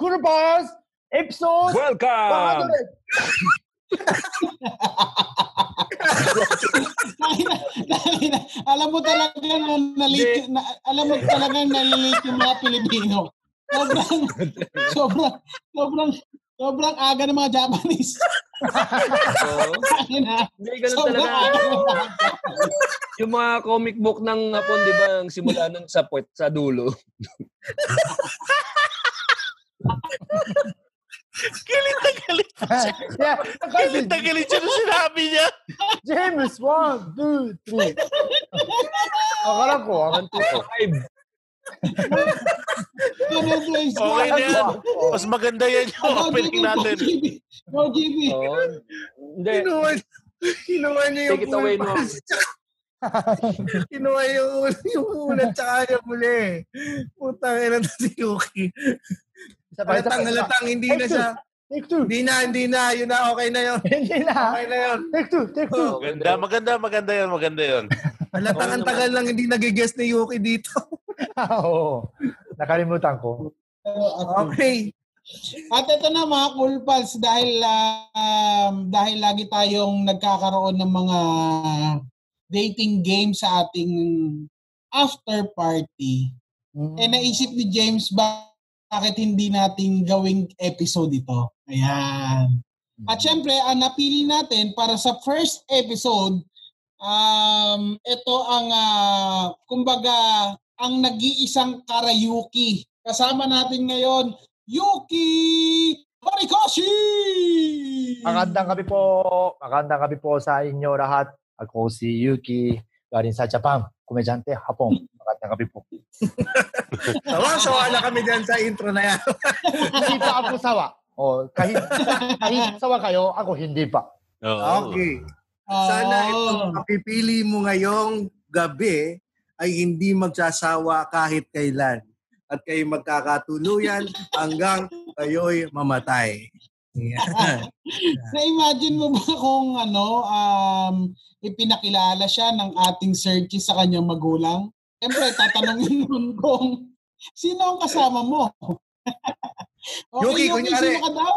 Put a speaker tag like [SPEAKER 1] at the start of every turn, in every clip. [SPEAKER 1] Pals! Episode!
[SPEAKER 2] Welcome!
[SPEAKER 1] 100!
[SPEAKER 3] alam mo talaga na nalilate, na, alam mo talaga na nalilate yung mga Pilipino. Sobrang, sobrang, sobrang, sobrang aga ng mga Japanese.
[SPEAKER 4] Oo.
[SPEAKER 3] Ayun na.
[SPEAKER 4] Hindi, ganun
[SPEAKER 3] Sobrang
[SPEAKER 4] talaga.
[SPEAKER 3] aga ng mga
[SPEAKER 4] Yung mga comic book ng Hapon, di ba, ang simula nun sa puwet, sa dulo.
[SPEAKER 5] Galit na galit.
[SPEAKER 1] yeah, kasi
[SPEAKER 5] Galit na galit siya nung sinabi niya.
[SPEAKER 1] James, one, two, three. Akala ko, ah.
[SPEAKER 4] One, two, five.
[SPEAKER 3] Sobrang place.
[SPEAKER 5] Okay na yan.
[SPEAKER 1] Oo.
[SPEAKER 5] Mas maganda yan yung opening natin.
[SPEAKER 3] Go give me.
[SPEAKER 4] Oo. Hindi.
[SPEAKER 6] Kinuha, kinuha niya yung
[SPEAKER 4] Take it away,
[SPEAKER 6] una
[SPEAKER 4] Nob.
[SPEAKER 6] pa- kinuha yung, una- yung una tsaka yung muli. Putang ina na si Yuki.
[SPEAKER 1] Sabay,
[SPEAKER 6] Halatang,
[SPEAKER 1] sabay.
[SPEAKER 6] halatang, hindi na siya.
[SPEAKER 1] Take two.
[SPEAKER 6] Hindi na, hindi na. Yun na, okay na yun.
[SPEAKER 1] Hindi na.
[SPEAKER 6] Okay na yun. Oh,
[SPEAKER 1] Take two, take two.
[SPEAKER 5] Maganda, maganda, maganda yan, maganda yan.
[SPEAKER 6] Halatang ang tagal lang hindi nag-guess ni Yuki dito.
[SPEAKER 1] Oo. Nakalimutan ko.
[SPEAKER 6] Okay.
[SPEAKER 3] At ito na mga cool pals dahil ah, um, dahil lagi tayong nagkakaroon ng mga dating game sa ating after party. Eh naisip ni James ba bakit hindi natin gawing episode ito? Ayan. At syempre, ang napili natin para sa first episode, um, ito ang, ah, kumbaga, ang nag-iisang karayuki. Kasama natin ngayon, Yuki Horikoshi!
[SPEAKER 1] Magandang gabi po. Magandang gabi po sa inyo lahat. Ako si Yuki, galing sa Japan. Komedyante, hapon. Magandang gabi po.
[SPEAKER 6] Sawa-sawa na kami dyan sa intro na yan.
[SPEAKER 1] hindi pa ako sawa. O, kahit, kahit sawa kayo, ako hindi pa.
[SPEAKER 6] Okay.
[SPEAKER 3] Oo.
[SPEAKER 6] Sana itong mapipili mo ngayong gabi ay hindi magsasawa kahit kailan at kayo magkakatuluyan hanggang kayo'y mamatay. Yan.
[SPEAKER 3] Na-imagine mo ba kung ano, um, ipinakilala siya ng ating Sergi sa kanyang magulang? Siyempre, tatanungin nun kung sino ang kasama mo?
[SPEAKER 6] Yuki, kunyari.
[SPEAKER 3] sino ka daw?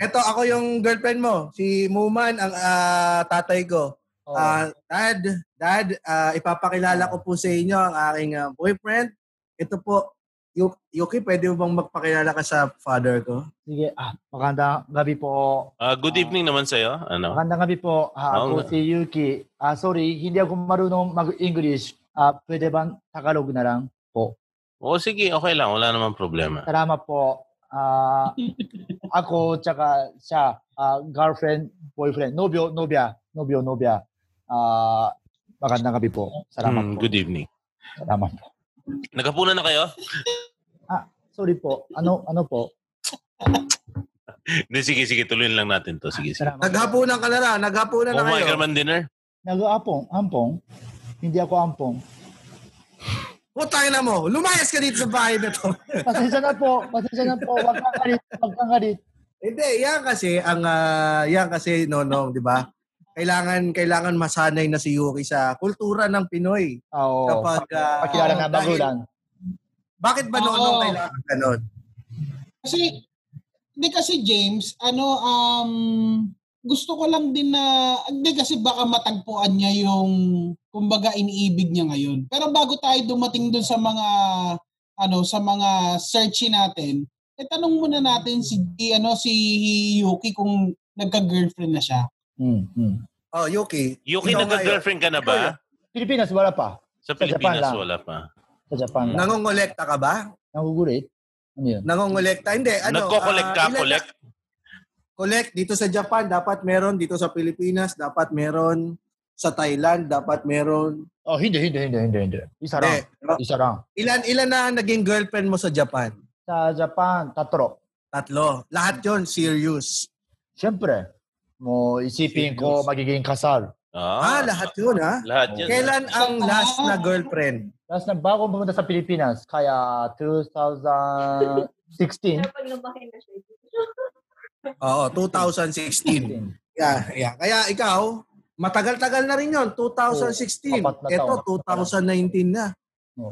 [SPEAKER 6] Ito, ako yung girlfriend mo. Si Muman, ang ah, tatay ko.
[SPEAKER 1] O,
[SPEAKER 6] Ah, dad, dad, ah, ipapakilala ko po sa inyo ang aking ah, boyfriend. Ito po, Yu- Yuki, pwede mo bang magpakilala ka sa father ko?
[SPEAKER 1] sige, ah, magandang gabi po.
[SPEAKER 5] Ah, good
[SPEAKER 1] Oh.
[SPEAKER 5] evening naman sa'yo. Ano?
[SPEAKER 1] Magandang gabi po. Ah,
[SPEAKER 5] Oo
[SPEAKER 1] ako
[SPEAKER 5] nga.
[SPEAKER 1] si Yuki. Ah, sorry, hindi ako marunong mag-English. Ah, pwede bang Tagalog na lang po?
[SPEAKER 5] Oo, sige, okay lang. Wala namang problema.
[SPEAKER 1] Salamat po. Ah, ako tsaka siya, ah, girlfriend, boyfriend, nobyo, nobya, nobyo, nobya. Ah, magandang gabi po. Salamat
[SPEAKER 5] Hmm,
[SPEAKER 1] po.
[SPEAKER 5] good evening.
[SPEAKER 1] Salamat po.
[SPEAKER 5] Nagkapunan na kayo?
[SPEAKER 1] Sorry po. Ano ano po?
[SPEAKER 5] Hindi, sige, sige. Tuloyin lang natin to. Sige, sige.
[SPEAKER 1] Salamat.
[SPEAKER 6] Naghapunan ka na na, naghapunan na
[SPEAKER 5] Kumain
[SPEAKER 6] kayo.
[SPEAKER 5] ka naman dinner?
[SPEAKER 1] Nag-aapong, ampong. Hindi ako ampong.
[SPEAKER 6] Putangin na mo, lumayas ka dito sa bahay na to.
[SPEAKER 1] Pasensya na po. Pasensya na po. Wag kang galit. Wag kang galit.
[SPEAKER 6] Hindi, yan kasi ang ah, yan kasi nonong, 'di ba? Kailangan kailangan masanay na si Yuki sa kultura ng Pinoy.
[SPEAKER 1] Ah, Oo.
[SPEAKER 6] Kapag ah,
[SPEAKER 1] Pakilala na
[SPEAKER 6] dahil-
[SPEAKER 1] bagulan.
[SPEAKER 6] Bakit ba nonong
[SPEAKER 3] Oo.
[SPEAKER 6] kailangan ganun?
[SPEAKER 3] Kasi, hindi kasi James, ano, um, gusto ko lang din na, hindi kasi baka matagpuan niya yung, kumbaga, iniibig niya ngayon. Pero bago tayo dumating dun sa mga, ano, sa mga searchy natin, eh, tanong muna natin si, ano, si Yuki kung nagka-girlfriend na siya.
[SPEAKER 1] Mm, mm.
[SPEAKER 6] Oh, Yuki.
[SPEAKER 5] Yuki,
[SPEAKER 6] ikaw
[SPEAKER 5] nagka-girlfriend ka na ba?
[SPEAKER 1] Pilipinas, wala pa.
[SPEAKER 5] Sa
[SPEAKER 1] Japan
[SPEAKER 5] Pilipinas,
[SPEAKER 1] lang.
[SPEAKER 5] wala pa.
[SPEAKER 1] Sa Japan
[SPEAKER 6] ngayon.
[SPEAKER 1] lang.
[SPEAKER 6] Nangongolekta ka ba?
[SPEAKER 1] Nangugulit? Ano yun?
[SPEAKER 6] Nangongolekta? Hindi, ano?
[SPEAKER 5] Nagko-collect
[SPEAKER 6] ah,
[SPEAKER 5] ka,
[SPEAKER 6] ilan na-
[SPEAKER 5] collect?
[SPEAKER 6] Collect dito sa Japan dapat meron, dito sa Pilipinas dapat meron, sa Thailand dapat meron.
[SPEAKER 1] Oh, hindi, hindi, hindi, hindi, hindi. Isa lang.
[SPEAKER 6] Hindi.
[SPEAKER 1] Isa lang.
[SPEAKER 6] Ilan ilan na ang naging girlfriend mo sa Japan?
[SPEAKER 1] Sa Japan, tatlo.
[SPEAKER 6] Tatlo. Lahat 'yon serious.
[SPEAKER 1] Siyempre, mo isipin ko magiging kasal.
[SPEAKER 6] Ah, lahat 'yun ha.
[SPEAKER 5] Lahat yan.
[SPEAKER 6] Kailan ang last na girlfriend?
[SPEAKER 1] Tapos na bago pumunta sa Pilipinas, kaya 2016.
[SPEAKER 7] Pero pag lumaki na siya,
[SPEAKER 6] Oo, 2016.
[SPEAKER 1] 16.
[SPEAKER 6] Yeah, yeah. Kaya ikaw, matagal-tagal na rin yon 2016.
[SPEAKER 1] Oo, Oh, apat na
[SPEAKER 6] Ito,
[SPEAKER 1] taon.
[SPEAKER 6] 2019 na.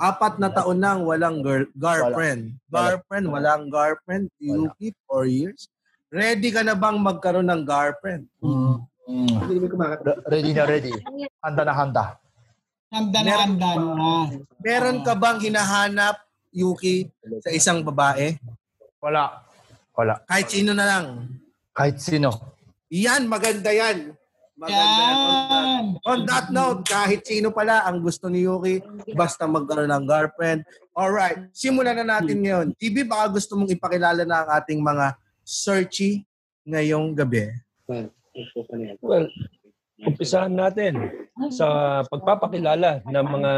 [SPEAKER 6] Apat na taon nang walang girl, girlfriend.
[SPEAKER 1] Wala.
[SPEAKER 6] Girlfriend, walang girlfriend. You keep four years. Ready ka na bang magkaroon ng girlfriend?
[SPEAKER 1] Mm.
[SPEAKER 6] Hindi naman kumakanta.
[SPEAKER 1] Re- Ready na ready. Handa na handa.
[SPEAKER 3] Handa na handa na.
[SPEAKER 6] Meron ka bang hinahanap, Yuki, sa isang babae?
[SPEAKER 1] Wala. Wala.
[SPEAKER 6] Kahit sino na lang.
[SPEAKER 1] Kahit sino.
[SPEAKER 6] Yan, maganda yan. Maganda yan. On that-
[SPEAKER 3] Yan.
[SPEAKER 6] On that note, kahit sino pala ang gusto ni Yuki, basta magkaroon ng girlfriend. Alright, simulan na natin ngayon. TV, baka gusto mong ipakilala na ang ating mga searchy ngayong gabi.
[SPEAKER 4] Well, umpisahan natin sa pagpapakilala ng mga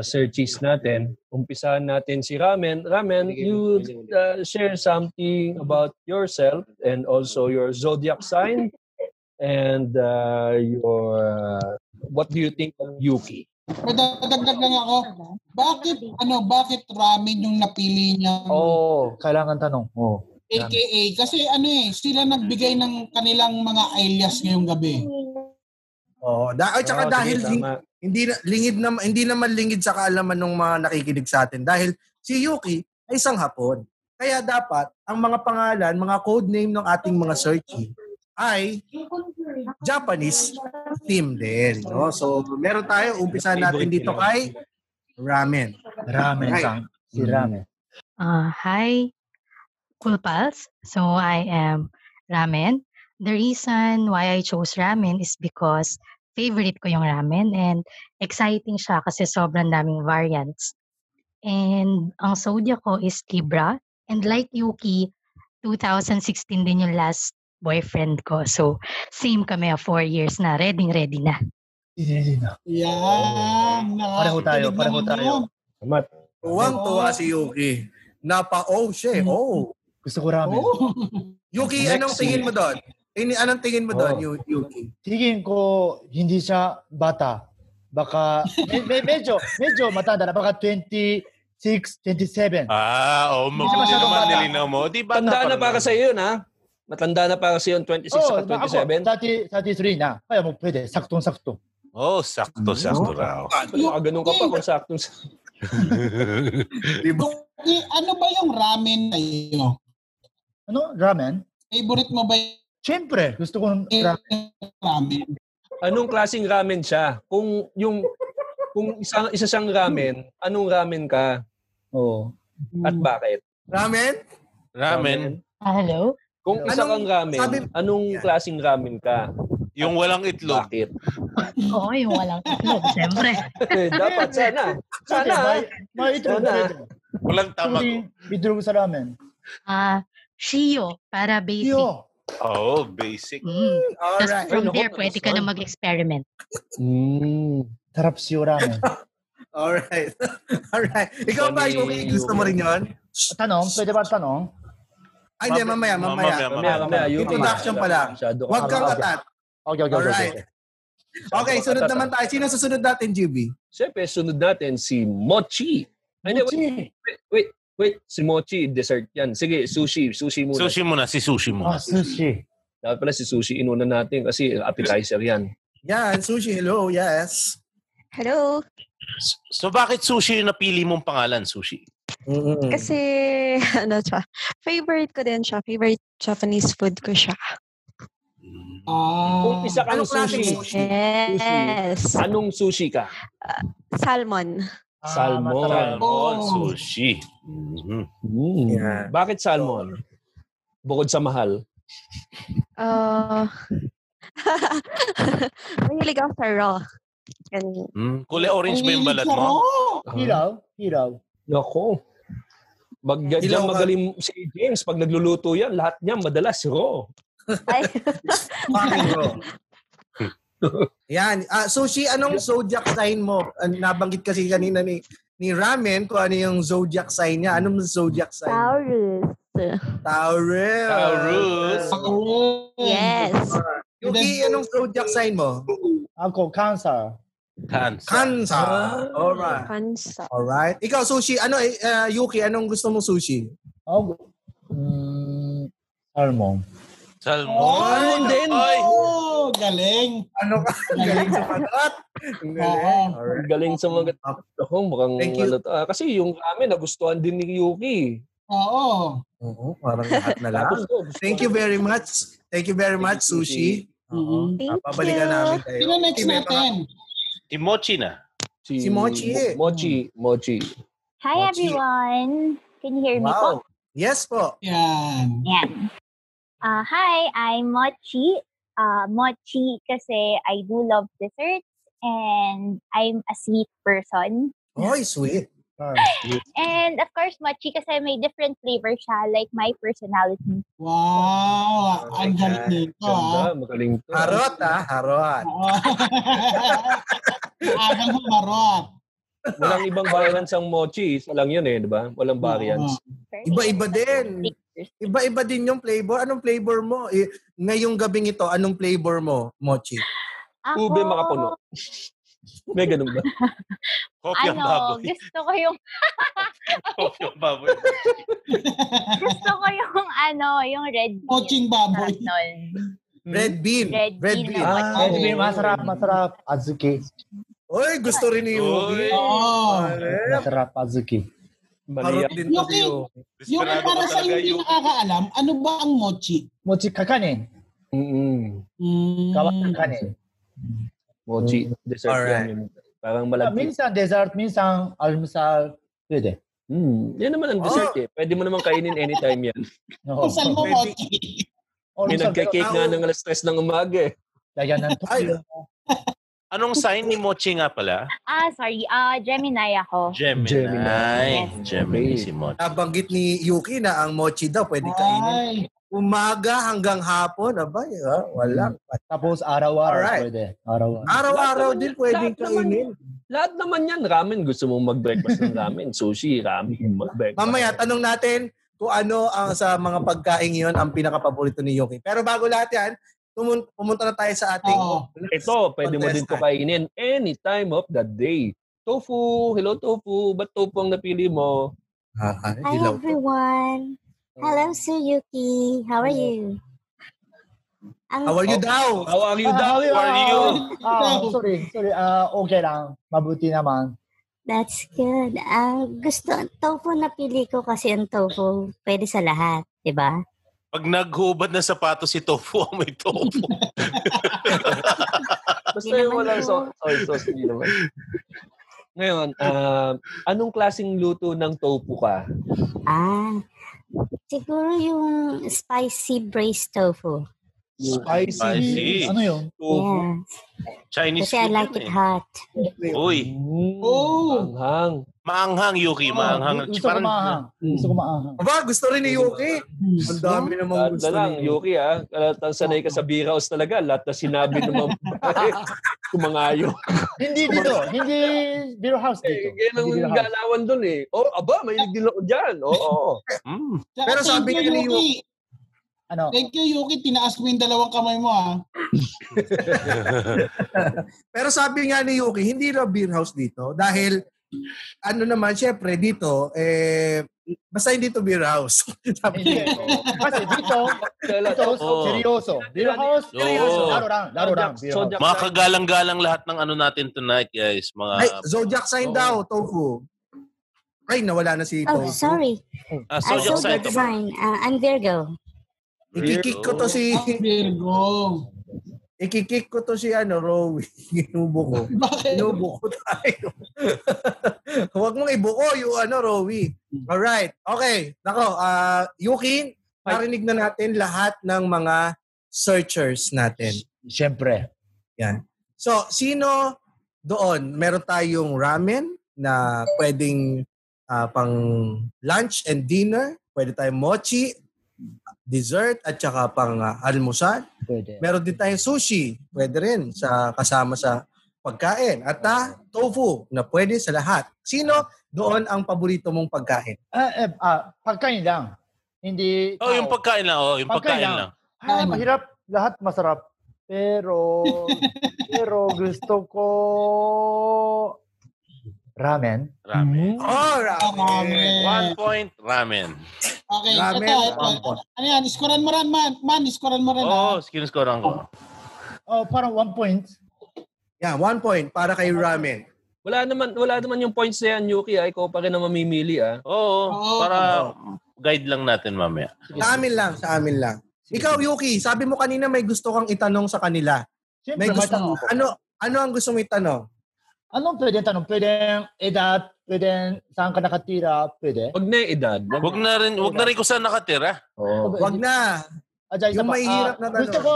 [SPEAKER 4] searches natin. Umpisahan natin si Ramen. Ramen, you uh, share something about yourself and also your zodiac sign and uh, your uh, what do you think of Yuki?
[SPEAKER 3] Pero dadagdag lang ako. Bakit, ano, bakit ramen yung napili niya?
[SPEAKER 1] Oo. kailangan tanong. Oo.
[SPEAKER 3] AKA, kasi ano eh, sila nagbigay ng kanilang mga alias ngayong gabi.
[SPEAKER 6] Oh, da- at saka
[SPEAKER 4] Oo,
[SPEAKER 6] dahil
[SPEAKER 4] sige,
[SPEAKER 6] ling-
[SPEAKER 4] tama.
[SPEAKER 6] hindi na, lingid na, hindi naman lingid sa kaalaman ng mga nakikinig sa atin dahil si Yuki ay isang Hapon. Kaya dapat ang mga pangalan, mga code name ng ating mga searchy ay Japanese theme din. No? So, meron tayo. Umpisa natin dito kay ramen.
[SPEAKER 1] Ramen sang. Si ramen.
[SPEAKER 2] Uh, hi, Cool Pals. So I am Ramen. The reason why I chose ramen is because favorite ko yung ramen and exciting siya kasi sobrang daming variants. And ang zodiac ko is Libra. And like Yuki, 2016 din yung last boyfriend ko. So same kami, ah, four years na. Ready-ready na.
[SPEAKER 3] Yan.
[SPEAKER 1] Pareho tayo,
[SPEAKER 3] nakakakilig
[SPEAKER 1] pareho
[SPEAKER 3] naman
[SPEAKER 1] tayo.
[SPEAKER 3] yun.
[SPEAKER 4] Tama.
[SPEAKER 6] Tuwang-tuwa si Yuki. Napa-oh siya. eh. Oh.
[SPEAKER 1] Gusto ko ramen.
[SPEAKER 3] Oo.
[SPEAKER 6] Yuki,
[SPEAKER 4] Next Oh.
[SPEAKER 6] anong tingin mo doon? Ini anong tingin mo
[SPEAKER 1] Oh.
[SPEAKER 6] doon, Yu- Yuki?
[SPEAKER 1] Tingin ko hindi siya bata. Baka me- me- medyo medyo matanda na baka 26, 27.
[SPEAKER 5] Ah, oh, mag-
[SPEAKER 3] Hindi
[SPEAKER 5] hindi
[SPEAKER 3] masyadong
[SPEAKER 5] naman
[SPEAKER 1] bata.
[SPEAKER 5] nilinaw mo. Di ba?
[SPEAKER 4] Tanda na para sa iyo na. Matanda na para sa iyo 26
[SPEAKER 1] Oo,
[SPEAKER 4] at
[SPEAKER 1] ba- ako,
[SPEAKER 4] 27.
[SPEAKER 1] 30, 33 na. Kaya mo pwede, saktong-sakto.
[SPEAKER 5] Oh,
[SPEAKER 1] Hmm.
[SPEAKER 5] sakto-sakto raw.
[SPEAKER 4] Baka ganun ka pa kung saktong sa
[SPEAKER 3] Eh, ano ba yung ramen na yun?
[SPEAKER 1] Ano? Ramen?
[SPEAKER 3] Favorite mo ba yung
[SPEAKER 1] Siyempre, gusto ko ng ramen.
[SPEAKER 3] ramen?
[SPEAKER 4] Anong klaseng ramen siya? Kung yung kung isang isa siyang ramen, anong ramen ka
[SPEAKER 1] Oo.
[SPEAKER 4] at bakit?
[SPEAKER 6] Ramen?
[SPEAKER 5] Ramen.
[SPEAKER 2] Ah, hello?
[SPEAKER 4] Kung isa
[SPEAKER 6] Anong-
[SPEAKER 4] kang ramen,
[SPEAKER 6] sabi-
[SPEAKER 4] anong
[SPEAKER 6] Yan.
[SPEAKER 4] klaseng ramen ka?
[SPEAKER 5] Yung walang itlog.
[SPEAKER 4] Bakit?
[SPEAKER 2] Oo, yung walang itlog, syempre.
[SPEAKER 4] Eh, Dapat sana. Sana.
[SPEAKER 1] may, may itlog na
[SPEAKER 4] Sana.
[SPEAKER 1] medyo.
[SPEAKER 5] Walang
[SPEAKER 1] Ito
[SPEAKER 5] tamag.
[SPEAKER 1] yung itlog sa ramen.
[SPEAKER 2] Ah, Shio, para basic.
[SPEAKER 1] Iyo!
[SPEAKER 5] Oh, basic.
[SPEAKER 1] Hmm.
[SPEAKER 2] Mm. Tapos
[SPEAKER 6] Alright.
[SPEAKER 2] from
[SPEAKER 4] Ay, naku,
[SPEAKER 1] oh,
[SPEAKER 2] there, pwede ka na
[SPEAKER 4] nagustuhan.
[SPEAKER 2] mag-experiment.
[SPEAKER 4] Mm.
[SPEAKER 1] Sarap siyo ramen.
[SPEAKER 6] Alright. Alright. Ikaw ba,
[SPEAKER 4] Funny,
[SPEAKER 6] Yuki, gusto mo rin yun?
[SPEAKER 1] Tanong, pwede ba tanong?
[SPEAKER 6] Ay, hindi, mamaya,
[SPEAKER 5] Mamaya,
[SPEAKER 6] mamaya.
[SPEAKER 4] Mamaya, mamaya. Yun,
[SPEAKER 6] Introduction pa lang.
[SPEAKER 4] Masyado ka
[SPEAKER 6] Huwag kang
[SPEAKER 4] kakagat.
[SPEAKER 6] atat.
[SPEAKER 1] Okay, okay, okay.
[SPEAKER 6] Alright.
[SPEAKER 1] okay.
[SPEAKER 6] Okay, sunod naman tayo. Sino susunod natin, GB?
[SPEAKER 4] Siyempre, sunod natin si Mochi. Ay, hindi, wait, wait, wait, wait. Si Mochi, dessert yan. Sige, sushi. Sushi muna.
[SPEAKER 5] Sushi muna, si sushi muna.
[SPEAKER 1] Ah, sushi.
[SPEAKER 4] Dapat pala si sushi inuna natin kasi appetizer yan.
[SPEAKER 6] Yan, sushi. Hello, yes.
[SPEAKER 7] Hello.
[SPEAKER 5] S- So bakit sushi yung napili mong pangalan, sushi?
[SPEAKER 6] Mm-mm.
[SPEAKER 7] Kasi,
[SPEAKER 6] Mm.
[SPEAKER 7] ano siya, favorite ko din siya. Favorite Japanese food ko siya.
[SPEAKER 3] Ah.
[SPEAKER 4] Kung isa kang
[SPEAKER 6] Anong klaseng
[SPEAKER 4] sushi,
[SPEAKER 6] sushi?
[SPEAKER 7] Yes.
[SPEAKER 4] anong sushi ka?
[SPEAKER 7] Salmon.
[SPEAKER 1] Ah,
[SPEAKER 4] Salmon.
[SPEAKER 1] masarap.
[SPEAKER 5] Salmon,
[SPEAKER 3] Oh.
[SPEAKER 5] sushi. Mhm.
[SPEAKER 6] Yeah.
[SPEAKER 4] Mm. Bakit salmon? Bukod sa mahal.
[SPEAKER 7] Uh, mahilig ako sa raw. Ganun.
[SPEAKER 5] Mm. Kulay orange ba yung
[SPEAKER 3] Mahilig
[SPEAKER 5] balat
[SPEAKER 3] siya,
[SPEAKER 5] mo?
[SPEAKER 3] oo.
[SPEAKER 1] Hilaw, hilaw.
[SPEAKER 4] Nako. Mag
[SPEAKER 6] Hilaw
[SPEAKER 4] Diyan
[SPEAKER 6] ka.
[SPEAKER 4] magaling si James. Pag nagluluto yan, lahat niya madalas raw.
[SPEAKER 7] Ay,
[SPEAKER 6] Fucking bro. Yan. Ah, sushi, anong zodiac sign mo? Ah, nabanggit kasi kanina ni ni Ramen kung ano yung zodiac sign niya. Anong zodiac sign?
[SPEAKER 7] Taurus.
[SPEAKER 6] Taurus.
[SPEAKER 5] Taurus.
[SPEAKER 3] Ayun.
[SPEAKER 7] Yes.
[SPEAKER 6] Yuki, anu anong zodiac sign mo?
[SPEAKER 1] Ako, cancer.
[SPEAKER 5] Cancer.
[SPEAKER 6] Cancer. Alright.
[SPEAKER 7] Cancer.
[SPEAKER 6] Alright. Ikaw, sushi. Ano, eh, ah, Yuki, anong gusto mong sushi?
[SPEAKER 1] Ako, mm, salmon.
[SPEAKER 5] Salmon.
[SPEAKER 3] Oh,
[SPEAKER 6] Oh,
[SPEAKER 4] Salmon din.
[SPEAKER 5] Ay,
[SPEAKER 3] Oo. Wow, galing.
[SPEAKER 6] Ano ka? Ang Oh, Galing sa patat. Ang
[SPEAKER 3] Oo.
[SPEAKER 6] galing. Alright.
[SPEAKER 4] Ang galing sa mga ako, mukhang
[SPEAKER 6] Thank you.
[SPEAKER 4] ano to. ah, kasi yung ramen, nagustuhan din ni Yuki.
[SPEAKER 1] Oh,
[SPEAKER 3] Oo.
[SPEAKER 6] Oo, parang lahat na lang.
[SPEAKER 4] Tapos oh, to, gustuhan-
[SPEAKER 6] Thank you very much. Thank you very much, Sushi. Oo.
[SPEAKER 3] Mhm.
[SPEAKER 7] Thank you.
[SPEAKER 6] Papabalikan Mm-hmm. Ah, namin kayo.
[SPEAKER 3] Sino next
[SPEAKER 6] Sige, mga-
[SPEAKER 3] natin?
[SPEAKER 5] Timochi na.
[SPEAKER 4] Si,
[SPEAKER 6] Si Mochi eh.
[SPEAKER 4] Mochi. Mochi.
[SPEAKER 8] Hi
[SPEAKER 6] Oh, gee.
[SPEAKER 8] everyone. Can you hear me po?
[SPEAKER 6] Wow. Yes po.
[SPEAKER 3] Yan.
[SPEAKER 8] Yan. Uh, hi, I'm Mochi. Uh, Mochi kasi I do love desserts and I'm a sweet person.
[SPEAKER 6] Oy, sweet. Ah,
[SPEAKER 8] And of course, Mochi kasi may different flavor siya like my personality.
[SPEAKER 3] Wow. Ang galing nito ah.
[SPEAKER 4] Ganda, magaling to.
[SPEAKER 6] harot ah, harot.
[SPEAKER 3] Oo. Agang humarot.
[SPEAKER 4] Walang ibang variants ang Mochi. Isa lang yun eh, di ba? Walang variants.
[SPEAKER 6] Iba-iba din. Iba-iba din yung flavor. Anong flavor mo? Eh, ngayong gabing ito, anong flavor mo, Mochi?
[SPEAKER 8] Ako,
[SPEAKER 4] Ube makapuno. May ganun ba?
[SPEAKER 5] Kopya ang
[SPEAKER 8] Ano,
[SPEAKER 5] baboy.
[SPEAKER 8] gusto ko yung
[SPEAKER 5] Kopya ang baboy.
[SPEAKER 8] gusto ko yung ano, yung red bean.
[SPEAKER 3] Poching baboy.
[SPEAKER 8] Sarap nun.
[SPEAKER 6] Red bean.
[SPEAKER 8] Red bean.
[SPEAKER 4] Ah,
[SPEAKER 1] Red
[SPEAKER 4] oo.
[SPEAKER 1] bean, masarap, masarap. Azuki. Oh,
[SPEAKER 6] Oy, gusto rin ni
[SPEAKER 4] Oh.
[SPEAKER 6] Yuki.
[SPEAKER 5] Oy.
[SPEAKER 3] Oo.
[SPEAKER 6] Harap.
[SPEAKER 1] Masarap, Azuki.
[SPEAKER 4] Mali
[SPEAKER 6] Harot
[SPEAKER 4] yan.
[SPEAKER 6] din
[SPEAKER 3] Yuki,
[SPEAKER 6] kasi yun.
[SPEAKER 3] yung para
[SPEAKER 5] Desperado ka
[SPEAKER 3] sa
[SPEAKER 5] talaga
[SPEAKER 3] hindi
[SPEAKER 5] yung...
[SPEAKER 3] nakakaalam, ano ba ang mochi?
[SPEAKER 1] Mochi kakanin.
[SPEAKER 4] Mm-mm.
[SPEAKER 3] Mm.
[SPEAKER 1] Kawang kakanin.
[SPEAKER 4] Mochi. Hmm. Dessert
[SPEAKER 6] Alright.
[SPEAKER 4] yan. yun. Parang
[SPEAKER 1] Ah,
[SPEAKER 4] malagkit.
[SPEAKER 1] Minsan dessert, minsan almusal. Pwede.
[SPEAKER 4] Mm, yan naman ang dessert
[SPEAKER 6] Oh!
[SPEAKER 4] eh. Pwede mo naman kainin anytime yan.
[SPEAKER 1] No.
[SPEAKER 3] Kung saan mo
[SPEAKER 6] Pwede.
[SPEAKER 3] mochi?
[SPEAKER 1] Almusal,
[SPEAKER 4] May nagka-cake nga ng alas 3 ng umaga eh.
[SPEAKER 1] Lagyan ng
[SPEAKER 6] Ay,
[SPEAKER 1] toyo.
[SPEAKER 5] Anong sign ni Mochi nga pala?
[SPEAKER 8] Ah, sorry. Ah, Gemini ako.
[SPEAKER 5] Gemini.
[SPEAKER 4] Gemini.
[SPEAKER 5] Gemini,
[SPEAKER 4] Okay.
[SPEAKER 5] si Mochi.
[SPEAKER 6] nabanggit ni Yuki na ang mochi daw pwede kainin.
[SPEAKER 3] Ay.
[SPEAKER 6] Umaga hanggang hapon, abay, ha? wala.
[SPEAKER 3] Hmm.
[SPEAKER 1] Tapos araw-araw
[SPEAKER 6] Alright.
[SPEAKER 1] pwede. Araw-araw.
[SPEAKER 6] Araw-araw
[SPEAKER 4] Lahat
[SPEAKER 6] din
[SPEAKER 4] naman-
[SPEAKER 6] pwedeng
[SPEAKER 4] lahat naman.
[SPEAKER 6] kainin.
[SPEAKER 4] Lahat naman yan, ramen. Gusto mong mag-breakfast ng ramen. Sushi, ramen, mag-breakfast.
[SPEAKER 6] Mamaya, tanong natin kung ano ang sa mga pagkain yon ang pinakapaborito ni Yuki. Pero bago lahat yan, tumun- pumunta na tayo sa ating...
[SPEAKER 3] Oo.
[SPEAKER 4] Ito, pwede mo din ito kainin any time of the day. Tofu, hello tofu. Ba't tofu ang napili mo?
[SPEAKER 6] Ah, ah,
[SPEAKER 8] Hi
[SPEAKER 6] dilaw.
[SPEAKER 8] everyone. Hello Suyuki. How are you? Ang
[SPEAKER 6] How are you daw?
[SPEAKER 4] How are you daw?
[SPEAKER 5] How are you?
[SPEAKER 1] Ah, sorry, sorry. Ah, okay lang. Mabuti naman.
[SPEAKER 8] That's good. Ang gusto tofu na pili ko kasi ang tofu pwede sa lahat, 'di ba?
[SPEAKER 5] Pag naghubad ng sapatos si Tofu, oh, may Tofu.
[SPEAKER 4] Basta
[SPEAKER 8] Hindi
[SPEAKER 4] yung
[SPEAKER 8] naman
[SPEAKER 4] walang
[SPEAKER 8] yun.
[SPEAKER 4] so- soy sauce, hindi naman. Ngayon, ah, anong klasing luto ng tofu ka?
[SPEAKER 8] Ah. Siguro yung spicy braised tofu.
[SPEAKER 4] Spicy
[SPEAKER 5] Spicy.
[SPEAKER 1] Ano yun?
[SPEAKER 4] tofu.
[SPEAKER 8] Yeah.
[SPEAKER 5] Chinese
[SPEAKER 8] Kasi I
[SPEAKER 5] food
[SPEAKER 8] like
[SPEAKER 5] yun
[SPEAKER 8] it
[SPEAKER 5] eh.
[SPEAKER 8] hot.
[SPEAKER 5] Uy,
[SPEAKER 4] Mm,
[SPEAKER 3] Oh.
[SPEAKER 4] Manghang.
[SPEAKER 5] maanghang, Yuki.
[SPEAKER 8] Oh,
[SPEAKER 1] Ah,
[SPEAKER 5] Maanghang.
[SPEAKER 1] Gusto ko
[SPEAKER 5] Parang
[SPEAKER 1] maahang. Gusto ko maahang.
[SPEAKER 6] Aba, gusto rin ni Yuki. Ang dami namang
[SPEAKER 4] Lahat
[SPEAKER 6] gusto
[SPEAKER 4] na lang,
[SPEAKER 6] ni Yuki.
[SPEAKER 4] Yuki ah. Lahat sanay ka sa beer house talaga. Lahat na sinabi ng mga kumangayo.
[SPEAKER 1] Hindi dito. Hindi beer house dito.
[SPEAKER 4] Eh, yan ang
[SPEAKER 1] Hindi beer house.
[SPEAKER 4] galawan doon eh. Oh, aba, may din ako dyan. Oo.
[SPEAKER 5] Mm.
[SPEAKER 6] Pero sabi
[SPEAKER 3] thank
[SPEAKER 6] niya ni
[SPEAKER 3] you, Yuki.
[SPEAKER 1] Ano?
[SPEAKER 3] Thank you, Yuki. Tinaas mo yung dalawang kamay mo, ah.
[SPEAKER 6] Pero sabi nga ni Yuki, hindi raw beer house dito dahil ano naman, syempre dito, eh, basta hindi to beer house. sabi niya.
[SPEAKER 1] Hindi. Kasi dito,
[SPEAKER 4] Lahat-
[SPEAKER 1] dito,
[SPEAKER 5] Oo.
[SPEAKER 1] seryoso. Beer house,
[SPEAKER 5] Oo.
[SPEAKER 1] seryoso. Laro lang, laro lang. Beer house.
[SPEAKER 5] Oh. Mga kagalang-galang lahat ng ano natin tonight, guys. Mga...
[SPEAKER 6] Ay, Zodiac sign
[SPEAKER 4] Oo.
[SPEAKER 6] daw, Tofu. Ay, nawala na si
[SPEAKER 8] Oh,
[SPEAKER 6] Tofu.
[SPEAKER 8] sorry. Ah,
[SPEAKER 5] ah,
[SPEAKER 8] so
[SPEAKER 5] zodiac sign
[SPEAKER 8] that's
[SPEAKER 5] to ba?
[SPEAKER 8] fine. Ah, I'm Virgo.
[SPEAKER 6] Ikikik ko to si,
[SPEAKER 3] Ang Ah, Virgo.
[SPEAKER 6] ikikik ko to si ano, Rowie. Inubo ko.
[SPEAKER 3] Bakit?
[SPEAKER 6] Inubo ko tayo. Huwag mong ibuo yung ano, Rowie.
[SPEAKER 3] Hmm.
[SPEAKER 6] Alright. Okay. Nako, ah, Yuki, narinig na natin lahat ng mga searchers natin.
[SPEAKER 1] Siyempre.
[SPEAKER 6] So, sino doon? Meron tayong ramen na pwedeng ah, pang lunch and dinner. Pwede tayong mochi, dessert, at saka pang ah, almusal.
[SPEAKER 1] Pwede.
[SPEAKER 6] Meron din tayong sushi. Pwede rin sa, kasama sa pagkain. At ah, tofu na pwede sa lahat. Sino doon ang paborito mong pagkain?
[SPEAKER 1] Ah, eh, ah, pagkain lang. Hindi.
[SPEAKER 5] Oh, yung
[SPEAKER 1] tao.
[SPEAKER 5] pagkain lang. Oh, yung
[SPEAKER 1] Pagkain
[SPEAKER 5] pagkain,
[SPEAKER 1] lang.
[SPEAKER 5] lang.
[SPEAKER 1] Ah, mahirap. Lahat masarap. Pero, pero gusto ko ramen.
[SPEAKER 5] Ramen.
[SPEAKER 6] Oh,
[SPEAKER 3] Ramen.
[SPEAKER 6] ramen!
[SPEAKER 5] One point,
[SPEAKER 3] Eh,
[SPEAKER 5] ramen.
[SPEAKER 3] Okay,
[SPEAKER 6] Ramen.
[SPEAKER 3] ito, ito. Ano yan? Iskoran mo ran, man. Man, iskoran mo ran.
[SPEAKER 5] Oo, oh,
[SPEAKER 3] ah.
[SPEAKER 5] skinus ko lang ko.
[SPEAKER 1] Oh, parang one point.
[SPEAKER 6] Yeah, one point para kay Ramen.
[SPEAKER 4] Wala naman, wala naman yung points na yan, Yuki. Ah. Ikaw pa rin ang mamimili, ah.
[SPEAKER 5] Oo,
[SPEAKER 3] Oo.
[SPEAKER 5] para guide lang natin mamaya.
[SPEAKER 6] Sa amin lang, sa amin lang. Ikaw, Yuki, sabi mo kanina may gusto kang itanong sa kanila.
[SPEAKER 1] Siyempre,
[SPEAKER 6] May
[SPEAKER 1] may
[SPEAKER 6] gusto,
[SPEAKER 1] tanong ako.
[SPEAKER 6] ano, ano ang gusto mo itanong?
[SPEAKER 1] Anong pwedeng tanong? Pwedeng edad, pwedeng saan ka nakatira, pwede.
[SPEAKER 4] Huwag na yung edad.
[SPEAKER 5] Huwag na rin, huwag na rin kung saan nakatira.
[SPEAKER 4] Oo.
[SPEAKER 6] Wag na.
[SPEAKER 1] Ah, dyan, isa
[SPEAKER 6] Yung
[SPEAKER 1] pa.
[SPEAKER 6] may
[SPEAKER 1] Ah,
[SPEAKER 6] hirap na tanong.
[SPEAKER 1] Gusto ko,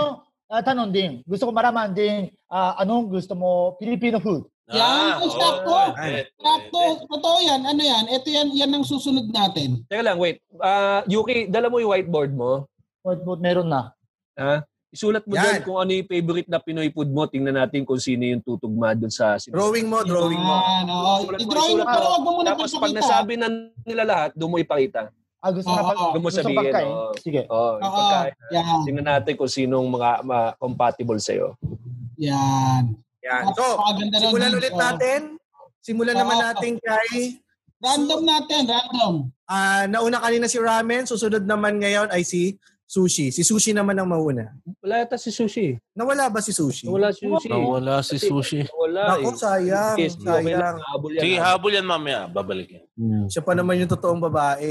[SPEAKER 1] ah, tanong din. Gusto ko maraman din, ah, anong gusto mo, Filipino food?
[SPEAKER 4] Ah,
[SPEAKER 3] Yan,
[SPEAKER 5] oo,
[SPEAKER 4] oh.
[SPEAKER 3] sakto.
[SPEAKER 5] pwede,
[SPEAKER 3] Sakto, totoo yan. Ano yan? Ito yan, yan ang susunod natin.
[SPEAKER 4] Teka lang, wait. Ah, Yuki, dala mo yung whiteboard mo.
[SPEAKER 1] What, what meron na?
[SPEAKER 4] Ha? Isulat mo
[SPEAKER 6] Yan.
[SPEAKER 4] doon kung ano yung favorite na Pinoy food mo. Tingnan natin kung sino yung tutugma doon sa sinabi.
[SPEAKER 6] Drawing mo, drawing mo.
[SPEAKER 3] Yan, oo.
[SPEAKER 4] Sulat mo,
[SPEAKER 3] I-drawing mo,
[SPEAKER 4] isulat
[SPEAKER 3] pero
[SPEAKER 4] mo.
[SPEAKER 3] wag mo muna
[SPEAKER 4] Tapos pag
[SPEAKER 3] pagpakita.
[SPEAKER 4] nasabi na nila lahat, doon mo ipakita.
[SPEAKER 1] Ah, gusto
[SPEAKER 3] Oo,
[SPEAKER 1] na pag,
[SPEAKER 3] oo.
[SPEAKER 4] Doon mo
[SPEAKER 1] gusto
[SPEAKER 4] sabihin,
[SPEAKER 1] pagkain?
[SPEAKER 4] oo.
[SPEAKER 1] Sige.
[SPEAKER 4] Oo, yung
[SPEAKER 3] Oo,
[SPEAKER 4] pagkain.
[SPEAKER 3] yan.
[SPEAKER 4] Tingnan natin kung sinong mga, mga compatible sa'yo.
[SPEAKER 3] Yan.
[SPEAKER 6] Yan. So,
[SPEAKER 3] Napakaganda ng
[SPEAKER 6] simulan
[SPEAKER 3] games,
[SPEAKER 6] ulit
[SPEAKER 3] oh.
[SPEAKER 6] natin. Simulan naman
[SPEAKER 3] Oo.
[SPEAKER 6] natin kay
[SPEAKER 3] Random natin, random.
[SPEAKER 6] ah, nauna kanina si Ramen, susunod naman ngayon ay si Sushi. Si Sushi naman ang mauna.
[SPEAKER 4] Wala yata si Sushi.
[SPEAKER 6] Nawala ba si Sushi?
[SPEAKER 4] Wala si Sushi.
[SPEAKER 9] Nawala si Sushi.
[SPEAKER 4] Wala
[SPEAKER 6] Ako,
[SPEAKER 4] eh.
[SPEAKER 6] sayang.
[SPEAKER 4] Yes, okay
[SPEAKER 6] Sayang.
[SPEAKER 4] lang. Habol yan.
[SPEAKER 6] ah.
[SPEAKER 5] Sige, habol yan mamaya. Babalik yan.
[SPEAKER 3] Hmm.
[SPEAKER 6] Siya pa naman yung totoong babae.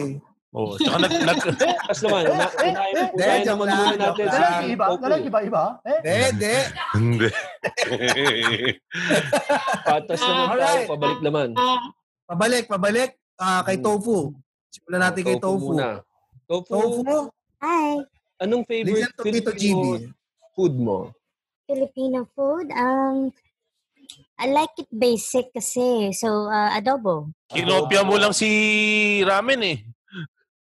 [SPEAKER 5] Oo, tsaka nag, nag,
[SPEAKER 4] Tapos naman, una- unahin unahin
[SPEAKER 6] joke
[SPEAKER 4] naman
[SPEAKER 6] lang,
[SPEAKER 4] muna
[SPEAKER 6] joke
[SPEAKER 4] natin.
[SPEAKER 6] lang.
[SPEAKER 4] si
[SPEAKER 1] Lalaki iba?
[SPEAKER 4] Goku.
[SPEAKER 1] Lalaki ba iba? Eh?
[SPEAKER 6] Hindi.
[SPEAKER 5] Hindi.
[SPEAKER 4] Patas naman tayo,
[SPEAKER 6] Alright.
[SPEAKER 4] pabalik naman.
[SPEAKER 6] Ah. Pabalik, pabalik. Ah, kay Tofu. Simulan natin kay Tofu.
[SPEAKER 4] Hmm. muna. Tofu,
[SPEAKER 6] Tofu,
[SPEAKER 10] Hi,
[SPEAKER 4] anong favorite
[SPEAKER 6] listen to Tito
[SPEAKER 4] Filipino
[SPEAKER 6] GB.
[SPEAKER 4] food mo?
[SPEAKER 10] Filipino food. Um, I like it basic kasi. So, uh, adobo.
[SPEAKER 5] Kinopia mo lang si Ramen eh.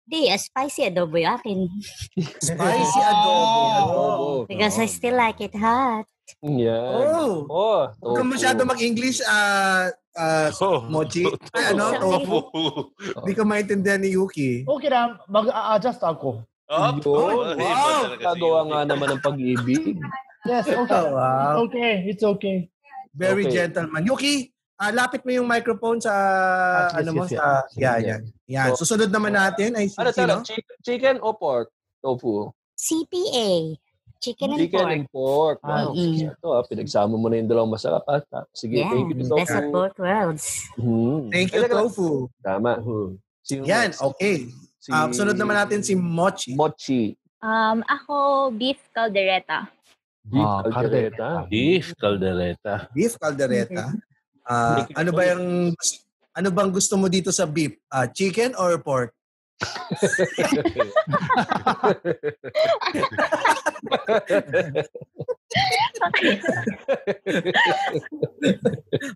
[SPEAKER 10] Di, uh, spicy adobo yung akin. Oh.
[SPEAKER 6] Spicy adobo.
[SPEAKER 4] Adobo.
[SPEAKER 10] Because I still like it hot.
[SPEAKER 4] Yan.
[SPEAKER 6] Oh.
[SPEAKER 4] Oh,
[SPEAKER 6] Huwag kang masyado mag-English, ah, ah,
[SPEAKER 5] Oh.
[SPEAKER 6] Mochi. Ay, ano? Tofu. Hindi ka maintindihan ni Yuki.
[SPEAKER 1] Okay na, mag-adjust ako.
[SPEAKER 5] Oh,
[SPEAKER 4] Yun.
[SPEAKER 6] Wow.
[SPEAKER 4] Kagawa nga naman ng pag-ibig.
[SPEAKER 1] Yes, okay.
[SPEAKER 6] Oh, wow.
[SPEAKER 1] Okay, it's okay.
[SPEAKER 6] Very
[SPEAKER 4] Okay.
[SPEAKER 6] gentleman. Yuki, ah, lapit mo yung microphone sa,
[SPEAKER 4] Ah,
[SPEAKER 1] yes,
[SPEAKER 6] ano mo,
[SPEAKER 1] yes,
[SPEAKER 6] sa,
[SPEAKER 1] yes.
[SPEAKER 6] yan, yan. Yan. Susunod naman natin ay si
[SPEAKER 4] Ano
[SPEAKER 6] sino?
[SPEAKER 4] talaga? Chi- Chicken o pork? Tofu.
[SPEAKER 10] CPA. Chicken and
[SPEAKER 4] Chicken
[SPEAKER 10] pork.
[SPEAKER 4] and pork.
[SPEAKER 1] Ah,
[SPEAKER 4] Wow.
[SPEAKER 10] mm.
[SPEAKER 4] Ito, ah, pinagsama mo na yung dalawang masarap. Ah. Ta- Sige,
[SPEAKER 10] Yeah,
[SPEAKER 4] thank you. Tofu.
[SPEAKER 10] best of both worlds.
[SPEAKER 4] Mhm.
[SPEAKER 6] Thank you,
[SPEAKER 4] Talaga,
[SPEAKER 6] Tofu.
[SPEAKER 4] Tama. Hmm. Sino
[SPEAKER 6] Yan,
[SPEAKER 4] next?
[SPEAKER 6] okay.
[SPEAKER 4] Si-
[SPEAKER 6] Ah, sunod naman natin si Mochi.
[SPEAKER 4] Mochi.
[SPEAKER 8] Um, ako, beef caldereta.
[SPEAKER 4] Beef
[SPEAKER 9] Ah,
[SPEAKER 4] caldereta.
[SPEAKER 5] Beef caldereta.
[SPEAKER 6] Beef caldereta. Ah, ano ba yung, ano bang gusto mo dito sa beef? Ah, chicken or pork?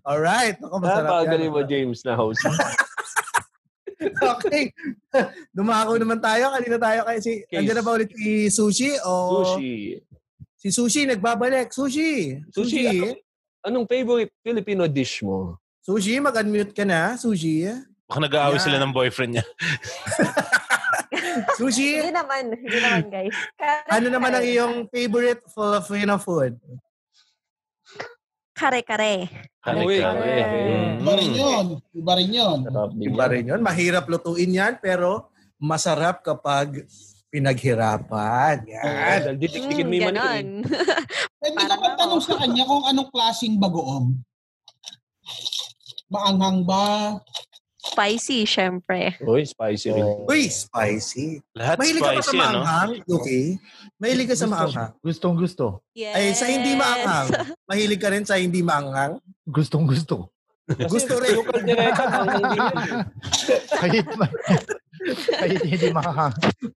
[SPEAKER 6] Alright. Ako,
[SPEAKER 4] Ah,
[SPEAKER 6] masarap yan.
[SPEAKER 4] pagaling mo, James, na host.
[SPEAKER 6] okay. Dumako naman tayo. Kanina tayo kay si...
[SPEAKER 4] Okay.
[SPEAKER 6] Andiyan na ba ulit si Sushi? O
[SPEAKER 4] Sushi.
[SPEAKER 6] Si Sushi, nagbabalik. Sushi!
[SPEAKER 4] Sushi, anong, anong favorite Filipino dish mo?
[SPEAKER 6] Sushi, mag-unmute ka na. Sushi.
[SPEAKER 5] Baka nag-aaway
[SPEAKER 6] Yan.
[SPEAKER 5] sila ng boyfriend niya.
[SPEAKER 6] Sushi,
[SPEAKER 7] Hindi naman. Hindi Ano naman, guys. Kare,
[SPEAKER 6] ano naman ang iyong favorite Filipino food?
[SPEAKER 7] Kare-kare.
[SPEAKER 4] Kare-kare.
[SPEAKER 5] Kare-kare.
[SPEAKER 3] Iba rin yun. Iba rin yun.
[SPEAKER 4] Mm. Sarap din
[SPEAKER 6] Iba
[SPEAKER 4] yan.
[SPEAKER 6] rin yun. Mahirap lutuin yan, pero masarap kapag pinaghirapan.
[SPEAKER 4] Ah,
[SPEAKER 6] Yan.
[SPEAKER 4] dahil didikdikin mo yung
[SPEAKER 7] Hmm, Mm,
[SPEAKER 4] mani.
[SPEAKER 7] ganon.
[SPEAKER 3] Pwede ka
[SPEAKER 7] Parang
[SPEAKER 3] magtanong
[SPEAKER 7] ako.
[SPEAKER 3] sa kanya kung anong klaseng bagoong. Maanghang ba?
[SPEAKER 7] Spicy, syempre.
[SPEAKER 4] eh. Uy, spicy rin.
[SPEAKER 6] Uy, spicy.
[SPEAKER 5] Lahat
[SPEAKER 6] Mahilig ka ba sa
[SPEAKER 5] spicy, ano?
[SPEAKER 6] maanghang? Okay. Mahilig ka sa
[SPEAKER 1] Gusto-
[SPEAKER 6] maanghang?
[SPEAKER 1] Gustong gusto.
[SPEAKER 7] Yes.
[SPEAKER 6] Ay, sa hindi maanghang. Mahilig ka rin sa hindi maanghang?
[SPEAKER 1] Gustong gusto.
[SPEAKER 6] Gusto rin.
[SPEAKER 4] Local direta, pangang din yan.
[SPEAKER 1] Kahit, kahit hindi mahang.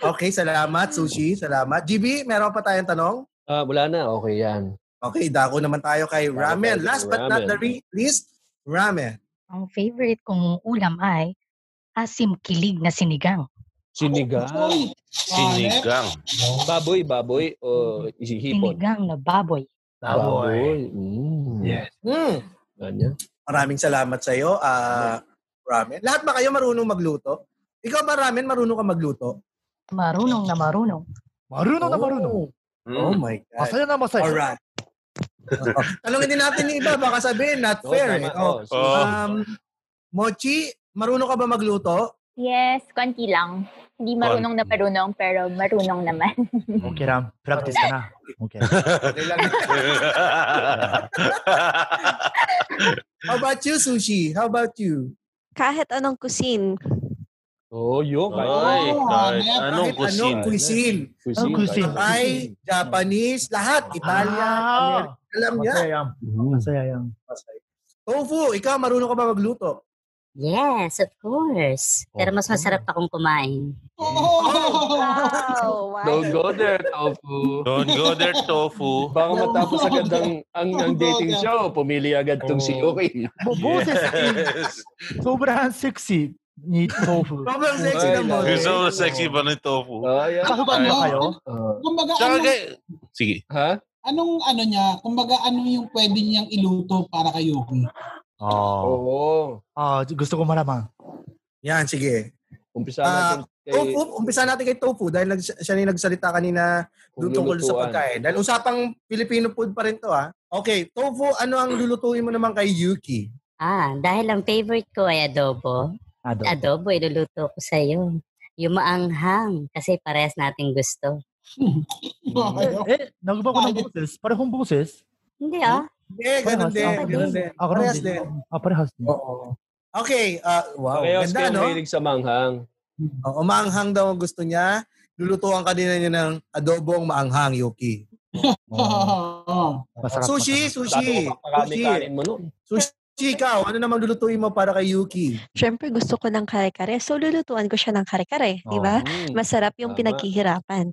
[SPEAKER 6] Okay, salamat, Sushi. Salamat. GB, meron pa tayong tanong?
[SPEAKER 4] Ah, wala na. Okay yan.
[SPEAKER 6] Okay, dako naman tayo kay
[SPEAKER 4] Dako
[SPEAKER 6] Ramen.
[SPEAKER 4] tayo kay
[SPEAKER 6] Last but not
[SPEAKER 4] Ramen.
[SPEAKER 6] the re- least, Ramen.
[SPEAKER 2] Ang favorite kong ulam ay asim kilig na sinigang.
[SPEAKER 4] Sinigang.
[SPEAKER 3] Uy! Alec,
[SPEAKER 5] Sinigang.
[SPEAKER 4] Baboy, baboy. O isihipon.
[SPEAKER 2] Sinigang na baboy.
[SPEAKER 4] Baboy. Mm. Yes.
[SPEAKER 6] Hmm.
[SPEAKER 4] Ganyan.
[SPEAKER 6] Maraming salamat sa iyo, ah, Ramen. Lahat ba kayo marunong magluto? Ikaw ba, Ramen, marunong ka magluto?
[SPEAKER 2] Marunong na marunong.
[SPEAKER 1] Marunong na marunong.
[SPEAKER 6] Oh
[SPEAKER 5] Mm.
[SPEAKER 6] my God.
[SPEAKER 1] Masaya na masaya.
[SPEAKER 6] Alright. Oo. Tanungin din natin yung iba, baka
[SPEAKER 1] Oh,
[SPEAKER 6] sabihin, not
[SPEAKER 4] Oo,
[SPEAKER 6] fair.
[SPEAKER 4] tama.
[SPEAKER 6] eh. Oh.
[SPEAKER 4] Oo, sushi.
[SPEAKER 6] Um, Mochi, marunong ka ba magluto?
[SPEAKER 8] Yes, konti lang. Hindi marunong na marunong, pero marunong naman.
[SPEAKER 1] Okay, Ram. Practice ka na. Okay.
[SPEAKER 6] Okay lang. How about you, Sushi? How about you?
[SPEAKER 7] Kahit anong cuisine.
[SPEAKER 4] Oh, yun.
[SPEAKER 5] Ay, kahit anong
[SPEAKER 6] Kahit
[SPEAKER 4] ano?
[SPEAKER 5] cuisine.
[SPEAKER 6] Anong cuisine?
[SPEAKER 2] Oh,
[SPEAKER 1] Anong cuisine?
[SPEAKER 6] Thai, Japanese, lahat. Italian,
[SPEAKER 1] Ah.
[SPEAKER 6] American. Alam niya.
[SPEAKER 1] Masaya yan. Masaya yan.
[SPEAKER 6] Tofu, Oh, ikaw marunong ka ba magluto? Oh,
[SPEAKER 10] Yes, of course. Pero mas masarap akong kumain.
[SPEAKER 6] Oh!
[SPEAKER 7] Wow.
[SPEAKER 4] Don't go there, Tofu.
[SPEAKER 5] Don't go there, tofu.
[SPEAKER 4] Baka matapos agad ang, ang, ang dating show, pumili agad tong si Yuki.
[SPEAKER 1] Bo- Boses
[SPEAKER 5] Yes.
[SPEAKER 1] Sobrang sexy ni Tofu.
[SPEAKER 6] Sobrang sexy
[SPEAKER 4] Ay,
[SPEAKER 6] ng
[SPEAKER 4] love
[SPEAKER 6] boses.
[SPEAKER 4] it.
[SPEAKER 5] Gusto ko sexy ba ni tofu?
[SPEAKER 4] Ah, yeah.
[SPEAKER 1] Kasuban ba kayo?
[SPEAKER 4] Ah,
[SPEAKER 3] Kumbaga,
[SPEAKER 5] Tsaka
[SPEAKER 3] anong,
[SPEAKER 5] kay... Sige.
[SPEAKER 4] ha?
[SPEAKER 3] anong ano niya, kumbaga ano yung pwede niyang iluto para kay Yuki?
[SPEAKER 1] Oo.
[SPEAKER 4] Oo.
[SPEAKER 1] Ah, gusto ko malaman.
[SPEAKER 6] Yan, sige.
[SPEAKER 4] Umpisa
[SPEAKER 6] Ah,
[SPEAKER 4] natin kay
[SPEAKER 6] Tofu, umpisa natin kay Tofu dahil nags- siya na yung nagsalita kanina doon tungkol sa
[SPEAKER 4] lulutuan.
[SPEAKER 6] pagkain. Dahil usapang Filipino food pa rin to ah. Okay, Tofu, ano ang lulutuin mo naman kay Yuki?
[SPEAKER 10] Ah, dahil ang favorite ko ay adobo.
[SPEAKER 1] Ado.
[SPEAKER 10] Adobo, iluluto ko sa iyo. Yung maanghang, kasi parehas nating gusto.
[SPEAKER 1] Eh, naguba ko ng boses. Parehong boses.
[SPEAKER 10] Hindi ah.
[SPEAKER 3] Ano?
[SPEAKER 6] Hindi, ganun
[SPEAKER 1] Parehas
[SPEAKER 6] din.
[SPEAKER 1] lang.
[SPEAKER 6] Ganun din.
[SPEAKER 1] Ako rin
[SPEAKER 6] Parehas
[SPEAKER 1] din.
[SPEAKER 6] din.
[SPEAKER 1] Ah, parehas din.
[SPEAKER 6] Oo. Okay, ah, wow.
[SPEAKER 4] Parehas
[SPEAKER 6] Ganda,
[SPEAKER 4] kayong
[SPEAKER 6] no?
[SPEAKER 4] mahilig sa manghang.
[SPEAKER 6] Oo, maanghang daw ang gusto niya. Lulutuan ka din niya ng adobong maanghang, Yuki.
[SPEAKER 1] Masarap.
[SPEAKER 6] Sushi, sushi.
[SPEAKER 4] Lalo ka marami
[SPEAKER 6] Sushi.
[SPEAKER 4] kanin mo nun.
[SPEAKER 6] Sushi, ikaw, ano naman lulutuin mo para kay Yuki?
[SPEAKER 7] Siyempre, gusto ko ng kare-kare. So, lulutuan ko siya ng kare-kare. Di
[SPEAKER 1] Oo.
[SPEAKER 7] ba?
[SPEAKER 4] Mm.
[SPEAKER 7] Masarap yung
[SPEAKER 4] Tama.
[SPEAKER 7] pinaghihirapan.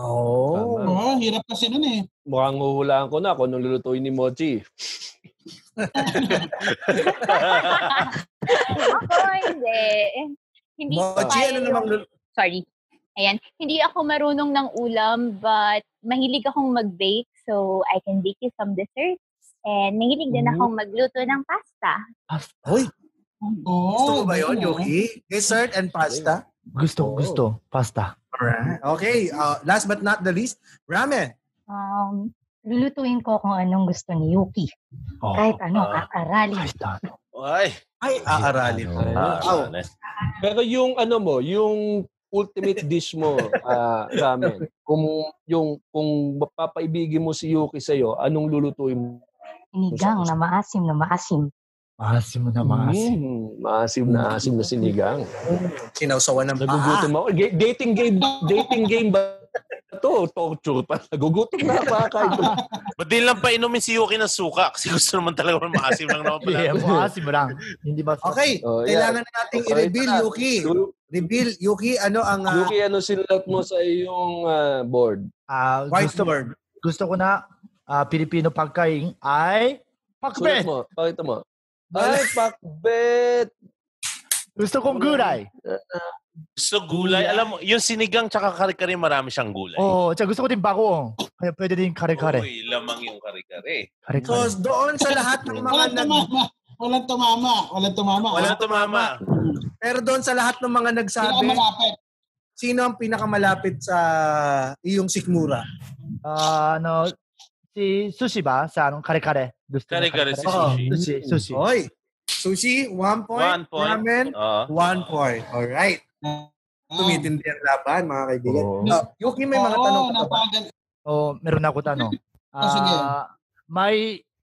[SPEAKER 6] Oh.
[SPEAKER 4] Tama.
[SPEAKER 3] Oo, hirap kasi nun eh.
[SPEAKER 4] Mukhang huhulaan ko na kung anong lulutuin ni Mochi.
[SPEAKER 8] ako hindi. Hindi ko
[SPEAKER 6] Mochi,
[SPEAKER 8] kaya
[SPEAKER 6] ano
[SPEAKER 8] yung-
[SPEAKER 6] naman
[SPEAKER 8] Sorry. Ayan. Hindi ako marunong ng ulam, but mahilig akong mag-bake. So, I can bake you some desserts. And mahilig din akong magluto ng pasta.
[SPEAKER 6] Hoy,
[SPEAKER 3] Oo.
[SPEAKER 6] gusto mo ba yun,
[SPEAKER 3] ganun, oh.
[SPEAKER 6] Yuki? Dessert and pasta?
[SPEAKER 1] Gusto,
[SPEAKER 4] Oh.
[SPEAKER 1] gusto. Pasta.
[SPEAKER 6] Alright. Okay, uh, last but not the least, ramen.
[SPEAKER 2] Um, lulutuin ko kung anong gusto ni Yuki.
[SPEAKER 1] Oh.
[SPEAKER 2] Kahit ano,
[SPEAKER 5] Ah.
[SPEAKER 2] kaaralin.
[SPEAKER 1] Kahit ano.
[SPEAKER 5] Ay.
[SPEAKER 6] Ay, aaralin. Oh.
[SPEAKER 1] Ano?
[SPEAKER 5] Ah,
[SPEAKER 6] Wow.
[SPEAKER 5] manes.
[SPEAKER 4] Pero yung ano mo, yung ultimate dish mo, ah, ramen, kung yung kung mapapaibigin mo si Yuki sa'yo, anong lulutuin mo?
[SPEAKER 2] Inigang na maasim na maasim.
[SPEAKER 1] Maasim mo na maasim.
[SPEAKER 4] Mm, maasim na asim na sinigang.
[SPEAKER 6] Sinawsawan ng paa.
[SPEAKER 4] Nagugutom ako. Ga- dating game, dating game ba to? Torture pa. Nagugutom na pa ko.
[SPEAKER 5] Ba't di lang pa inumin si Yuki ng suka? Kasi gusto naman talaga maasim lang naman pala.
[SPEAKER 1] Yeah, maasim lang. Hindi ba?
[SPEAKER 6] Okay,
[SPEAKER 4] Oh, yeah.
[SPEAKER 6] kailangan na nating
[SPEAKER 4] Okay,
[SPEAKER 6] i-reveal,
[SPEAKER 4] tara.
[SPEAKER 6] Yuki.
[SPEAKER 4] Yu-
[SPEAKER 6] Reveal, Yuki, ano ang uh,
[SPEAKER 4] Yuki, ano sinulat mo sa iyong ah, board?
[SPEAKER 1] Ah, gusto,
[SPEAKER 6] whiteboard?
[SPEAKER 1] gusto ko na ah, Pilipino pagkain ay
[SPEAKER 4] Sulat
[SPEAKER 1] pakbet.
[SPEAKER 4] mo. Pakita mo. Ay, pakbet!
[SPEAKER 1] Gusto kong gulay.
[SPEAKER 5] So gulay, alam mo, yung sinigang tsaka kare-kare marami siyang gulay.
[SPEAKER 1] Oo, oh, gusto ko din bagoong. Kaya pwede din kare-kare.
[SPEAKER 5] Uy, lamang yung
[SPEAKER 6] So,
[SPEAKER 5] kare-kare.
[SPEAKER 1] Kare-kare.
[SPEAKER 6] doon sa lahat ng mga
[SPEAKER 3] Walang
[SPEAKER 6] nag...
[SPEAKER 3] tumama. Walang tumama. Walang tumama.
[SPEAKER 5] Wala tumama.
[SPEAKER 6] Pero doon sa lahat ng mga
[SPEAKER 3] Sino
[SPEAKER 6] nagsabi,
[SPEAKER 3] ang malapit?
[SPEAKER 6] sino ang pinakamalapit sa iyong sikmura?
[SPEAKER 1] Ah, ano, si sushi ba? Sa anong kare-kare? Gusto mo
[SPEAKER 5] Kare-kare si
[SPEAKER 1] Oo,
[SPEAKER 5] sushi.
[SPEAKER 1] sushi, sushi.
[SPEAKER 6] Hoy, sushi, one point.
[SPEAKER 5] One point.
[SPEAKER 6] Ramen,
[SPEAKER 5] Oo.
[SPEAKER 6] one point. Alright. Tumitindi ang laban, mga kaibigan.
[SPEAKER 4] Oo.
[SPEAKER 6] Ah, Yuki, may mga
[SPEAKER 3] Oo,
[SPEAKER 6] tanong ka ba?
[SPEAKER 3] napagan.
[SPEAKER 1] Oo, meron ako tanong. Ah,
[SPEAKER 3] sige.
[SPEAKER 1] may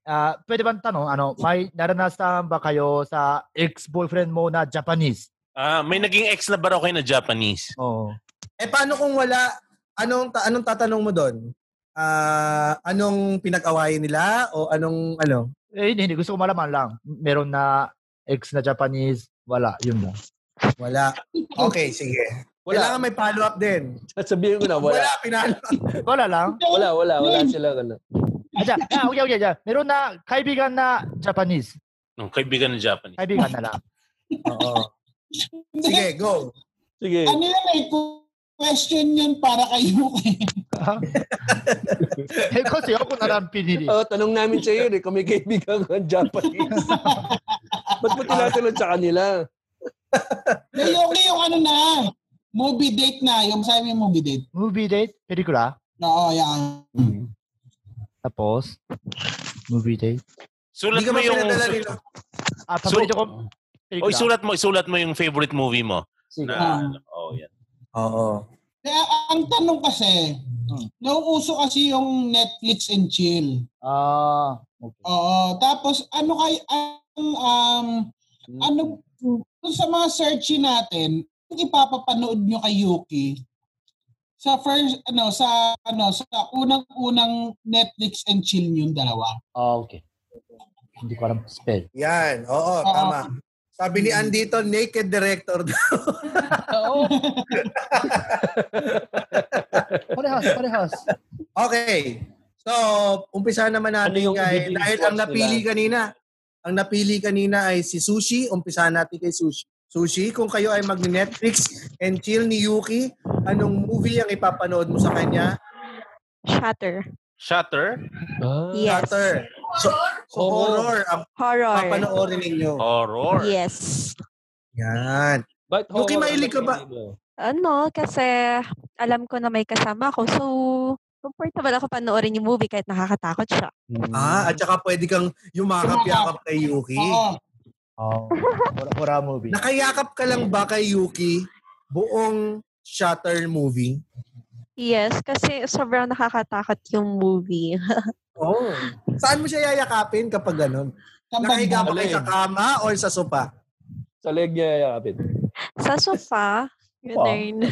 [SPEAKER 1] ah, pwede bang tanong ano, may naranasan ba kayo sa ex-boyfriend mo na Japanese?
[SPEAKER 5] Ah, may naging ex na ba raw kayo na Japanese?
[SPEAKER 1] Oo.
[SPEAKER 6] Eh, paano kung wala?
[SPEAKER 1] Ano,
[SPEAKER 6] Anong, ta- anong tatanong mo doon? Ah, anong pinag-awayan nila? O anong, ano?
[SPEAKER 1] Eh, hindi, hindi. Gusto ko malaman lang. Meron na ex na Japanese. Wala, yun lang.
[SPEAKER 6] Wala. Okay, sige. Kailangan
[SPEAKER 4] Wala.
[SPEAKER 6] may follow-up din.
[SPEAKER 4] Sabihin ko na,
[SPEAKER 6] Wala,
[SPEAKER 4] wala.
[SPEAKER 6] pinalo. Hmm.
[SPEAKER 1] Wala lang.
[SPEAKER 4] Wala, wala, wala ano. sila. Wala.
[SPEAKER 1] Aja, ah, okay, okay, okay. Meron na kaibigan na Japanese.
[SPEAKER 5] Nung kaibigan ng Japanese.
[SPEAKER 1] Kaibigan na lang.
[SPEAKER 6] Oo. Sige, go.
[SPEAKER 4] Sige.
[SPEAKER 3] Ano yan eh? Question yan para kay Yuki.
[SPEAKER 1] eh, kasi ako na lang pinili.
[SPEAKER 4] Oh, tanong namin sa iyo, eh, kung may kaibigan ka ng Japanese. Ba't mo tinatanong sa kanila?
[SPEAKER 3] Na Yuki yung ano na. Movie date na. Yung sabi mo yung movie date.
[SPEAKER 1] Movie date, pelikula.
[SPEAKER 3] Oo, yan.
[SPEAKER 1] Tapos, movie date.
[SPEAKER 6] Hindi
[SPEAKER 5] Sulat
[SPEAKER 6] ka
[SPEAKER 5] mo
[SPEAKER 6] ba
[SPEAKER 5] yung...
[SPEAKER 6] pinadala nila?
[SPEAKER 1] Ah,
[SPEAKER 5] Su-
[SPEAKER 1] paborito ko, pelikula.
[SPEAKER 5] Oy, sulat mo, sulat mo yung favorite movie mo.
[SPEAKER 1] Sige.
[SPEAKER 5] Na, oh, yan.
[SPEAKER 6] Ah. Oo.
[SPEAKER 3] Kaya ang tanong kasi,
[SPEAKER 1] Hmm.
[SPEAKER 3] nauuso kasi yung Netflix and chill.
[SPEAKER 1] Ah, okay.
[SPEAKER 3] Oo. Tapos ano kay ang um
[SPEAKER 1] Hmm.
[SPEAKER 3] ano dun sa mga searchy natin, yung ipapapanood nyo kay Yuki sa first ano sa ano sa unang-unang Netflix and chill yung dalawa.
[SPEAKER 1] Ah, okay. Hindi ko alam spell.
[SPEAKER 6] Yan. Oo,
[SPEAKER 3] Oo.
[SPEAKER 6] Oh, tama. Sabi
[SPEAKER 4] Hmm.
[SPEAKER 6] ni Andito, naked director daw.
[SPEAKER 3] Oo.
[SPEAKER 1] Parehas, parehas.
[SPEAKER 6] okay. So, umpisa naman
[SPEAKER 4] Ano
[SPEAKER 6] natin
[SPEAKER 4] yung
[SPEAKER 6] kay,
[SPEAKER 4] magiging
[SPEAKER 6] dahil
[SPEAKER 4] thoughts
[SPEAKER 6] ang napili kanina, ang napili kanina ay si Sushi. Umpisa natin kay Sushi. Sushi, kung kayo ay mag-Netflix and chill ni Yuki, anong movie ang ipapanood mo sa kanya?
[SPEAKER 7] Shutter.
[SPEAKER 5] Shutter?
[SPEAKER 4] Ah,
[SPEAKER 7] Yes.
[SPEAKER 6] Shutter. So, so
[SPEAKER 4] Horror.
[SPEAKER 6] horror ang
[SPEAKER 7] Horror.
[SPEAKER 6] papanoorin ninyo.
[SPEAKER 5] Horror?
[SPEAKER 7] Yes.
[SPEAKER 6] Yan.
[SPEAKER 4] But
[SPEAKER 6] Yuki,
[SPEAKER 4] horror,
[SPEAKER 6] mahilig ka
[SPEAKER 4] ano
[SPEAKER 6] ba?
[SPEAKER 4] yung hindi mo?
[SPEAKER 7] Ano, kasi alam ko na may kasama ko. So, comfortable ako panoorin yung movie kahit nakakatakot siya.
[SPEAKER 4] Hmm.
[SPEAKER 6] Ah, at saka pwede kang yumakap-yakap kay Yuki.
[SPEAKER 3] Oo.
[SPEAKER 1] Oh. Horror, horror movie.
[SPEAKER 6] Nakayakap ka lang ba kay Yuki buong Shutter movie?
[SPEAKER 7] Yes, kasi sobrang nakakatakot yung movie.
[SPEAKER 6] Oo. Saan Oh. mo siya yayakapin kapag ganun? Nakahiga ba
[SPEAKER 3] Tambag-
[SPEAKER 6] kayo sa
[SPEAKER 7] eh.
[SPEAKER 6] kama or sa sopa?
[SPEAKER 4] Sa leg niya yakapin.
[SPEAKER 7] Sa sofa, ganun.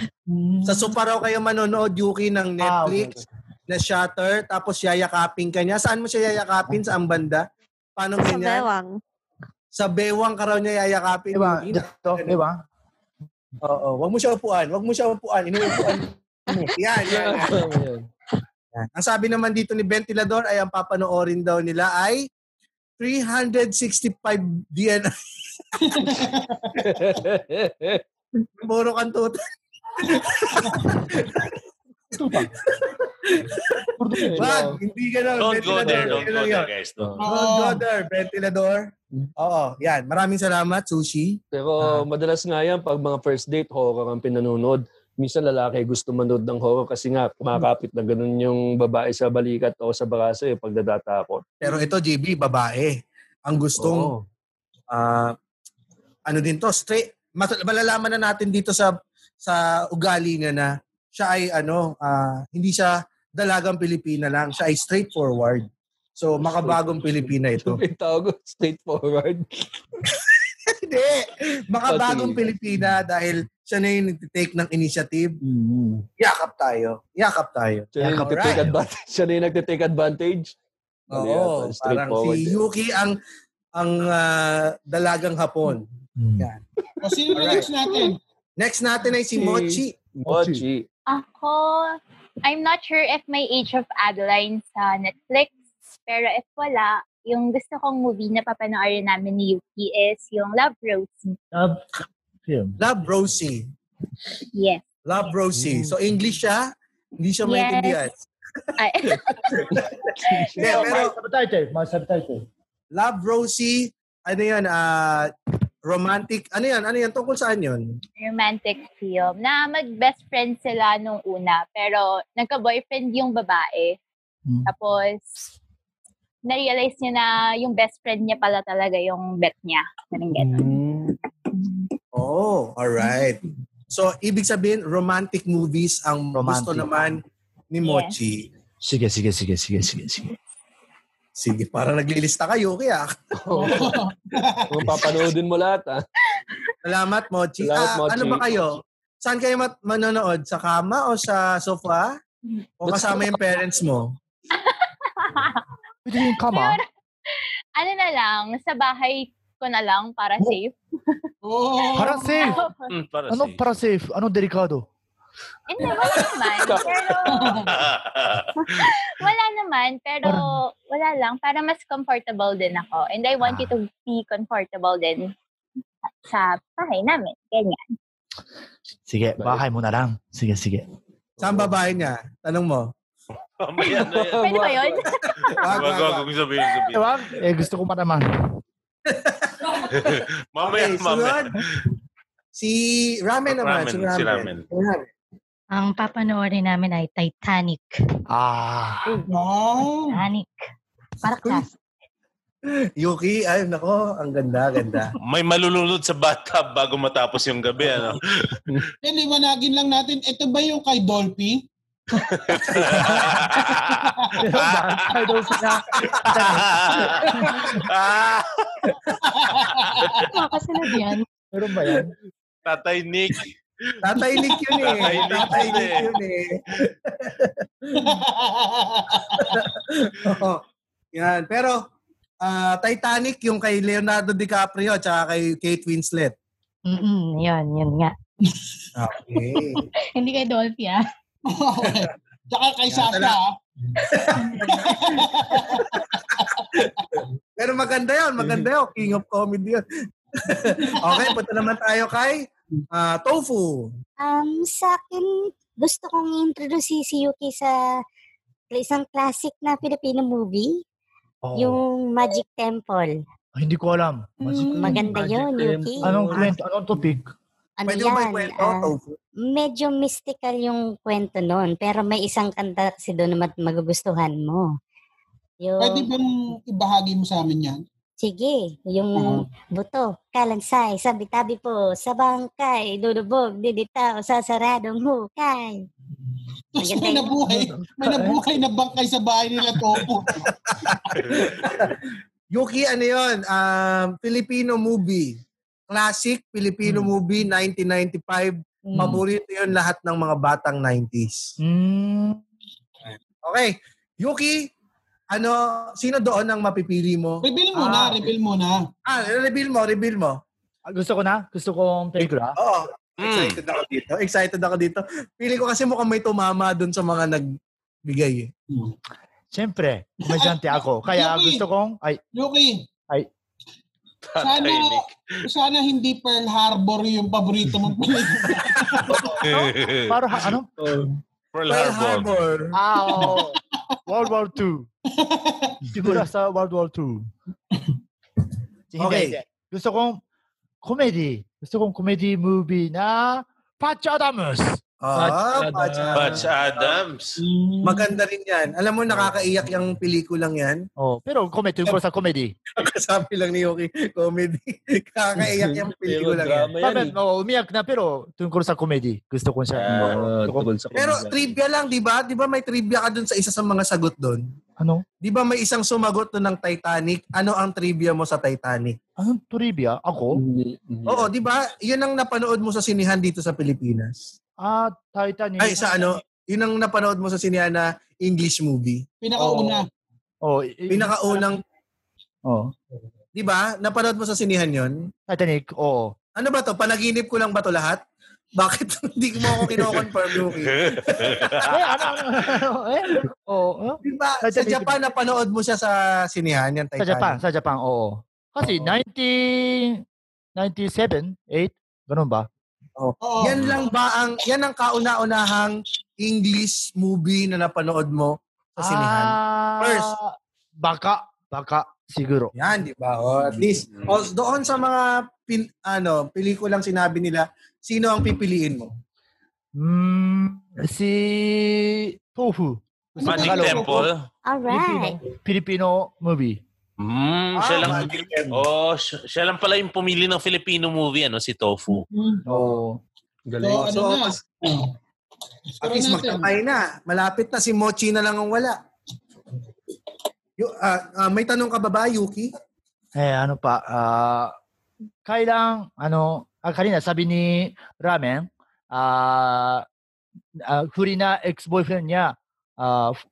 [SPEAKER 6] Sa sopa raw kayo manonood, Yuki, ng
[SPEAKER 1] Hmm. Ah, okay,
[SPEAKER 6] Netflix na Shutter, tapos yayakapin ka niya. Saan mo siya yayakapin? Saan banda? Paano
[SPEAKER 7] Sa
[SPEAKER 6] ganyan?
[SPEAKER 7] bewang.
[SPEAKER 6] Sa bewang ka raw niya yayakapin.
[SPEAKER 1] Di ba?
[SPEAKER 6] Yuki.
[SPEAKER 1] Dito, di ba?
[SPEAKER 6] Oo, wag mo siya upuan. Wag mo siya upuan. Inuupuan mo. Yan, yan, yan. Yan. Ang sabi naman dito ni Ventilador ay ang papanoorin daw nila ay 365 DNI. Mm-hmm. Puro kang tuta. Wag, hindi ka lang.
[SPEAKER 5] Don't go
[SPEAKER 6] Ventilador,
[SPEAKER 5] there. Don't
[SPEAKER 6] yun
[SPEAKER 5] go
[SPEAKER 6] lang
[SPEAKER 5] there,
[SPEAKER 6] yun.
[SPEAKER 5] guys. Don't.
[SPEAKER 6] Don't go
[SPEAKER 3] Oo.
[SPEAKER 6] there, Ventilador. Oo, yan. Maraming salamat, Sushi. Ah.
[SPEAKER 4] Pero madalas nga yan, pag mga first date, horror ang pinanonood. Minsan lalaki gusto manood ng horror kasi nga kumakapit na ganun yung babae sa balikat o sa braso eh, pag natatakot.
[SPEAKER 6] Pero ito, JB, babae. Ang gustong
[SPEAKER 4] Oo.
[SPEAKER 6] ah ano din to, straight, mas, malalaman na natin dito sa sa ugali niya na siya ay ano, ah, hindi siya dalagang Pilipina lang, siya ay straightforward. So, makabagong Pilipina ito.
[SPEAKER 4] May tawag ko, straightforward.
[SPEAKER 6] hindi!
[SPEAKER 4] Oh,
[SPEAKER 6] Makabagong
[SPEAKER 4] Okay.
[SPEAKER 6] Pilipina
[SPEAKER 4] Mm.
[SPEAKER 6] dahil siya na yung nagtitake ng initiative.
[SPEAKER 1] Mm-hmm.
[SPEAKER 6] Yakap tayo. Yakap tayo.
[SPEAKER 4] Siya na yung
[SPEAKER 6] Alright.
[SPEAKER 4] nagtitake advantage. Siya na yung nagtitake advantage. Mali yata,
[SPEAKER 6] Oo, parang
[SPEAKER 4] straightforward
[SPEAKER 6] si
[SPEAKER 4] eh.
[SPEAKER 6] Yuki ang ang ah, dalagang hapon. Yan.
[SPEAKER 3] O sino na next natin?
[SPEAKER 6] Next natin ay si
[SPEAKER 4] Mm-hmm. Si-
[SPEAKER 6] Mochi.
[SPEAKER 4] Mochi.
[SPEAKER 8] Ako, I'm not sure if may Age of Adeline sa Netflix. Pero if wala, yung gusto kong movie na papanoorin namin ni Yuki is yung Love Rosie.
[SPEAKER 1] Film.
[SPEAKER 6] Love, Rosie.
[SPEAKER 8] Yes. Mm.
[SPEAKER 6] Love Rosie. So English siya, hindi siya
[SPEAKER 8] Yes.
[SPEAKER 6] maintindihan.
[SPEAKER 8] Ay,
[SPEAKER 6] Hindi, pero
[SPEAKER 1] May subtitle. May subtitle.
[SPEAKER 6] Love Rosie, ano yan, ah, romantic, ano yan, ano yan, tungkol saan yun?
[SPEAKER 8] romantic film na mag-best friend sila nung una. Pero nagka-boyfriend yung babae.
[SPEAKER 1] Hmm.
[SPEAKER 8] Tapos, na-realize niya na yung best friend niya pala talaga yung bet niya. Ganun, ganun. Mm.
[SPEAKER 6] Oh, alright. So, ibig sabihin, romantic movies ang gusto
[SPEAKER 1] Romantic.
[SPEAKER 6] naman ni Mochi.
[SPEAKER 1] Sige, sige, sige, sige, sige, sige.
[SPEAKER 6] Sige, para naglilista kayo, kaya.
[SPEAKER 8] Oh.
[SPEAKER 4] Oo. Kung papanoodin mo lahat, ah.
[SPEAKER 6] Salamat, Mochi.
[SPEAKER 4] Salamat,
[SPEAKER 6] Ah,
[SPEAKER 4] Mochi.
[SPEAKER 6] Ano ba kayo? Saan kayo mat- manonood? Sa kama o sa sofa? O kasama yung parents mo?
[SPEAKER 1] Pwede yung kama.
[SPEAKER 8] Ano na lang, sa bahay ko na lang para
[SPEAKER 1] Oh.
[SPEAKER 8] safe.
[SPEAKER 3] Oo.
[SPEAKER 1] Para safe.
[SPEAKER 5] Hmm, para
[SPEAKER 1] Ano
[SPEAKER 5] sa'yo.
[SPEAKER 1] para safe? Ano delikado?
[SPEAKER 8] Hindi, wala naman. pero, wala naman. Pero, wala lang. Para mas comfortable din ako. And I want you to be comfortable din sa bahay namin. Ganyan.
[SPEAKER 1] Sige, bahay mo na lang. Sige, sige.
[SPEAKER 6] Saan babae niya? Ah, Tanong mo.
[SPEAKER 5] Mamaya na yan.
[SPEAKER 8] Pwede ba yun?
[SPEAKER 6] Wag,
[SPEAKER 5] Wag,
[SPEAKER 6] wag,
[SPEAKER 5] wag,
[SPEAKER 6] wag.
[SPEAKER 5] huwag sabihin, sabihin.
[SPEAKER 1] Diba? Eh, gusto ko pa naman.
[SPEAKER 5] Mamaya,
[SPEAKER 6] Okay,
[SPEAKER 5] mamaya.
[SPEAKER 6] sunod. Si Ramen naman.
[SPEAKER 5] Ramen,
[SPEAKER 6] si
[SPEAKER 5] si
[SPEAKER 6] Ramen.
[SPEAKER 5] Ramen.
[SPEAKER 2] Ang papanoorin namin ay Titanic.
[SPEAKER 1] Ah.
[SPEAKER 3] Wow.
[SPEAKER 2] Titanic. Para
[SPEAKER 6] Uy.
[SPEAKER 2] class.
[SPEAKER 6] Yuki, ay nako, ang ganda, ganda.
[SPEAKER 5] May malulunod sa bathtub bago matapos yung gabi, ano?
[SPEAKER 3] Then, liwanagin lang natin, ito ba yung kay Dolphy?
[SPEAKER 4] Ay, daw sila.
[SPEAKER 2] Nakasunod yan.
[SPEAKER 1] Meron ba yan?
[SPEAKER 5] Tatay Nick.
[SPEAKER 6] Tatay Nick yun eh.
[SPEAKER 5] Tatay Nick
[SPEAKER 6] Tatay
[SPEAKER 5] yun
[SPEAKER 6] Nick
[SPEAKER 5] eh.
[SPEAKER 6] yun eh. Oo. Yan. Pero, ah, Titanic yung kay Leonardo DiCaprio at saka kay Kate Winslet.
[SPEAKER 2] Mm-mm, yun, yun nga.
[SPEAKER 6] Okay.
[SPEAKER 2] Hindi kay Dolphy ah.
[SPEAKER 3] Tsaka kay
[SPEAKER 6] Yan
[SPEAKER 3] Sasha.
[SPEAKER 6] pala.
[SPEAKER 3] ah.
[SPEAKER 6] Pero maganda yun, maganda yun. King of comedy yun. okay, punta naman tayo kay ah, Tofu.
[SPEAKER 10] Um, sa akin, gusto kong introduce si si Yuki sa isang classic na Filipino movie,
[SPEAKER 3] Oh.
[SPEAKER 10] yung Magic Temple.
[SPEAKER 1] Ay, hindi ko alam. Mas-
[SPEAKER 10] Maganda
[SPEAKER 4] Magic
[SPEAKER 10] yun, Yuki.
[SPEAKER 4] Temple.
[SPEAKER 1] Anong kwento? Anong topic?
[SPEAKER 10] Ano
[SPEAKER 6] Pwede mo ba
[SPEAKER 10] yan?
[SPEAKER 6] ikwento, Oh.
[SPEAKER 10] ah,
[SPEAKER 6] Tofu?
[SPEAKER 10] medyo mystical yung kwento noon, pero may isang kanta kasi doon na mat- magugustuhan mo. Yung,
[SPEAKER 3] Pwede bang ibahagi mo sa amin yan?
[SPEAKER 10] Sige, yung
[SPEAKER 3] Oo.
[SPEAKER 10] buto, kalansay, sabi-tabi po, sa bangkay, dudubog, diditaw, sa saradong hukay.
[SPEAKER 3] Tapos
[SPEAKER 10] Maganda
[SPEAKER 3] may
[SPEAKER 10] yun.
[SPEAKER 3] nabuhay, may nabuhay na bangkay sa bahay nila Topo.
[SPEAKER 6] Yuki, ano yun? Um, Filipino movie. Classic Filipino
[SPEAKER 3] Hmm.
[SPEAKER 6] movie, 1995. Paborito yun lahat ng mga batang 90s.
[SPEAKER 3] Hmm.
[SPEAKER 1] Mm,
[SPEAKER 6] Okay. Yuki, ano, sino doon ang mapipili mo?
[SPEAKER 3] Reveal muna,
[SPEAKER 6] Ah.
[SPEAKER 3] reveal muna.
[SPEAKER 6] Ah, reveal mo, reveal mo.
[SPEAKER 1] ah, gusto ko na? Gusto kong pelikula?
[SPEAKER 6] Oo.
[SPEAKER 5] Mm.
[SPEAKER 6] Excited ako dito. Excited ako dito. Pili ko kasi mukhang may tumama doon sa mga nagbigay eh.
[SPEAKER 1] Siyempre, komedyante ako. Kaya
[SPEAKER 3] Yuki!
[SPEAKER 1] gusto kong, ay,
[SPEAKER 3] Yuki, sana,
[SPEAKER 5] Tatay Nick.
[SPEAKER 3] sana hindi Pearl Harbor yung paborito mong pelikula.
[SPEAKER 1] para ha- ano?
[SPEAKER 5] Pearl
[SPEAKER 6] Pearl
[SPEAKER 5] Harbor.
[SPEAKER 6] Harbor.
[SPEAKER 1] Ah, oo. World War II. Siguro sa World War II. Hindi,
[SPEAKER 6] Okay.
[SPEAKER 1] hindi. Gusto kong comedy. Gusto kong comedy movie na Patch Adams.
[SPEAKER 6] Ah,
[SPEAKER 4] Patch Adams.
[SPEAKER 5] Patch Adams.
[SPEAKER 6] Maganda rin yan. Alam mo, nakakaiyak yung pelikulang yan.
[SPEAKER 1] Oh, pero comedy ko sa comedy.
[SPEAKER 6] Kasabi lang ni Yoki, comedy. Kakaiyak yung pelikulang yan.
[SPEAKER 4] drama yan.
[SPEAKER 1] Sabi,
[SPEAKER 4] eh.
[SPEAKER 1] oh, umiyak na pero tungkol sa comedy. Gusto ko siya.
[SPEAKER 5] Ah,
[SPEAKER 1] Oo,
[SPEAKER 4] Oo,
[SPEAKER 1] gusto ko-
[SPEAKER 4] tungkol sa
[SPEAKER 6] Pero
[SPEAKER 4] kanila.
[SPEAKER 6] trivia lang, di ba? Di ba may trivia ka dun sa isa sa mga sagot dun?
[SPEAKER 1] ano?
[SPEAKER 6] Di ba may isang sumagot dun ng Titanic? Ano ang trivia mo sa Titanic?
[SPEAKER 1] Anong Ano trivia? Ako?
[SPEAKER 4] Hindi- hindi.
[SPEAKER 6] Oo, di ba? Yun ang napanood mo sa sinihan dito sa Pilipinas.
[SPEAKER 1] Ah, Titanic.
[SPEAKER 6] Ay, sa ano? Yun ang napanood mo sa sinihan na English movie.
[SPEAKER 3] Pinakauna.
[SPEAKER 1] Oh, i- i-
[SPEAKER 6] Pinakaunang,
[SPEAKER 1] oh.
[SPEAKER 6] di ba? Napanood mo sa sinihan yon?
[SPEAKER 1] Titanic, oo.
[SPEAKER 6] Ano ba to? Panaginip ko lang ba to lahat? Bakit hindi mo ako kinoconfirm, Yuki?
[SPEAKER 1] eh, ano? eh? Oo. oh.
[SPEAKER 6] Di ba? Sa
[SPEAKER 1] Titanic.
[SPEAKER 6] Japan, napanood mo siya sa sinihan, yung
[SPEAKER 1] Sa
[SPEAKER 6] Titanic.
[SPEAKER 1] Japan, sa Japan, oo. Kasi 90, 97, 8, ganun ba?
[SPEAKER 3] Oo.
[SPEAKER 6] Yan lang ba ang yan ang kauna-unahang English movie na napanood mo sa sinihan?
[SPEAKER 1] Ah,
[SPEAKER 6] First.
[SPEAKER 1] Baka, baka, siguro.
[SPEAKER 6] Yan, di ba? O, at least o, doon sa mga pil, ano, pelikulang sinabi nila, sino ang pipiliin mo?
[SPEAKER 1] Mm, si Tofu.
[SPEAKER 5] Magic
[SPEAKER 1] Tagalog.
[SPEAKER 5] Temple.
[SPEAKER 10] Alright.
[SPEAKER 1] Filipino movie.
[SPEAKER 5] Mm, siya
[SPEAKER 6] Ah,
[SPEAKER 5] lang.
[SPEAKER 6] Magic Temple.
[SPEAKER 5] Oh, siya, siya lang pala yung pumili ng Filipino movie, ano, si Tofu.
[SPEAKER 1] Ah.
[SPEAKER 6] Oh,
[SPEAKER 1] Oo.
[SPEAKER 3] So,
[SPEAKER 4] Galing.
[SPEAKER 3] ano
[SPEAKER 6] So,
[SPEAKER 3] na?
[SPEAKER 6] mas-
[SPEAKER 3] Oh. Pero
[SPEAKER 6] At least
[SPEAKER 3] natin.
[SPEAKER 6] magkakay na. Malapit na si Mochi na lang ang wala. Yu- ah, ah, may tanong ka ba ba, Yuki?
[SPEAKER 1] Eh, ano pa? Ah, kailang, ano, ah, kanina sabi ni Ramen, ah, ah, huli na ex-boyfriend niya, ah, f-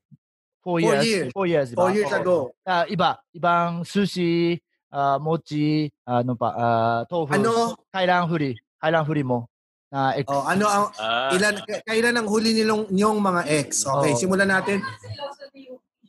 [SPEAKER 1] four,
[SPEAKER 6] Four
[SPEAKER 1] years,
[SPEAKER 6] years.
[SPEAKER 1] Four years, di ba?
[SPEAKER 6] Four years
[SPEAKER 1] Oo.
[SPEAKER 6] ago.
[SPEAKER 1] Ah, iba, ibang sushi, ah, mochi, ano pa, ah, tofu.
[SPEAKER 6] Ano?
[SPEAKER 1] Kailang huli. Kailang huli mo. Na ex.
[SPEAKER 6] Oh, ano ang
[SPEAKER 5] Ah,
[SPEAKER 6] ilan k- kailan ang huli nilong niyong mga ex? Okay,
[SPEAKER 1] Oo.
[SPEAKER 6] simulan natin.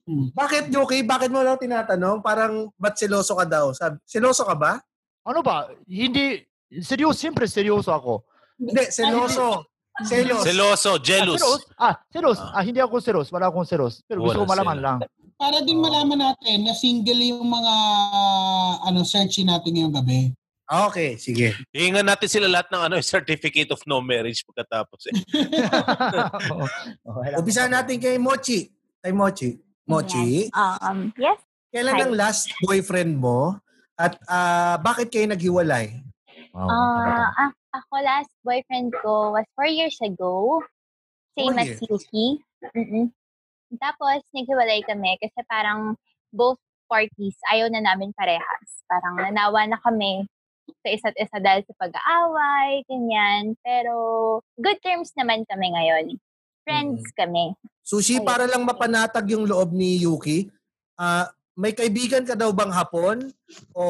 [SPEAKER 1] Hmm.
[SPEAKER 6] Bakit Yuki? Bakit mo lang tinatanong? Parang ba't seloso ka daw? Sabi, seloso ka ba?
[SPEAKER 1] Ano ba? Hindi, seryoso, siyempre seryoso ako.
[SPEAKER 6] Hindi, seloso. Selos.
[SPEAKER 5] Celoso, jealous.
[SPEAKER 1] Ah, selos. Ah, hindi ako selos. Wala akong selos. Pero gusto ko
[SPEAKER 5] Wala
[SPEAKER 1] malaman
[SPEAKER 5] sila.
[SPEAKER 1] lang.
[SPEAKER 3] Para din malaman natin na single yung mga ano searching natin ngayong gabi.
[SPEAKER 6] Okay, sige.
[SPEAKER 5] Hingan natin sila lahat ng ano, certificate of no marriage pagkatapos. Eh.
[SPEAKER 1] Oo. Oo,
[SPEAKER 8] Ah.
[SPEAKER 1] wala.
[SPEAKER 6] Umpisa natin kay Mochi. Kay Mochi. Mochi.
[SPEAKER 8] Um, yes,
[SPEAKER 6] Kailan ang last boyfriend mo? At ah, bakit kayo naghiwalay?
[SPEAKER 1] Wow.
[SPEAKER 8] Ah, a- ako last boyfriend ko was four years ago. Same
[SPEAKER 6] Four
[SPEAKER 8] as
[SPEAKER 6] years.
[SPEAKER 8] Yuki. Mm-mm. Tapos, naghiwalay kami kasi parang both parties, ayaw na namin parehas. Parang nanawa na kami sa isa't isa dahil sa pag-aaway, ganyan. Pero, good terms naman kami ngayon. Friends kami. Ayun.
[SPEAKER 6] Sushi, para lang mapanatag yung loob ni Yuki, ah, may kaibigan ka daw bang hapon? O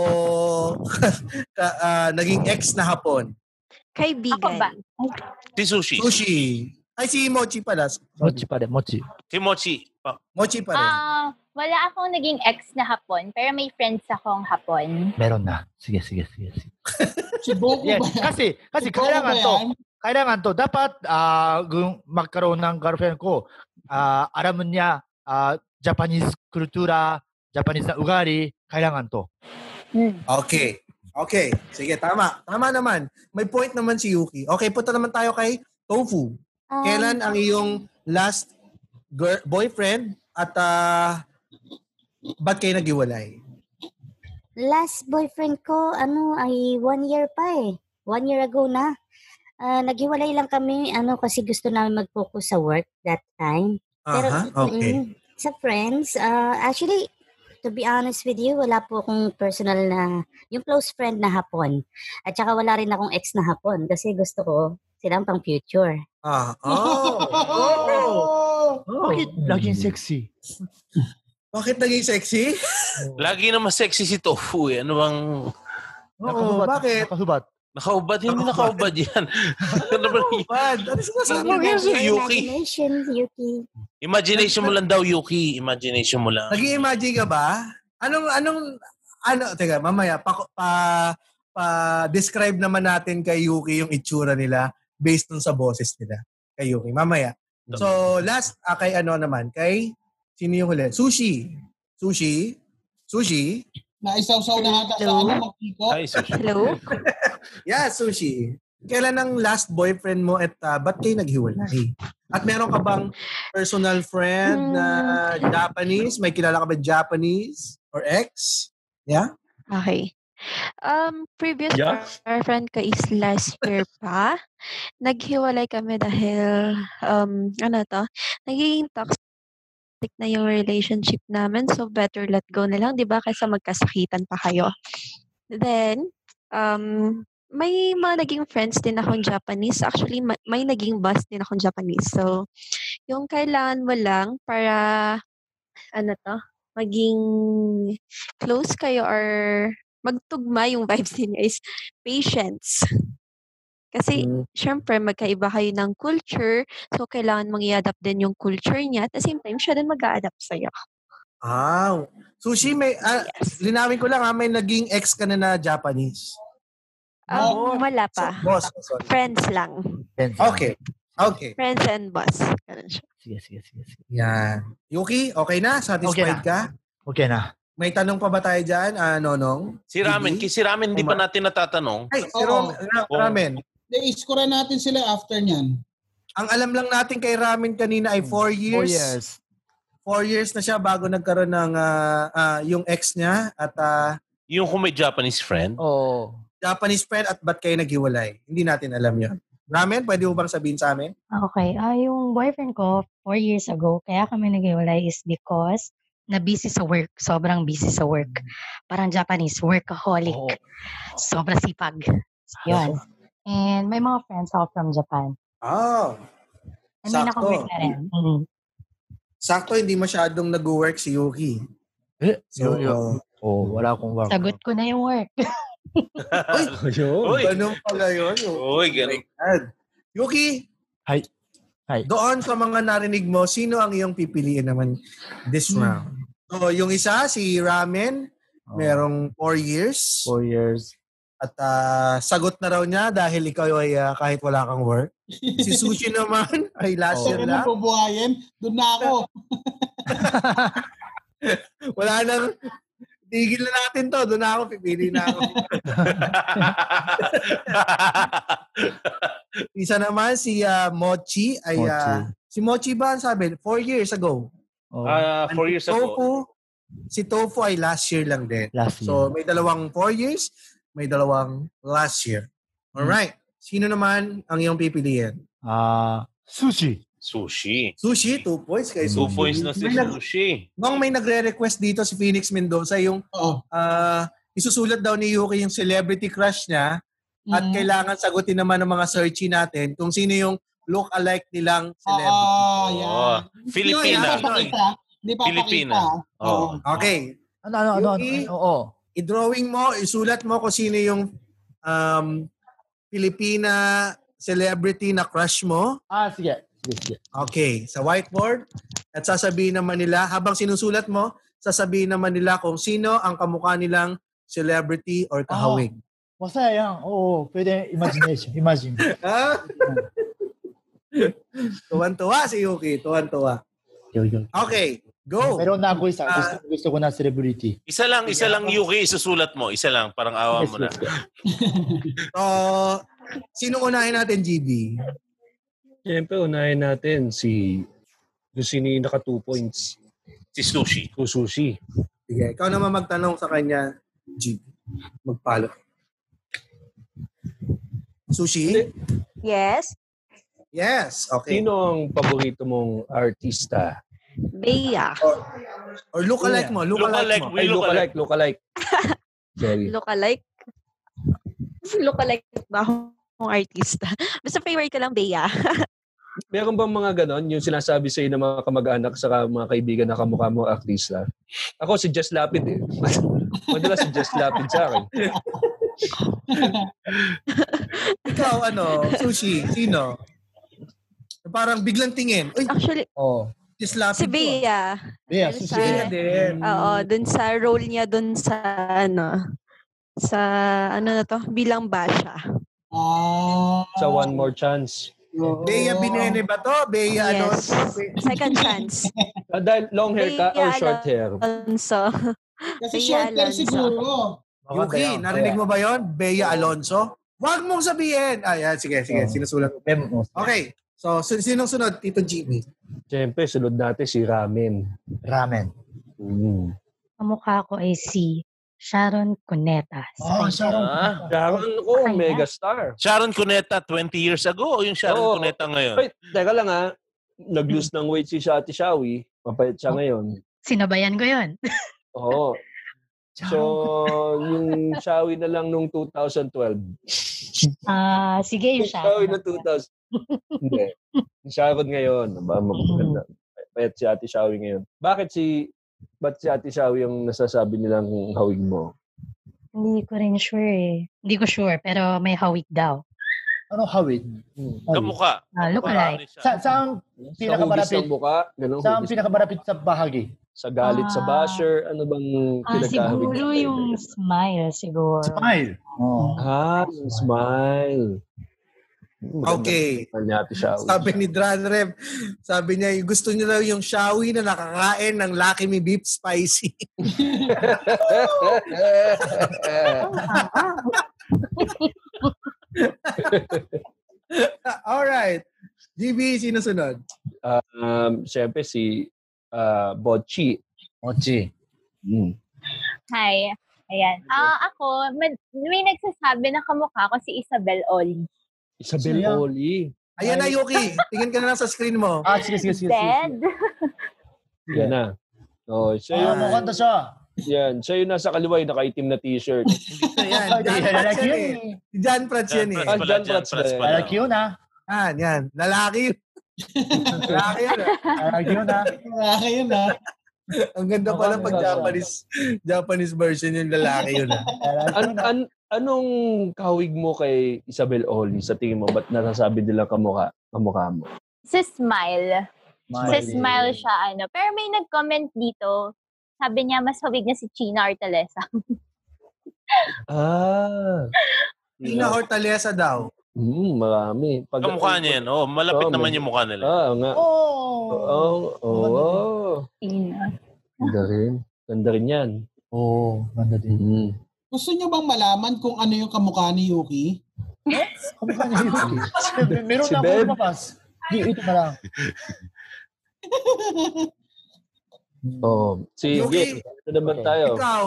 [SPEAKER 6] ka- ah, naging ex na hapon?
[SPEAKER 8] Ako
[SPEAKER 7] Kaibigan.
[SPEAKER 8] ba?
[SPEAKER 5] Si Sushi.
[SPEAKER 6] Sushi. Ay, si Mochi pala.
[SPEAKER 1] Mochi pa rin, mochi.
[SPEAKER 5] Si Mochi. Pa-
[SPEAKER 6] Mochi pa rin.
[SPEAKER 8] Ah, wala akong naging ex na hapon, pero may friends akong hapon.
[SPEAKER 1] Meron na. Sige, sige, sige. sige.
[SPEAKER 3] Si Boko
[SPEAKER 1] Yes,
[SPEAKER 3] ba yan?
[SPEAKER 1] kasi, kasi
[SPEAKER 3] Si Boko
[SPEAKER 1] kailangan
[SPEAKER 3] ba
[SPEAKER 1] to.
[SPEAKER 3] yan?
[SPEAKER 1] Kailangan to. Dapat ah, kung magkaroon ng girlfriend ko, ah, alam niya ah, Japanese kultura, Japanese na ugali, kailangan to.
[SPEAKER 10] Hmm.
[SPEAKER 6] Okay. Okay. Sige, tama. Tama naman. May point naman si Yuki. Okay, punta naman tayo kay Tofu.
[SPEAKER 10] Um,
[SPEAKER 6] Kailan ang iyong last girl, boyfriend at ah, ba't kayo naghiwalay?
[SPEAKER 10] Last boyfriend ko, ano, ay one year pa eh. One year ago na. Ah, naghiwalay lang kami, ano, kasi gusto namin mag-focus sa work that time.
[SPEAKER 6] Aha, okay.
[SPEAKER 10] mm, sa friends, ah, actually, to be honest with you, wala po akong personal na, yung close friend na hapon. At saka wala rin akong ex na hapon kasi gusto ko silang pang future.
[SPEAKER 6] Ah, oh. oh. Oh.
[SPEAKER 1] Bakit
[SPEAKER 5] Mm.
[SPEAKER 1] laging sexy?
[SPEAKER 6] Bakit naging sexy?
[SPEAKER 5] Lagi naman sexy si Tofu eh. Ano bang...
[SPEAKER 6] Oo,
[SPEAKER 1] Nakasubat,
[SPEAKER 6] bakit?
[SPEAKER 1] Nakasubat.
[SPEAKER 5] Nakaubad? Hindi nakaubad yan. ano ba yung
[SPEAKER 6] Bad. Ano sinasabi
[SPEAKER 5] Ano
[SPEAKER 6] mo?
[SPEAKER 5] yan?
[SPEAKER 10] Your
[SPEAKER 5] Yuki.
[SPEAKER 10] Imagination, Yuki.
[SPEAKER 5] Imagination mo lang daw, Yuki. Imagination mo lang.
[SPEAKER 6] Nag-imagine ka ba? Anong, anong, ano, teka, mamaya, pa, pa, pa, describe naman natin kay Yuki yung itsura nila based dun sa boses nila. Kay Yuki, mamaya. So, last, ah, kay ano naman, kay, sino yung huli? Sushi. Sushi. Sushi.
[SPEAKER 3] Naisawsaw na ata sa
[SPEAKER 7] Hello?
[SPEAKER 3] ano, Makiko.
[SPEAKER 5] Ay, Sushi.
[SPEAKER 7] Hello?
[SPEAKER 6] Yeah, sushi. Kailan ang last boyfriend mo at ah, ba't kayo naghiwalay? At meron ka bang personal friend na
[SPEAKER 7] Hmm.
[SPEAKER 6] Japanese? May kilala ka ba Japanese? Or ex? Yeah?
[SPEAKER 7] Okay. Um, previous
[SPEAKER 4] Yeah.
[SPEAKER 7] girlfriend ko is last year pa. Naghiwalay kami dahil, um, ano to, nagiging toxic na yung relationship namin. So, better let go na lang, di ba? Kaysa magkasakitan pa kayo. Then, um, may mga naging friends din akong Japanese. Actually, ma- may naging boss din akong Japanese. So, yung kailangan mo lang para, ano to, maging close kayo or magtugma yung vibes ninyo is patience. Kasi,
[SPEAKER 6] Hmm.
[SPEAKER 7] syempre, magkaiba kayo ng culture. So, kailangan mong i-adapt din yung culture niya. At the same time, siya din mag-a-adapt sa'yo.
[SPEAKER 6] Ah. Sushi, may, ah,
[SPEAKER 7] Yes.
[SPEAKER 6] linawin ko lang ha, may naging ex ka na na Japanese.
[SPEAKER 7] Um, wala
[SPEAKER 6] So,
[SPEAKER 7] pa.
[SPEAKER 6] boss. oh, Sorry.
[SPEAKER 7] Friends lang.
[SPEAKER 1] Benz.
[SPEAKER 6] Okay. Okay.
[SPEAKER 7] Friends and boss. Ganun siya.
[SPEAKER 1] Sige, sige, sige. sige.
[SPEAKER 6] Yan. Yuki, okay na? Satisfied
[SPEAKER 1] Okay na.
[SPEAKER 6] ka?
[SPEAKER 1] Okay na.
[SPEAKER 6] May tanong pa ba tayo dyan, ah, Nonong?
[SPEAKER 5] Si Ramen.
[SPEAKER 6] Bibi?
[SPEAKER 5] Kasi Ramen, di pa natin natatanong.
[SPEAKER 6] Ay, si
[SPEAKER 3] Oo.
[SPEAKER 6] Rom- Ra- Ramen.
[SPEAKER 3] I-score natin sila after niyan.
[SPEAKER 6] Ang alam lang natin kay Ramen kanina ay 4 years.
[SPEAKER 1] Four years.
[SPEAKER 6] Four years na siya bago nagkaroon ng ah, ah, yung ex niya at ah,
[SPEAKER 5] Yung kung may Japanese friend.
[SPEAKER 1] Oo.
[SPEAKER 6] Japanese friend at ba't kayo naghiwalay. Hindi natin alam yun. Ramen, pwede mo bang sabihin sa amin?
[SPEAKER 2] Okay. Ah, yung boyfriend ko, four years ago, kaya kami naghiwalay is because na busy sa work. Sobrang busy sa work. Parang Japanese, workaholic.
[SPEAKER 1] Oo.
[SPEAKER 2] Sobrang sipag. Yun. And may mga friends ako from Japan.
[SPEAKER 3] Ah.
[SPEAKER 6] Oh,
[SPEAKER 2] I mean, ako work na rin. Mm.
[SPEAKER 6] Sakto, hindi masyadong nag-work si Yuki.
[SPEAKER 1] Eh,
[SPEAKER 6] So, oh.
[SPEAKER 1] yun, yun. Oo, wala akong work.
[SPEAKER 2] Sagot ko na yung work.
[SPEAKER 4] Ayun.
[SPEAKER 5] Uy.
[SPEAKER 6] ganun pala yun.
[SPEAKER 5] Uy, ganun.
[SPEAKER 6] God. Yuki,
[SPEAKER 1] Hi. Hi.
[SPEAKER 6] doon sa mga narinig mo, sino ang iyong pipiliin naman this
[SPEAKER 1] Hmm.
[SPEAKER 6] round? So, yung isa, si Ramen,
[SPEAKER 1] Oo.
[SPEAKER 6] merong four years.
[SPEAKER 1] Oh. Four years.
[SPEAKER 6] At ah, sagot na raw niya dahil ikaw ay ah, kahit wala kang work. Si Sushi naman ay last
[SPEAKER 1] Oh.
[SPEAKER 6] year
[SPEAKER 3] Saan
[SPEAKER 6] lang.
[SPEAKER 3] mo bubuhayin? Doon na ako.
[SPEAKER 6] Wala nang tigil na natin to. Doon na ako, pipili na ako. Isa naman si ah, Mochi ay ah,
[SPEAKER 1] Mochi.
[SPEAKER 6] si Mochi ba ang sabi? Four years ago.
[SPEAKER 1] Oh.
[SPEAKER 5] Ah, four years ago.
[SPEAKER 6] Tofu, Si Tofu ay last year lang din.
[SPEAKER 1] Last year.
[SPEAKER 6] So, may dalawang four years, may dalawang last year.
[SPEAKER 1] Hmm.
[SPEAKER 6] Alright. Sino naman ang iyong pipiliin?
[SPEAKER 1] Ah, sushi.
[SPEAKER 5] Sushi.
[SPEAKER 6] Sushi, two points kay
[SPEAKER 5] Two
[SPEAKER 6] Sushi.
[SPEAKER 5] points na si
[SPEAKER 6] May nag-
[SPEAKER 5] Sushi.
[SPEAKER 6] Nung may nagre-request dito si Phoenix Mendoza, yung
[SPEAKER 3] Oo.
[SPEAKER 6] ah, isusulat daw ni Yuki yung celebrity crush niya at
[SPEAKER 3] Mm.
[SPEAKER 6] kailangan sagutin naman ng mga searchy natin kung sino yung look-alike nilang celebrity.
[SPEAKER 3] Ah,
[SPEAKER 5] Oh,
[SPEAKER 3] yan.
[SPEAKER 5] Filipina.
[SPEAKER 3] Hindi papakita. Hindi
[SPEAKER 5] Filipina.
[SPEAKER 3] papakita.
[SPEAKER 5] Oh.
[SPEAKER 6] Okay.
[SPEAKER 1] Ano, ano, ano, ano,
[SPEAKER 6] Yuki?
[SPEAKER 1] oo.
[SPEAKER 6] i-drawing mo, isulat mo kung sino yung um, Pilipina celebrity na crush mo.
[SPEAKER 1] Ah, sige. Sige, sige.
[SPEAKER 6] Okay, sa whiteboard. At sasabihin naman nila, habang sinusulat mo, sasabihin naman nila kung sino ang kamukha nilang celebrity or kahawig.
[SPEAKER 1] Ah, Masaya yan. Oo, pwede imagination. Imagine.
[SPEAKER 6] Ah! tuwan-tuwa si Yuki. Tuwan-tuwa. Okay, go.
[SPEAKER 1] Pero na ako isa. Gusto, gusto ko na celebrity.
[SPEAKER 5] Isa lang, isa lang Yuki, isusulat mo. Isa lang, parang awa mo na.
[SPEAKER 6] So, sino unahin natin, GB?
[SPEAKER 4] Siyempre, unahin natin si kung sino yung naka two points.
[SPEAKER 5] Si Sushi.
[SPEAKER 4] Kung sushi.
[SPEAKER 6] Sige, ikaw naman magtanong sa kanya, GB. Magpalo. Sushi?
[SPEAKER 7] Yes.
[SPEAKER 6] Yes. Okay.
[SPEAKER 4] Sino ang paborito mong artista?
[SPEAKER 7] Bea.
[SPEAKER 6] Oh, Or look-alike mo. Look-alike
[SPEAKER 5] Look-alike,
[SPEAKER 6] mo.
[SPEAKER 5] we
[SPEAKER 4] Ay,
[SPEAKER 5] look-alike.
[SPEAKER 4] look-alike, look-alike. Sorry.
[SPEAKER 7] Lookalike. Lookalike ba akong artista? Basta favorite ko lang Bea.
[SPEAKER 4] Meron bang mga ganon, yung sinasabi sa'yo ng mga kamag-anak sa mga kaibigan na kamukha mo artista? Ako si Jess Lapid eh. Madalas si Jess Lapid sa akin.
[SPEAKER 6] Ikaw, ano, sushi, sino? Parang biglang tingin. Uy,
[SPEAKER 7] Actually,
[SPEAKER 1] Oo.
[SPEAKER 6] just lapid
[SPEAKER 7] si Bea.
[SPEAKER 1] Bea,
[SPEAKER 7] Yes,
[SPEAKER 1] sushi.
[SPEAKER 6] Si Bea
[SPEAKER 1] Bea.
[SPEAKER 6] din.
[SPEAKER 7] Oo, dun sa role niya dun sa ano sa ano na to bilang basha.
[SPEAKER 3] Ah.
[SPEAKER 4] Sa One More Chance.
[SPEAKER 6] Bea Binene ba to? Bea ano?
[SPEAKER 7] yes. Second chance.
[SPEAKER 4] Ah, dahil long hair ka or
[SPEAKER 7] Bea
[SPEAKER 4] short hair?
[SPEAKER 7] Alonso.
[SPEAKER 3] Kasi
[SPEAKER 7] Bea
[SPEAKER 3] short hair
[SPEAKER 7] Alonso.
[SPEAKER 3] siguro.
[SPEAKER 6] Yuki, narinig mo ba yon? Bea Alonso? Huwag mong sabihin! Ayan, sige, sige.
[SPEAKER 1] Oo.
[SPEAKER 6] Sinusulat ko.
[SPEAKER 1] Memo.
[SPEAKER 6] Okay. So, sin- sinong sunod? Tito Jimmy.
[SPEAKER 4] Siyempre, sunod natin si Ramen.
[SPEAKER 1] Ramen.
[SPEAKER 4] Mm.
[SPEAKER 2] Kamukha ko ay si Sharon Cuneta.
[SPEAKER 1] Oh, Sharon.
[SPEAKER 5] Ah.
[SPEAKER 4] Sharon ko,
[SPEAKER 2] Kaya?
[SPEAKER 4] megastar.
[SPEAKER 5] Sharon Cuneta 20 years ago o yung Sharon
[SPEAKER 4] Oo.
[SPEAKER 5] Cuneta ngayon?
[SPEAKER 4] Wait, teka lang ha. Nag-lose ng weight si Shati Shawi. Mapait
[SPEAKER 2] Oh.
[SPEAKER 4] siya ngayon.
[SPEAKER 2] Sinabayan ko yun.
[SPEAKER 4] Oo. So, yung Shawi na lang nung 2012.
[SPEAKER 2] Ah, sige, yung
[SPEAKER 4] Shawi
[SPEAKER 2] Sharon.
[SPEAKER 4] na 2000. Hindi. Yung Sharon ngayon. Ba, maganda. Mapait si Ate Shawi ngayon. Bakit si... Ba't si Ate Shawi yung nasasabi nilang hawig mo?
[SPEAKER 2] Hindi ko rin sure eh. Hindi ko sure, pero may hawik daw.
[SPEAKER 1] Ano, hawid?
[SPEAKER 5] Kamuka.
[SPEAKER 2] Ah, look alike. Ah,
[SPEAKER 1] Sa, saan
[SPEAKER 4] Sa hugis
[SPEAKER 1] pinakamarapit?
[SPEAKER 4] ng buka? Ganun,
[SPEAKER 1] Saan
[SPEAKER 4] hugis.
[SPEAKER 1] pinakamarapit sa bahagi?
[SPEAKER 4] Sa galit sa
[SPEAKER 2] Ah.
[SPEAKER 4] basher? Ano bang
[SPEAKER 2] Ah,
[SPEAKER 4] pinagkahawig?
[SPEAKER 2] siguro yung smile, siguro.
[SPEAKER 1] Smile. Oo.
[SPEAKER 4] Ah, yung smile. Maganda
[SPEAKER 6] Okay.
[SPEAKER 4] smile niya, Ate Shawi.
[SPEAKER 6] Sabi ni Dran Rev, sabi niya, gusto niya daw yung shawi na nakakain ng Lucky Me Beef Spicy. Ah, ah. Alright. GB, sino sunod?
[SPEAKER 4] um, Siyempre si ah, Bochi.
[SPEAKER 1] Mochi. Hmm.
[SPEAKER 8] Hi. Ayan. Ah, ako, mad- may nagsasabi na kamukha ko si Isabel Oli.
[SPEAKER 4] Isabel
[SPEAKER 1] Siya.
[SPEAKER 4] Oli.
[SPEAKER 6] Ayan na, Yuki. Tingin ka na lang sa screen mo.
[SPEAKER 1] Ah, sige, sige, sige. sige.
[SPEAKER 8] Dead.
[SPEAKER 4] Yan na. Oh, siya
[SPEAKER 1] Ah,
[SPEAKER 4] yung,
[SPEAKER 1] mukhang to siya.
[SPEAKER 4] yan, siya yung nasa kaliwa, yung nakaitim na t-shirt.
[SPEAKER 6] Ayan.
[SPEAKER 1] Ah,
[SPEAKER 6] John
[SPEAKER 1] yeah,
[SPEAKER 6] Prats
[SPEAKER 1] like
[SPEAKER 6] yan
[SPEAKER 1] yun
[SPEAKER 6] eh.
[SPEAKER 1] eh.
[SPEAKER 6] Si John Prats yan eh.
[SPEAKER 4] Ah,
[SPEAKER 5] pala,
[SPEAKER 4] Jan
[SPEAKER 5] Jan
[SPEAKER 4] Prats
[SPEAKER 5] Prats
[SPEAKER 4] ba?
[SPEAKER 5] pala.
[SPEAKER 1] Like yun ah.
[SPEAKER 6] Yan, yan. Lalaki yun. Lalaki yun. ah.
[SPEAKER 1] Like yun ah.
[SPEAKER 3] Malaki yun ah.
[SPEAKER 6] Ang ganda pala pag Japanese Japanese version yung lalaki yun. ah.
[SPEAKER 1] Like
[SPEAKER 4] An,
[SPEAKER 1] yun ah.
[SPEAKER 4] an, anong kahawig mo kay Isabel Oli sa tingin mo? Ba't nasasabi nila kamukha, kamukha mo?
[SPEAKER 8] Si Smile. Si
[SPEAKER 1] Smile.
[SPEAKER 8] Smile siya, ano. Pero may nag-comment dito. Sabi niya, mas hawig na si China Artalesa.
[SPEAKER 4] Ah.
[SPEAKER 6] Tina Hortalesa daw.
[SPEAKER 4] Mm, marami. Pag,
[SPEAKER 5] Kamukha niya yan. Oh, malapit
[SPEAKER 4] Oo,
[SPEAKER 5] naman
[SPEAKER 4] medyo.
[SPEAKER 5] yung mukha nila.
[SPEAKER 4] Ah, nga.
[SPEAKER 1] Oh.
[SPEAKER 4] Oo, oo. Oh,
[SPEAKER 8] China.
[SPEAKER 4] Ganda rin. Ganda rin yan.
[SPEAKER 1] Oh, ganda din.
[SPEAKER 4] Mm.
[SPEAKER 3] Gusto nyo bang malaman kung ano yung kamukha ni Yuki?
[SPEAKER 1] Kamukha niya yun. eh. Meron
[SPEAKER 4] Si
[SPEAKER 1] na ako
[SPEAKER 4] Beb.
[SPEAKER 1] lumabas. Di, ito na lang.
[SPEAKER 4] Oo. Oh, Sige.
[SPEAKER 6] Yuki,
[SPEAKER 4] Ito naman
[SPEAKER 1] Okay.
[SPEAKER 4] tayo.
[SPEAKER 6] Ikaw,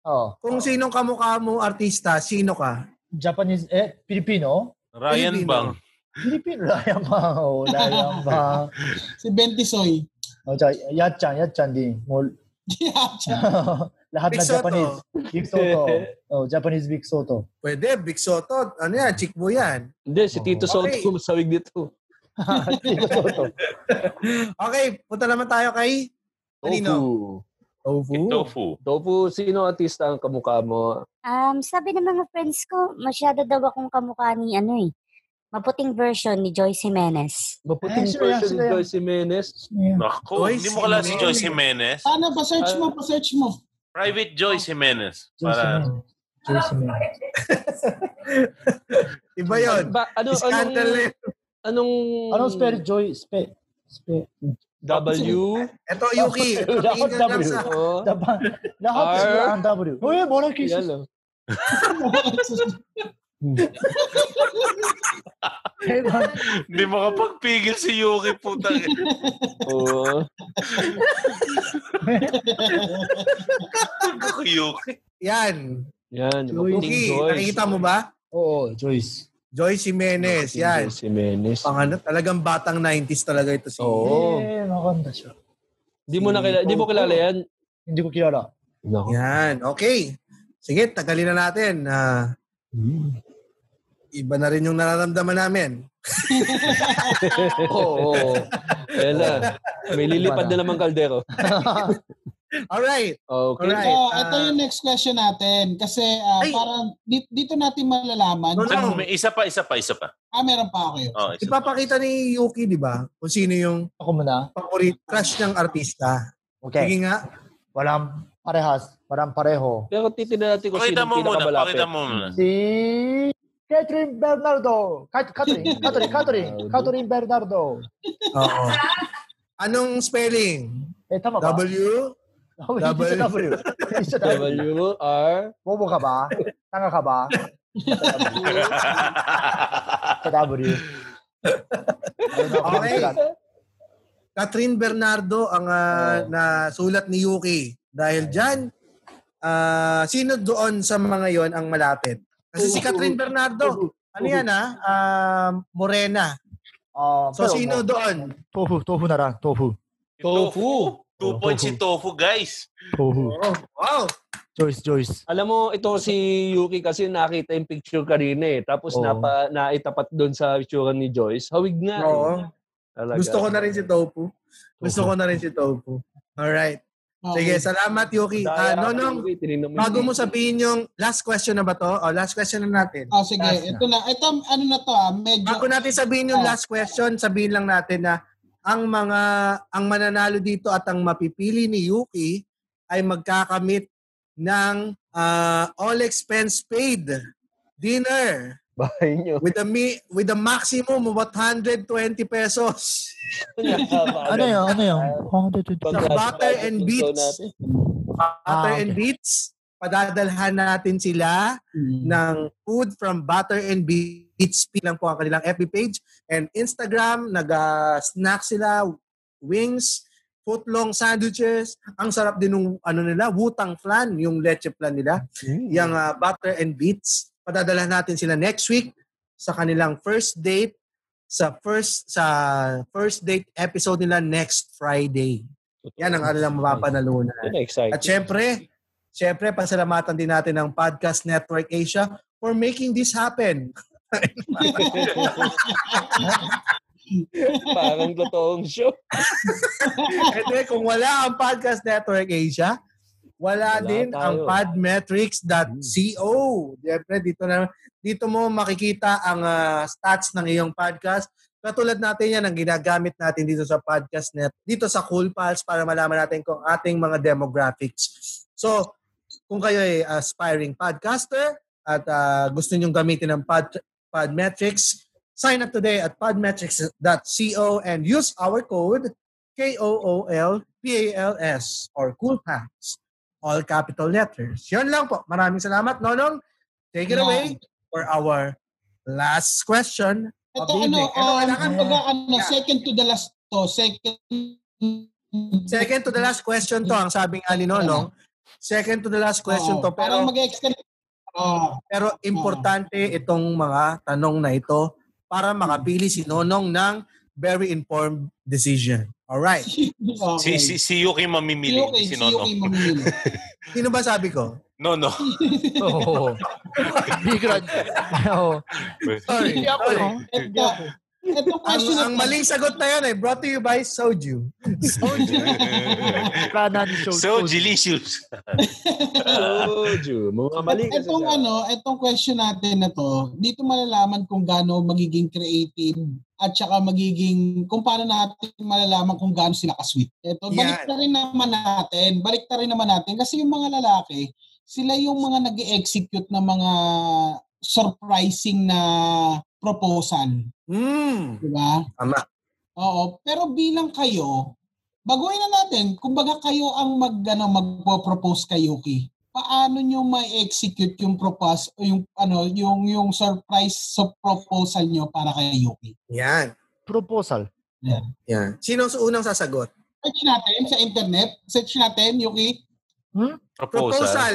[SPEAKER 1] Oh,
[SPEAKER 6] kung sinong kamukha mo artista, sino ka?
[SPEAKER 1] Japanese, eh, Pilipino?
[SPEAKER 5] Ryan
[SPEAKER 6] Pilipino.
[SPEAKER 5] Bang.
[SPEAKER 1] Pilipino, Ryan Bang. Oh, Ryan Bang.
[SPEAKER 3] Si Bentisoy.
[SPEAKER 1] Oh, tsaka Yat-chan, Yat-chan din. Mo, lahat
[SPEAKER 6] Big
[SPEAKER 1] na
[SPEAKER 6] Soto.
[SPEAKER 1] Japanese. Big Soto. Oh, Japanese Big Soto.
[SPEAKER 6] Pwede, Big Soto. Ano yan? Chikbo yan. Oh.
[SPEAKER 4] Hindi, si Tito
[SPEAKER 6] Okay.
[SPEAKER 4] Soto masawig dito.
[SPEAKER 1] Big Soto.
[SPEAKER 6] Okay, punta naman tayo kay Kanino?
[SPEAKER 4] Tofu.
[SPEAKER 5] Kid Tofu.
[SPEAKER 4] Tofu, sino artista ang kamukha mo?
[SPEAKER 10] Um, sabi ng mga friends ko, masyado daw akong kamukha ni ano eh. Maputing version ni Joyce Jimenez.
[SPEAKER 1] Ah,
[SPEAKER 4] Maputing
[SPEAKER 1] sila yan,
[SPEAKER 4] version
[SPEAKER 1] sila
[SPEAKER 4] ni
[SPEAKER 1] yan.
[SPEAKER 4] Joyce Jimenez.
[SPEAKER 5] Naku,
[SPEAKER 6] Joyce
[SPEAKER 5] hindi mo kala si
[SPEAKER 6] Jimenez.
[SPEAKER 5] Joyce Jimenez.
[SPEAKER 3] Sana pa-search mo,
[SPEAKER 1] Ah.
[SPEAKER 3] pa-search mo.
[SPEAKER 5] Private Joyce Jimenez. Para,
[SPEAKER 1] Joyce Jimenez.
[SPEAKER 6] Iba yun.
[SPEAKER 4] Ba, ano, anong,
[SPEAKER 6] Scandal eh. na yun.
[SPEAKER 4] anong,
[SPEAKER 1] Anong spell Joy? Spe, spe,
[SPEAKER 4] W,
[SPEAKER 6] Ito, Yuki. Ito, tingin ka lang sa...
[SPEAKER 4] o,
[SPEAKER 1] Dapat, lahat
[SPEAKER 4] R.
[SPEAKER 1] sila ang W. Oh, yeah, Mona
[SPEAKER 4] yan
[SPEAKER 1] Kisses.
[SPEAKER 4] o.
[SPEAKER 5] hindi makapagpigil si Yuki, puta.
[SPEAKER 4] Oo.
[SPEAKER 5] Ako, Yuki.
[SPEAKER 6] Yan.
[SPEAKER 4] Yan, maputing
[SPEAKER 6] Yuki,
[SPEAKER 4] Joyce.
[SPEAKER 6] nakikita mo ba?
[SPEAKER 1] Oo, Joyce.
[SPEAKER 6] Joyce Jimenez.
[SPEAKER 4] Maputing
[SPEAKER 6] Yan.
[SPEAKER 4] Joyce Jimenez.
[SPEAKER 6] Pang ano, talagang batang 90s talaga ito si...
[SPEAKER 4] Oo.
[SPEAKER 1] Eh, maganda siya.
[SPEAKER 4] Di mo, na kilala, di mo kilala yan?
[SPEAKER 1] Hindi ko kilala.
[SPEAKER 4] Nako.
[SPEAKER 6] Yan. Okay. Sige, tagalin na natin. Ah,
[SPEAKER 1] Hmm.
[SPEAKER 6] iba na rin yung nararamdaman namin.
[SPEAKER 4] Oo. oo. Ayan na. May lilipad na naman kaldero.
[SPEAKER 6] Alright.
[SPEAKER 4] Okay.
[SPEAKER 6] Alright.
[SPEAKER 3] So,
[SPEAKER 6] ah,
[SPEAKER 3] ito yung next question natin. Kasi ah,
[SPEAKER 6] Ay.
[SPEAKER 3] parang di- dito natin malalaman.
[SPEAKER 6] No,
[SPEAKER 5] Ano,
[SPEAKER 6] no.
[SPEAKER 5] may isa pa, isa pa, isa pa.
[SPEAKER 3] Ah, meron pa kayo.
[SPEAKER 5] Oh, isa pa.
[SPEAKER 6] Ipapakita ni Yuki, di ba? Kung sino yung
[SPEAKER 1] Ako muna.
[SPEAKER 6] favorite crush ng artista. Sige
[SPEAKER 1] Okay.
[SPEAKER 6] nga.
[SPEAKER 1] Walang parehas. Walang pareho.
[SPEAKER 4] Pero titignan natin kung
[SPEAKER 5] Pakita
[SPEAKER 4] sino ang
[SPEAKER 5] mo muna,
[SPEAKER 4] pinakamalapit.
[SPEAKER 5] pakita mo muna.
[SPEAKER 1] Si Catherine Bernardo. Kat Catherine, Catherine, Catherine, Catherine Bernardo.
[SPEAKER 6] Oo. Anong spelling?
[SPEAKER 1] Eh, tama ba?
[SPEAKER 6] W?
[SPEAKER 1] Hindi siya W. Hindi siya W.
[SPEAKER 4] W, R,
[SPEAKER 1] Bobo ka ba? Tanga ka ba? Sa W. Ayun ako,
[SPEAKER 6] Okay.
[SPEAKER 1] Mr. Rat.
[SPEAKER 6] Catherine Bernardo ang ah,
[SPEAKER 1] Oo.
[SPEAKER 6] nasulat ni Yuki. Dahil dyan, ah, sino doon sa mga yon ang malapit? Kasi si Catherine Bernardo, ano yan ah, ah, Morena.
[SPEAKER 1] Ah,
[SPEAKER 6] So
[SPEAKER 1] pero-
[SPEAKER 6] sino doon?
[SPEAKER 1] Tofu, tofu na lang. Tofu.
[SPEAKER 4] Tofu.
[SPEAKER 5] Two points si Tofu, guys.
[SPEAKER 1] Tofu.
[SPEAKER 6] Wow!
[SPEAKER 1] Joyce, Joyce.
[SPEAKER 4] Alam mo, ito si Yuki kasi nakita yung picture kanina eh. Tapos
[SPEAKER 1] Oo.
[SPEAKER 4] napa, naitapat doon sa picture ni Joyce. Hawig nga eh.
[SPEAKER 6] Oo.
[SPEAKER 4] Talaga.
[SPEAKER 6] Gusto ko na rin si Topo. Gusto ko na rin si Topo. Alright. Sige, salamat Yuki. Ah,
[SPEAKER 4] Daya,
[SPEAKER 6] Nonong,
[SPEAKER 4] Yuki, tinignan mo
[SPEAKER 6] bago
[SPEAKER 4] yung-
[SPEAKER 6] mo sabihin yung last question na ba to? O, last question na natin.
[SPEAKER 3] Ah, sige.
[SPEAKER 1] Last na.
[SPEAKER 3] Ito na. Ito, ano na to ah. Medyo, Ah.
[SPEAKER 6] Bago natin sabihin yung last question, sabihin lang natin na ang mga ang mananalo dito at ang mapipili ni Yuki ay magkakamit ng ah, all expense paid dinner
[SPEAKER 4] Bahay nyo.
[SPEAKER 6] with a mi- with a maximum of 120 pesos.
[SPEAKER 1] Ano yun? Ano yun? Oh, dito, dito.
[SPEAKER 6] Sa butter and beats. Butter
[SPEAKER 1] Ah,
[SPEAKER 6] and
[SPEAKER 1] okay.
[SPEAKER 6] beats. Padadalhan natin sila
[SPEAKER 1] Mm.
[SPEAKER 6] ng food from Butter and Beats. P lang po ang kanilang FB page. And Instagram, nag-snack sila, wings, footlong sandwiches. Ang sarap din ng ano nila, wutang flan, yung leche flan nila. Yung ah, Butter and Beats. Padadala natin sila next week sa kanilang first date sa first sa first date episode nila next Friday. Yan ang kanilang mapapanalunan.
[SPEAKER 4] Yan, excited.
[SPEAKER 6] At syempre, syempre, pasalamatan din natin ng Podcast Network Asia for making this happen.
[SPEAKER 4] Parang totoong show.
[SPEAKER 6] Kasi kung wala ang Podcast Network Asia, wala,
[SPEAKER 4] Wala
[SPEAKER 6] din
[SPEAKER 4] tayo.
[SPEAKER 6] ang podmetrics.co. Siyempre, dito na dito mo makikita ang ah, stats ng iyong podcast. Katulad natin yan ang ginagamit natin dito sa podcast net, dito sa Cool Pals para malaman natin kung ating mga demographics. So, kung kayo ay aspiring podcaster at ah, gusto nyong gamitin ang pod, Podmetrics, sign up today at podmetrics.co and use our code K-O-O-L-P-A-L-S or Cool Pals. All capital letters. Yun lang po. Maraming salamat, Nonong. Take it
[SPEAKER 3] Yeah.
[SPEAKER 6] away for our last question
[SPEAKER 3] ito
[SPEAKER 6] of the
[SPEAKER 3] ano,
[SPEAKER 6] evening. Pero
[SPEAKER 3] um,
[SPEAKER 6] kailangan-
[SPEAKER 3] kumbaga, ano, second to the last to. Second
[SPEAKER 6] Second to the last question to, ang sabi nga ni Nonong. Second to the last question to,
[SPEAKER 3] Oo, parang
[SPEAKER 6] pero
[SPEAKER 3] mag-extend. Oo.
[SPEAKER 6] pero importante itong mga tanong na ito para makapili si Nonong ng very informed decision. All right.
[SPEAKER 5] Si, si, si Yuki mamimili.
[SPEAKER 3] Si Yuki, si
[SPEAKER 5] si
[SPEAKER 3] Yuki
[SPEAKER 5] Nono.
[SPEAKER 3] mamili.
[SPEAKER 6] Sino ba sabi ko?
[SPEAKER 5] No, no.
[SPEAKER 1] Oo. Bigla. Oo.
[SPEAKER 6] Sorry.
[SPEAKER 1] Hindi ako eh.
[SPEAKER 6] sorry.
[SPEAKER 3] Ito, ito
[SPEAKER 6] Ang,
[SPEAKER 3] question
[SPEAKER 6] ang maling sagot na yan eh, brought to you by Soju.
[SPEAKER 1] Kanan ni Show.
[SPEAKER 5] so, delicious.
[SPEAKER 4] Soju. Mga mali kasi
[SPEAKER 3] Etong
[SPEAKER 4] siya.
[SPEAKER 3] ano, etong question natin na to, dito malalaman kung gaano magiging creative at saka magiging kung paano natin malalaman kung gaano sila ka-sweet. Eh, Ito, balik
[SPEAKER 6] Yan.
[SPEAKER 3] na rin naman natin. Balik na rin naman natin kasi yung mga lalaki, sila yung mga nag execute ng mga surprising na proposal,
[SPEAKER 6] Hmm.
[SPEAKER 3] di ba?
[SPEAKER 6] Tama.
[SPEAKER 3] Oo, pero bilang kayo, baguhin na natin, kumbaga kayo ang mag, ano, magpo-propose kay Yuki. Paano nyo may execute yung propose o yung ano yung yung surprise sa proposal nyo para kay Yuki?
[SPEAKER 6] Yan.
[SPEAKER 1] Proposal.
[SPEAKER 6] Yan. Sino ang unang sasagot?
[SPEAKER 3] Search natin sa internet, search natin Yuki.
[SPEAKER 2] Hmm?
[SPEAKER 5] Proposal.
[SPEAKER 6] Proposal.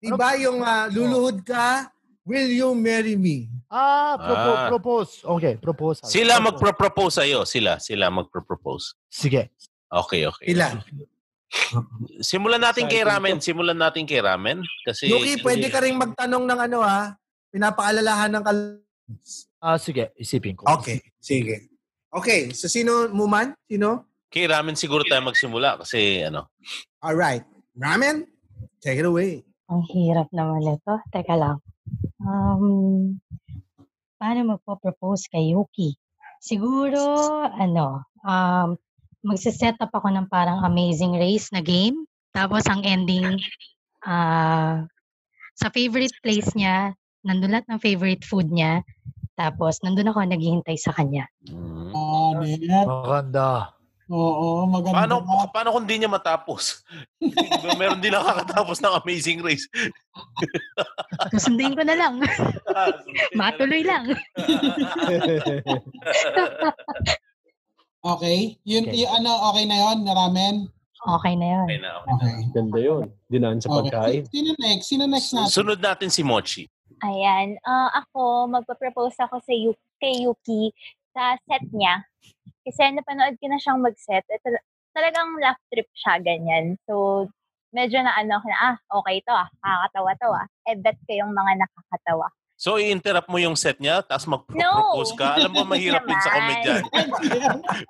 [SPEAKER 6] Di ba yung ah, luluhod ka, will you marry me?
[SPEAKER 1] Ah, propo-
[SPEAKER 5] Ah.
[SPEAKER 1] propose. Okay, proposal.
[SPEAKER 5] Sila
[SPEAKER 1] Propose.
[SPEAKER 5] magpro-propose sa'yo. Sila. Sila magpro-propose.
[SPEAKER 1] Sige.
[SPEAKER 5] Okay, okay.
[SPEAKER 6] Ilan?
[SPEAKER 5] Simulan natin kay
[SPEAKER 4] Exciting
[SPEAKER 5] Ramen. Simulan natin kay Ramen. Kasi...
[SPEAKER 6] Yuki, pwede ka rin magtanong ng ano ha. Pinapaalalahan ng kal...
[SPEAKER 1] Ah, sige. Isipin ko.
[SPEAKER 6] Okay, sige. Okay, so sino, Muman? Sino?
[SPEAKER 5] Kay Ramen siguro tayo magsimula kasi ano.
[SPEAKER 6] All right. Ramen, take it away.
[SPEAKER 2] Ang hirap naman ito. Teka lang. Um, paano magpo-propose kay Yuki? Siguro, ano, um, magsiset up ako ng parang amazing race na game. Tapos ang ending, ah, sa favorite place niya, nandun lahat ng favorite food niya. Tapos nandun ako naghihintay sa kanya.
[SPEAKER 5] Mm.
[SPEAKER 3] Ah, net.
[SPEAKER 1] Maganda.
[SPEAKER 3] Oo, maganda.
[SPEAKER 5] Paano, paano kung di niya matapos? Meron din nakakatapos ng Amazing Race.
[SPEAKER 2] Susundin ko na lang. Matuloy lang.
[SPEAKER 3] Okay? Yun,
[SPEAKER 1] Okay.
[SPEAKER 3] yun, ano, okay na yon, ramen.
[SPEAKER 2] Okay na yun.
[SPEAKER 5] Okay na, okay.
[SPEAKER 3] Okay.
[SPEAKER 4] Ganda yun. Dinaan sa
[SPEAKER 3] okay.
[SPEAKER 4] pagkain.
[SPEAKER 3] Sino next? Sino next natin?
[SPEAKER 5] Sunod natin si Mochi.
[SPEAKER 8] Ayan. Ah, ako, magpa-propose ako sa Yu- kay Yuki sa set niya. Kasi napanood ko na siyang mag-set. At tal- talagang laugh trip siya, ganyan. So, medyo na ano, ako na, ah, okay to ah, kakatawa to ah. E bet kayong mga nakakatawa.
[SPEAKER 5] So, i-interrupt mo yung set niya, tapos mag-propose
[SPEAKER 8] No.
[SPEAKER 5] ka. Alam mo, mahirap yun sa
[SPEAKER 8] Naman.
[SPEAKER 5] komedyan.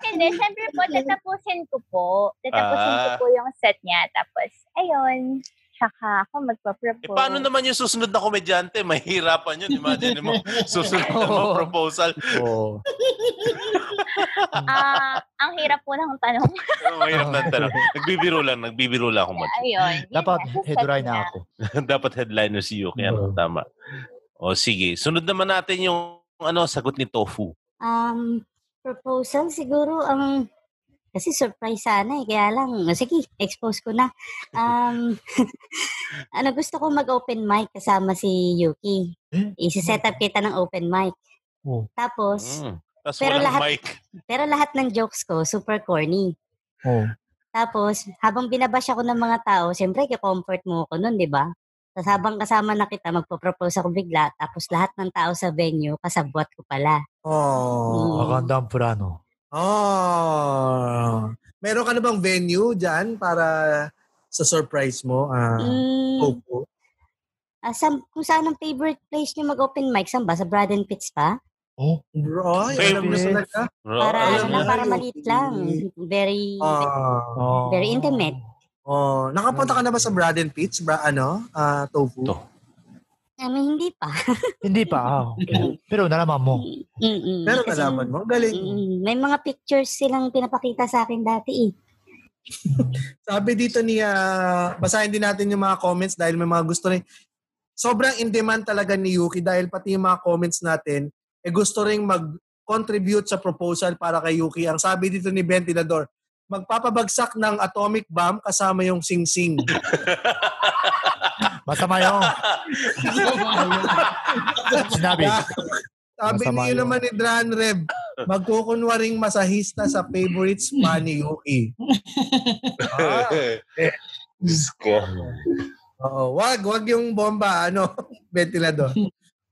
[SPEAKER 8] Hindi, syempre po, tatapusin ko po. Tatapusin ko
[SPEAKER 5] Ah.
[SPEAKER 8] po yung set niya. Tapos, ayun. Tsaka ako magpa-propose.
[SPEAKER 5] Eh, paano naman yung susunod na komedyante? Mahirapan yun. Imagine mo, susunod na
[SPEAKER 1] Oo.
[SPEAKER 5] mag-proposal.
[SPEAKER 1] Oo.
[SPEAKER 8] Ah, ang hirap po ng tanong.
[SPEAKER 5] Pero mahirap na tanong. Nagbibiro lang, nagbibiro lang ako, Mochi.
[SPEAKER 8] Ayun. yun
[SPEAKER 1] Dapat
[SPEAKER 8] na, sa set
[SPEAKER 1] headline
[SPEAKER 8] niya.
[SPEAKER 1] na ako.
[SPEAKER 5] Dapat headliner si Yuki. Ano, tama. O, sige. Sunod naman natin yung ano, sagot ni Tofu.
[SPEAKER 10] Um, proposal siguro ang... Kasi surprise sana eh. Kaya lang, sige, expose ko na. Um, ano, gusto ko mag-open mic kasama si Yuki.
[SPEAKER 1] Eh?
[SPEAKER 10] Isi-set up kita ng open mic.
[SPEAKER 1] Oh.
[SPEAKER 10] Tapos,
[SPEAKER 5] Mm. Tapos
[SPEAKER 10] Pero
[SPEAKER 5] walang
[SPEAKER 10] lahat-
[SPEAKER 5] mic.
[SPEAKER 10] pero lahat ng jokes ko, super corny.
[SPEAKER 1] Oo.
[SPEAKER 10] Tapos, habang binabash ako ng mga tao, siyempre, kikomfort mo ko nun, di ba? Tapos habang kasama na kita, magpo-propose ako bigla, tapos lahat ng tao sa venue, kasabwat ko pala.
[SPEAKER 6] Oh.
[SPEAKER 1] Maganda ang plano.
[SPEAKER 6] Oh. Meron ka na bang venue dyan para sa surprise mo? Ah,
[SPEAKER 10] Mm,
[SPEAKER 6] Coco?
[SPEAKER 10] ah, sam- kung saan ang favorite place nyo mag-open mic? Saan ba? Sa Brad and Pitts pa?
[SPEAKER 6] Oh, Bro, ay, alam mo
[SPEAKER 1] Baby.
[SPEAKER 6] talaga.
[SPEAKER 10] Para,
[SPEAKER 6] alam
[SPEAKER 10] ano lang,
[SPEAKER 6] na,
[SPEAKER 10] para
[SPEAKER 6] yun.
[SPEAKER 10] maliit lang. Very,
[SPEAKER 6] Ah.
[SPEAKER 1] Oo.
[SPEAKER 10] very intimate.
[SPEAKER 6] Oh, nakapunta ka na ba sa Brad and Peach? Bra, ano? Ah, tofu?
[SPEAKER 5] To-
[SPEAKER 10] Ano, hindi pa.
[SPEAKER 1] Hindi pa. Ah, okay. Pero nalaman mo.
[SPEAKER 10] Mm-mm.
[SPEAKER 6] Pero
[SPEAKER 10] Kasi,
[SPEAKER 6] nalaman mo, ang galing.
[SPEAKER 10] mm, may mga pictures silang pinapakita sa akin dati eh.
[SPEAKER 6] Sabi dito ni, ah, basahin din natin yung mga comments dahil may mga gusto rin. Sobrang in demand talaga ni Yuki dahil pati yung mga comments natin, eh gusto rin mag-contribute sa proposal para kay Yuki. Ang sabi dito ni Ventilador, magpapabagsak ng atomic bomb kasama yung sing-sing.
[SPEAKER 1] Masama yun. Sinabi.
[SPEAKER 6] Sabi
[SPEAKER 1] Masama
[SPEAKER 6] niyo
[SPEAKER 1] yun.
[SPEAKER 6] naman ni Dran Rev, magkukunwaring masahista sa favorites pa ni Yuki.
[SPEAKER 5] Ah. Diyos ko.
[SPEAKER 6] Oo, wag, wag yung bomba, ano, ventilador.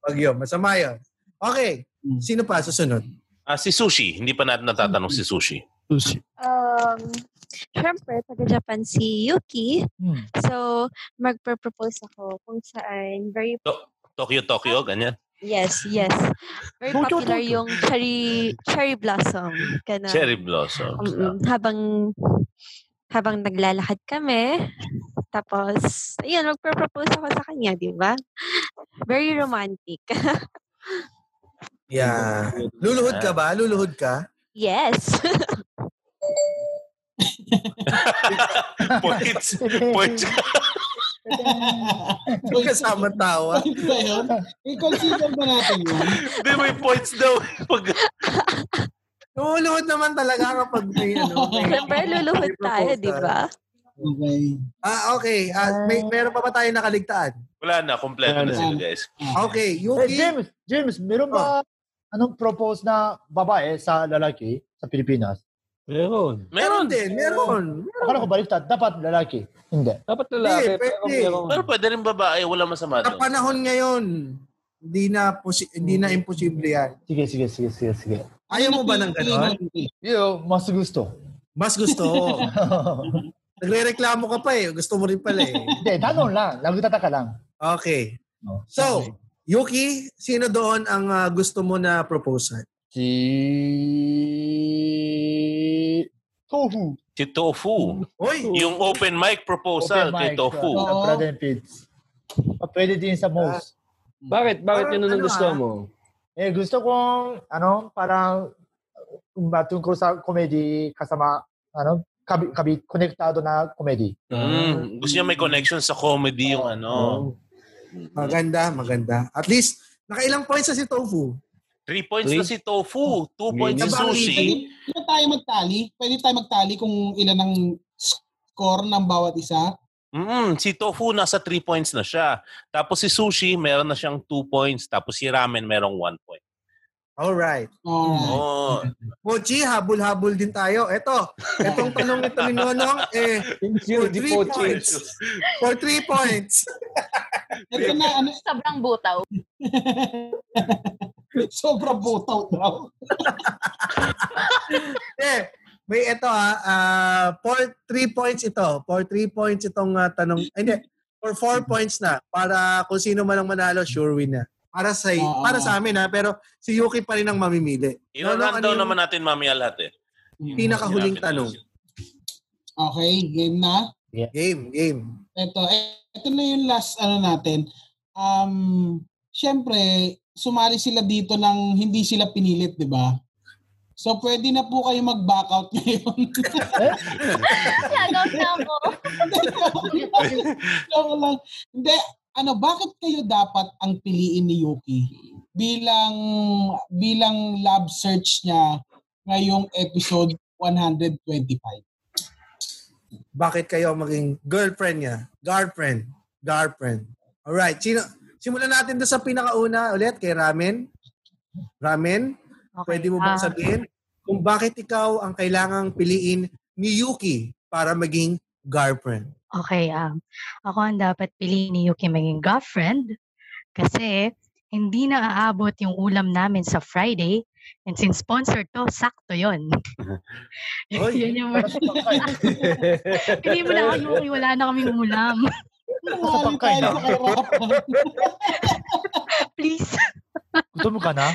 [SPEAKER 6] Wag yun, masama yun. Okay, sino pa susunod?
[SPEAKER 5] Ah, si Sushi. Hindi pa natin natatanong si Sushi.
[SPEAKER 7] Um, syempre, taga-Japan si Yuki.
[SPEAKER 1] Hmm.
[SPEAKER 7] So, magpropose ako kung saan very
[SPEAKER 5] Tokyo, Tokyo, ganyan.
[SPEAKER 7] Yes, yes. Very
[SPEAKER 1] Don't, don't,
[SPEAKER 7] popular
[SPEAKER 1] don't.
[SPEAKER 7] yung cherry cherry blossom.
[SPEAKER 10] Ano?
[SPEAKER 7] Ganun.
[SPEAKER 5] Cherry Blossom.
[SPEAKER 10] Um,
[SPEAKER 7] Mm-mm. habang habang naglalakad kami, tapos, ayun, magpropose ako sa kanya, di ba? Very romantic.
[SPEAKER 6] Yeah. Luluhod ka ba? Luluhod ka?
[SPEAKER 7] yes.
[SPEAKER 5] points. Points.
[SPEAKER 6] Yung kasama tawa.
[SPEAKER 3] Ano ba yun? I-consider ba natin yun?
[SPEAKER 5] Hindi, may points daw. Pag,
[SPEAKER 6] Luluhod naman talaga kapag may ano. may-
[SPEAKER 7] Siyempre, luluhod tayo, di ba?
[SPEAKER 3] Okay.
[SPEAKER 6] Ah, okay. Ah, may, meron pa ba tayo nakaligtaan?
[SPEAKER 5] wala na, kompleto na sila, guys.
[SPEAKER 6] Okay,
[SPEAKER 1] Eh,
[SPEAKER 6] Yuki. Oh.
[SPEAKER 1] James, James, meron ba anong propose na babae sa lalaki sa Pilipinas?
[SPEAKER 4] Meron.
[SPEAKER 6] Meron
[SPEAKER 5] Meron.
[SPEAKER 6] din, meron.
[SPEAKER 1] Akala ko baliktad, dapat lalaki. Hindi.
[SPEAKER 4] Dapat lalaki,
[SPEAKER 6] Hindi,
[SPEAKER 4] pero
[SPEAKER 6] pwede.
[SPEAKER 4] meron.
[SPEAKER 5] Pero pwede rin babae, wala masama
[SPEAKER 6] Sa
[SPEAKER 5] doon.
[SPEAKER 6] panahon ngayon, hindi na, posi- hindi na imposible yan.
[SPEAKER 1] Sige, sige, sige, sige, sige.
[SPEAKER 6] Ayaw mo ba ng ganon?
[SPEAKER 1] Yo, mas gusto.
[SPEAKER 6] Mas gusto. Nagre-reklamo ka pa eh. Gusto mo rin pala eh.
[SPEAKER 1] Hindi, tanong lang. Nagtataka lang.
[SPEAKER 6] Okay. So, Yuki, sino doon ang ah, gusto mo na proposal?
[SPEAKER 1] si... Tofu.
[SPEAKER 5] Si Tofu.
[SPEAKER 6] Hoy!
[SPEAKER 5] Yung open mic proposal
[SPEAKER 1] Open
[SPEAKER 5] kay
[SPEAKER 1] mic,
[SPEAKER 2] ah.
[SPEAKER 5] Tofu.
[SPEAKER 1] Sa bread and Pits. Pwede din sa most.
[SPEAKER 4] Bakit? Bakit
[SPEAKER 6] Parang
[SPEAKER 4] yun ang
[SPEAKER 6] ano,
[SPEAKER 4] gusto
[SPEAKER 6] ah?
[SPEAKER 4] mo?
[SPEAKER 1] Eh, gusto kong, ano, parang matungkol sa comedy kasama, ano, kabi, kabi, konektado na comedy.
[SPEAKER 4] Ah.
[SPEAKER 6] ah.
[SPEAKER 5] Mm, gusto niya may connection sa comedy yung ano.
[SPEAKER 6] Maganda, maganda. At least, nakailang points na si Tofu.
[SPEAKER 5] Three points
[SPEAKER 4] Three?
[SPEAKER 5] na si Tofu. Two points si
[SPEAKER 6] Nabangi.
[SPEAKER 5] Sushi.
[SPEAKER 3] Pwede, pwede tayo magtali? Pwede tayo magtali kung ilan ang score ng bawat isa?
[SPEAKER 5] Mm, si Tofu nasa 3 points na siya. Tapos si Sushi, meron na siyang 2 points. Tapos si Ramen, merong 1 point.
[SPEAKER 6] Alright.
[SPEAKER 3] Alright.
[SPEAKER 5] Oh,
[SPEAKER 6] Pochi, habol-habol din tayo. Eto, etong tanong nito ni Nonong, eh, for
[SPEAKER 4] Di
[SPEAKER 6] three
[SPEAKER 4] po,
[SPEAKER 6] points. For three points.
[SPEAKER 3] Ito na, ano,
[SPEAKER 8] Sobrang butaw.
[SPEAKER 3] sobrang butaw daw.
[SPEAKER 6] Eh, may ito ha, ah, for three points ito. For three points itong ah, tanong. eh, Hindi, for four points na. Para kung sino man ang manalo, sure win na. Para sa,
[SPEAKER 3] Oo.
[SPEAKER 6] para sa amin ha, pero si Yuki pa rin ang mamimili.
[SPEAKER 5] i-run
[SPEAKER 6] ano
[SPEAKER 5] daw
[SPEAKER 6] yung
[SPEAKER 5] naman natin mamaya lahat eh.
[SPEAKER 6] Pinakahuling
[SPEAKER 5] Sinabi
[SPEAKER 6] tanong.
[SPEAKER 5] natin.
[SPEAKER 3] Okay, game na.
[SPEAKER 6] Game, game.
[SPEAKER 3] Ito, ito na yung last ano natin. Um, syempre, sumali sila dito ng hindi sila pinilit, 'di ba? So pwede na po kayo mag-back out ngayon.
[SPEAKER 8] Shoutout na ako.
[SPEAKER 3] Joke lang. Hindi, ano, bakit kayo dapat ang piliin ni Yuki bilang bilang lab search niya ngayong episode 125?
[SPEAKER 6] Bakit kayo maging girlfriend niya? Girlfriend. Girlfriend. Alright, sino? Simulan natin doon sa pinakauna ulit kay Ramen. Ramen, pwede mo bang
[SPEAKER 2] Ah.
[SPEAKER 6] sabihin kung bakit ikaw ang kailangang piliin ni Yuki para maging girlfriend?
[SPEAKER 2] Okay, um, ako ang dapat piliin ni Yuki maging girlfriend kasi hindi na aabot yung ulam namin sa Friday and since sponsor to, sakto yon.
[SPEAKER 6] Oy.
[SPEAKER 2] yun yung piliin mo na ako Yuki, wala na kaming ulam.
[SPEAKER 3] Sumali
[SPEAKER 1] pangkay
[SPEAKER 3] tayo
[SPEAKER 6] ah.
[SPEAKER 1] na.
[SPEAKER 3] sa kahirapan.
[SPEAKER 2] ah. Please.
[SPEAKER 1] Gutom ka na?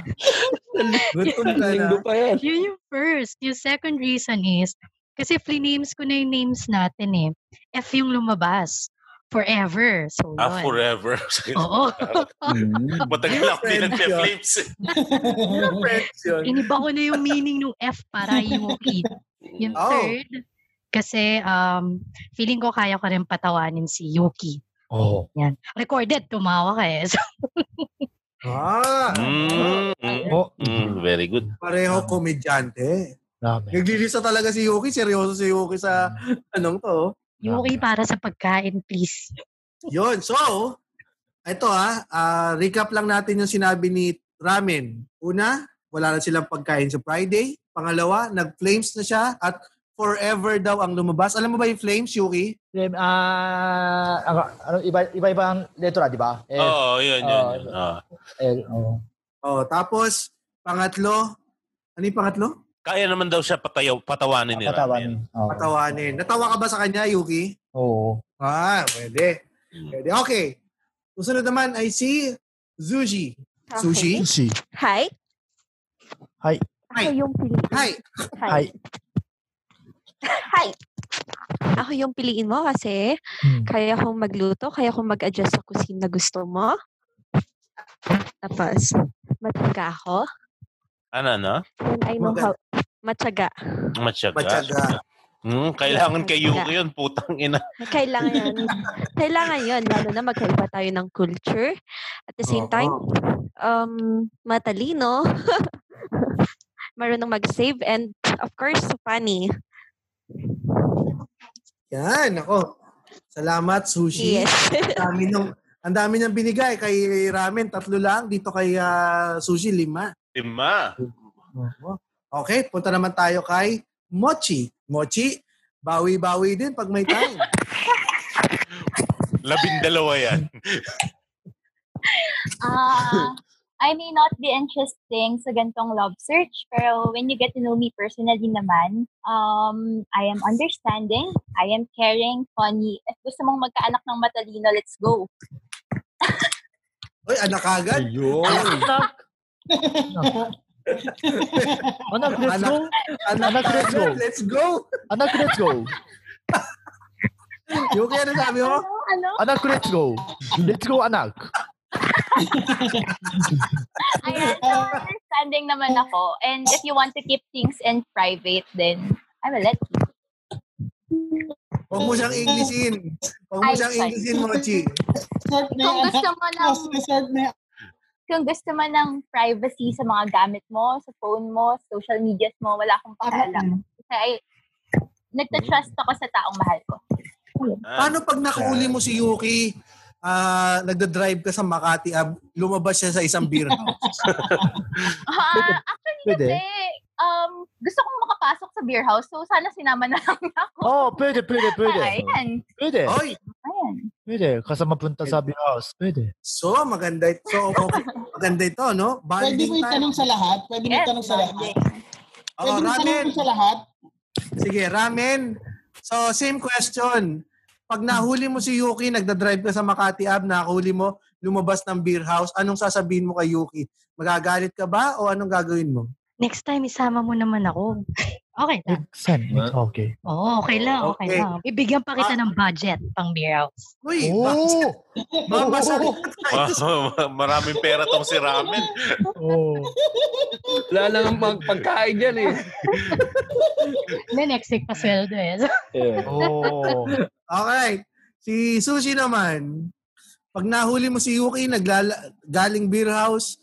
[SPEAKER 6] Gutom ka na.
[SPEAKER 4] Linggo pa yan.
[SPEAKER 2] Yun yung first. Yung second reason is, kasi flinames ko na yung names natin eh. F yung lumabas. Forever. So yun.
[SPEAKER 5] Ah, forever.
[SPEAKER 2] Oo.
[SPEAKER 5] Matagal ako din
[SPEAKER 6] Friend yun.
[SPEAKER 5] nagpe-flames.
[SPEAKER 6] Friends yun.
[SPEAKER 2] Iniba ko na yung meaning ng F para Yuki. Yung
[SPEAKER 6] Oh.
[SPEAKER 2] third, kasi um, feeling ko kaya ko rin patawanin si Yuki.
[SPEAKER 1] Oo.
[SPEAKER 2] Yan. Recorded, tumawa ka eh. So,
[SPEAKER 6] Ah,
[SPEAKER 5] Mm, mm,
[SPEAKER 1] Oh,
[SPEAKER 5] mm, very good.
[SPEAKER 6] pareho komedyante.
[SPEAKER 1] ramen. Mm.
[SPEAKER 6] Naglilista talaga si Yuki. Seryoso si Yuki sa anong to.
[SPEAKER 2] Yuki para sa pagkain, please.
[SPEAKER 6] Yun. So, ito ah, ah, recap lang natin yung sinabi ni Ramen. Una, wala na silang pagkain sa Friday. Pangalawa, nag-flames na siya at forever daw ang lumabas. Alam mo ba yung flames, Yuki?
[SPEAKER 1] Then, ah, ano, ano, iba, iba-ibang letra, di ba? Eh,
[SPEAKER 5] Oo, yun, yun.
[SPEAKER 1] Oo.
[SPEAKER 5] yun. Oo.
[SPEAKER 1] eh, oo.
[SPEAKER 6] Oh, tapos, pangatlo, ano yung pangatlo?
[SPEAKER 5] Kaya naman daw siya patayaw, patawanin ni Ramen.
[SPEAKER 1] Patawan. Oo.
[SPEAKER 6] Patawanin. Natawa ka ba sa kanya, Yuki?
[SPEAKER 1] Oo.
[SPEAKER 6] Ah, pwede. Pwede. Okay. Susunod naman ay si Zuji.
[SPEAKER 7] Okay.
[SPEAKER 6] Sushi?
[SPEAKER 1] Sushi.
[SPEAKER 7] Hi.
[SPEAKER 1] Hi.
[SPEAKER 7] Ako yung piliin.
[SPEAKER 6] Hi.
[SPEAKER 1] Hi.
[SPEAKER 7] Hi. Ako yung piliin mo kasi
[SPEAKER 1] Hmm.
[SPEAKER 7] kaya kong magluto, kaya kong mag-adjust sa kusina na gusto mo. Tapos, matyaga ako.
[SPEAKER 5] Ano, ano?
[SPEAKER 7] And I know how... Matyaga.
[SPEAKER 5] Matyaga.
[SPEAKER 6] Matyaga.
[SPEAKER 5] Hmm, kailangan kay Yuki yun, putang ina.
[SPEAKER 7] Kailangan yun. Kailangan yun, lalo na magkaiba tayo ng culture. At the same time, um, matalino. Marunong mag-save and of course, funny.
[SPEAKER 6] Yan, ako. Salamat, Sushi.
[SPEAKER 7] Yes.
[SPEAKER 6] Ang dami nung ang dami niyang binigay kay Ramen, tatlo lang. Dito kay ah, Sushi, lima.
[SPEAKER 5] Lima.
[SPEAKER 6] Okay, punta naman tayo kay Mochi. Mochi, bawi-bawi din pag may time.
[SPEAKER 5] Labindalawa yan.
[SPEAKER 8] Ah, I may not be interesting sa gantong love search, pero when you get to know me personally naman, um, I am understanding, I am caring, funny. If gusto mong magkaanak ng matalino, let's go.
[SPEAKER 6] Uy, anak agad.
[SPEAKER 4] Ayun.
[SPEAKER 1] Anak! Anak, let's Ano, go!
[SPEAKER 6] Anak,
[SPEAKER 1] Anak, let's go.
[SPEAKER 6] agad. Ano, Let's go.
[SPEAKER 1] Anak, let's go!
[SPEAKER 6] Yuki, ano sabi mo?
[SPEAKER 8] Ano? Ano?
[SPEAKER 1] Anak, let's go! Let's go, anak!
[SPEAKER 8] Ayan, so understanding naman ako. And if you want to keep things in private, then I will let you.
[SPEAKER 6] Huwag mo siyang Englishin. Huwag mo
[SPEAKER 8] Ay,
[SPEAKER 6] siyang
[SPEAKER 8] sorry.
[SPEAKER 6] Englishin, Mochi.
[SPEAKER 3] Resort na
[SPEAKER 8] Kung
[SPEAKER 3] yan.
[SPEAKER 8] gusto mo ng,
[SPEAKER 3] Mas resort na yan.
[SPEAKER 8] kung gusto mo ng privacy sa mga gamit mo, sa phone mo, social medias mo, wala akong pakialam. Kasi I, nagtatrust ako sa taong mahal ko.
[SPEAKER 5] Ah,
[SPEAKER 6] Paano pag nakuli mo si Yuki, ah, nagda-drive ka sa Makati, Ab, lumabas siya sa isang beer house?
[SPEAKER 8] Ah, actually
[SPEAKER 1] Pwede.
[SPEAKER 8] kasi, um, gusto kong makapasok sa beer house, so sana sinama na lang niya ako.
[SPEAKER 1] Oh, pwede, pwede, pwede.
[SPEAKER 8] Ah, Ayan,
[SPEAKER 1] Pwede,
[SPEAKER 6] Oy,
[SPEAKER 8] ayan.
[SPEAKER 1] pwede. Kasama punta sa beer house. Pwede.
[SPEAKER 6] so maganda ito. So, okay. maganda ito, no?
[SPEAKER 3] Pwede
[SPEAKER 6] Bonding
[SPEAKER 3] mo itanong sa lahat? Pwede mo
[SPEAKER 8] Yes,
[SPEAKER 3] itanong sa lahat?
[SPEAKER 8] bonding.
[SPEAKER 6] Oh,
[SPEAKER 3] Pwede mo
[SPEAKER 6] ramen.
[SPEAKER 3] itanong sa lahat?
[SPEAKER 6] Sige, ramen. So, same question. Pag nahuli mo si Yuki, nagda-drive ka sa Makati Ab, nahuli mo, lumabas ng beer house, anong sasabihin mo kay Yuki? Magagalit ka ba o anong gagawin mo?
[SPEAKER 2] Next time, isama mo naman ako. okay lang.
[SPEAKER 1] Next time. next- Okay.
[SPEAKER 2] Oo, okay lang, okay,
[SPEAKER 6] Okay. Ah.
[SPEAKER 2] lang. Bibigyan pa kita ng budget pang beer house.
[SPEAKER 6] Uy, oh.
[SPEAKER 1] Oh!
[SPEAKER 6] babasagin tayo sa
[SPEAKER 5] ma- maraming pera tong si Ramen.
[SPEAKER 1] Oh!
[SPEAKER 4] Wala lang pag pagkain yan eh.
[SPEAKER 2] Then next week
[SPEAKER 6] Ah.
[SPEAKER 2] pa sweldo eh.
[SPEAKER 4] Yeah.
[SPEAKER 1] Oh!
[SPEAKER 6] Okay. Si Sushi naman, pag nahuli mo si Yuki, naglala, galing beer house,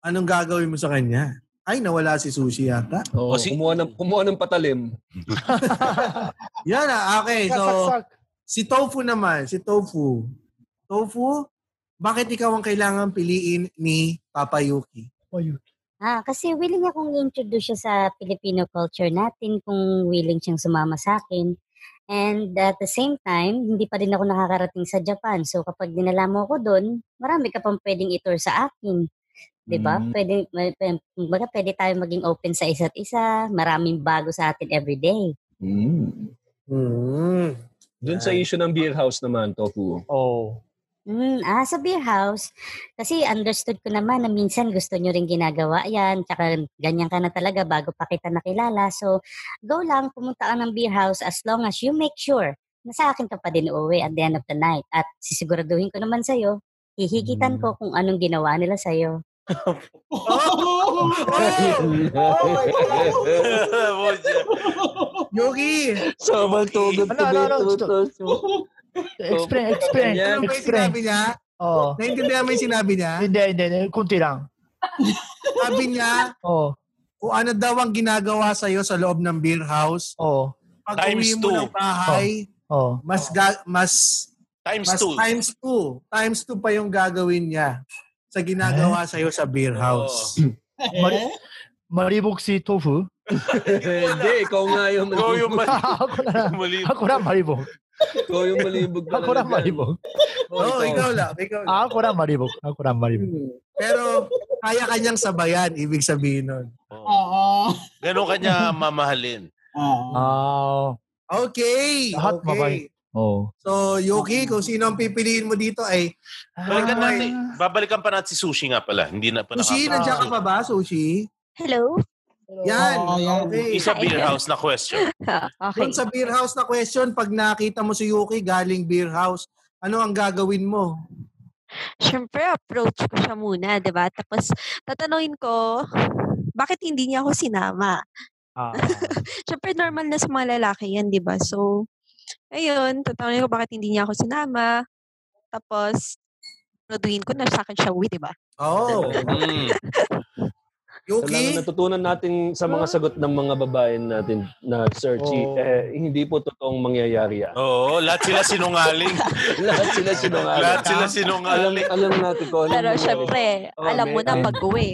[SPEAKER 6] anong gagawin mo sa kanya? Ay, nawala si Sushi yata.
[SPEAKER 4] Oo,
[SPEAKER 5] Kasi-
[SPEAKER 4] kumuha, ng, kumuha ng patalim.
[SPEAKER 6] Yan ah, okay. So,
[SPEAKER 1] Saksak.
[SPEAKER 6] si Tofu naman, si Tofu. Tofu, bakit ikaw ang kailangan piliin ni Papa Yuki?
[SPEAKER 1] Ayun.
[SPEAKER 10] Ah, kasi willing akong i-introduce siya sa Filipino culture natin kung willing siyang sumama sa akin. And at the same time, hindi pa rin ako nakakarating sa Japan. So kapag dinala mo ako doon, marami ka pang pwedeng itour sa akin. 'Di ba?
[SPEAKER 5] Mm.
[SPEAKER 10] Pwede ma- pe- kumbaga pwede tayo maging open sa isa't isa. Maraming bago sa atin every day.
[SPEAKER 5] Mm.
[SPEAKER 6] Hmm.
[SPEAKER 4] Doon sa issue ng beer house naman, Tofu.
[SPEAKER 1] Oh.
[SPEAKER 10] Mm, ah, sa beer house. Kasi understood ko naman na minsan gusto nyo rin ginagawa yan. Tsaka ganyan ka na talaga bago pa kita nakilala. So, go lang, pumunta ka ng beer house as long as you make sure na sa akin ka pa din uuwi at the end of the night. At sisiguraduhin ko naman sa'yo, hihigitan ko kung anong ginawa nila sa'yo.
[SPEAKER 3] Oh!
[SPEAKER 6] Yuki!
[SPEAKER 4] Sobrang tugot
[SPEAKER 1] Ano, ano, ano, gusto- Explain, explain,
[SPEAKER 6] Ano ba yung
[SPEAKER 1] explain.
[SPEAKER 6] sinabi niya?
[SPEAKER 1] Oh.
[SPEAKER 6] Naintindihan mo yung sinabi niya?
[SPEAKER 1] Hindi, hindi, hindi. Kunti lang.
[SPEAKER 6] Sabi niya,
[SPEAKER 1] Oh,
[SPEAKER 6] kung ano daw ang ginagawa sa iyo sa loob ng beer house,
[SPEAKER 1] oh,
[SPEAKER 6] pag uwi
[SPEAKER 5] Times
[SPEAKER 6] mo
[SPEAKER 5] two.
[SPEAKER 6] ng bahay,
[SPEAKER 1] oh.
[SPEAKER 6] mas ga- mas
[SPEAKER 5] Times
[SPEAKER 6] mas
[SPEAKER 5] two.
[SPEAKER 6] times
[SPEAKER 1] Eh?
[SPEAKER 6] two. Times two pa yung gagawin niya sa ginagawa sa iyo sa beer house.
[SPEAKER 1] Mari,
[SPEAKER 6] Eh?
[SPEAKER 1] maribok si Tofu.
[SPEAKER 4] Hindi, ikaw nga yung
[SPEAKER 5] Ikaw yung
[SPEAKER 4] malibog.
[SPEAKER 5] mali.
[SPEAKER 1] ako na lang.
[SPEAKER 5] mali.
[SPEAKER 1] Ako na maribok.
[SPEAKER 4] Ikaw yung malibog
[SPEAKER 1] Ako na
[SPEAKER 4] talaga.
[SPEAKER 1] maribok.
[SPEAKER 4] Oo,
[SPEAKER 6] Oo, ikaw lang. Ikaw lang. Hmm,
[SPEAKER 1] Ako na maribok. Ako na maribok.
[SPEAKER 6] Pero kaya kanyang sabayan, ibig sabihin nun.
[SPEAKER 5] Oh.
[SPEAKER 3] Oo.
[SPEAKER 5] Ganon ka niya mamahalin.
[SPEAKER 3] Oo.
[SPEAKER 1] Ah,
[SPEAKER 6] Okay.
[SPEAKER 1] Lahat mabait.
[SPEAKER 6] Okay.
[SPEAKER 1] oh.
[SPEAKER 6] So, Yuki, kung sino ang pipiliin mo dito ay Ah,
[SPEAKER 5] Balikan natin. Babalikan pa natin si Sushi nga pala. Hindi na pa
[SPEAKER 6] Sushi,
[SPEAKER 5] nakaka-
[SPEAKER 6] nandiyan ka pa ba, Sushi?
[SPEAKER 7] Hello?
[SPEAKER 6] Yan.
[SPEAKER 3] Oo, yan.
[SPEAKER 6] Okay.
[SPEAKER 5] Isa beer house na question.
[SPEAKER 7] Ah, okay.
[SPEAKER 6] Doon sa beer house na question, pag nakita mo si Yuki galing beer house, ano ang gagawin mo?
[SPEAKER 7] Siyempre, approach ko siya muna, di ba? Tapos, tatanungin ko, bakit hindi niya ako sinama?
[SPEAKER 1] Ah.
[SPEAKER 7] Siyempre, normal na sa mga lalaki yan, di ba? So, ayun, tatanungin ko bakit hindi niya ako sinama. Tapos, produhin ko na sa akin siya uwi, di ba?
[SPEAKER 6] Oh,
[SPEAKER 5] Mm.
[SPEAKER 4] Talagang
[SPEAKER 6] Yuki?
[SPEAKER 4] natutunan natin sa
[SPEAKER 1] Ah.
[SPEAKER 4] mga sagot ng mga babae natin na Sir Chi,
[SPEAKER 1] Oo.
[SPEAKER 4] eh, hindi po totoong mangyayari yan.
[SPEAKER 5] Oo, lahat sila sinungaling.
[SPEAKER 4] Lahat sila
[SPEAKER 5] lahat
[SPEAKER 4] sinungaling.
[SPEAKER 5] sila
[SPEAKER 4] alam,
[SPEAKER 5] sinungaling.
[SPEAKER 4] alam natin ano ko. Alam
[SPEAKER 7] Pero
[SPEAKER 4] mo,
[SPEAKER 7] syempre,
[SPEAKER 4] Oo,
[SPEAKER 7] alam mo
[SPEAKER 4] may- ano
[SPEAKER 7] na
[SPEAKER 4] may-
[SPEAKER 7] pag-uwi,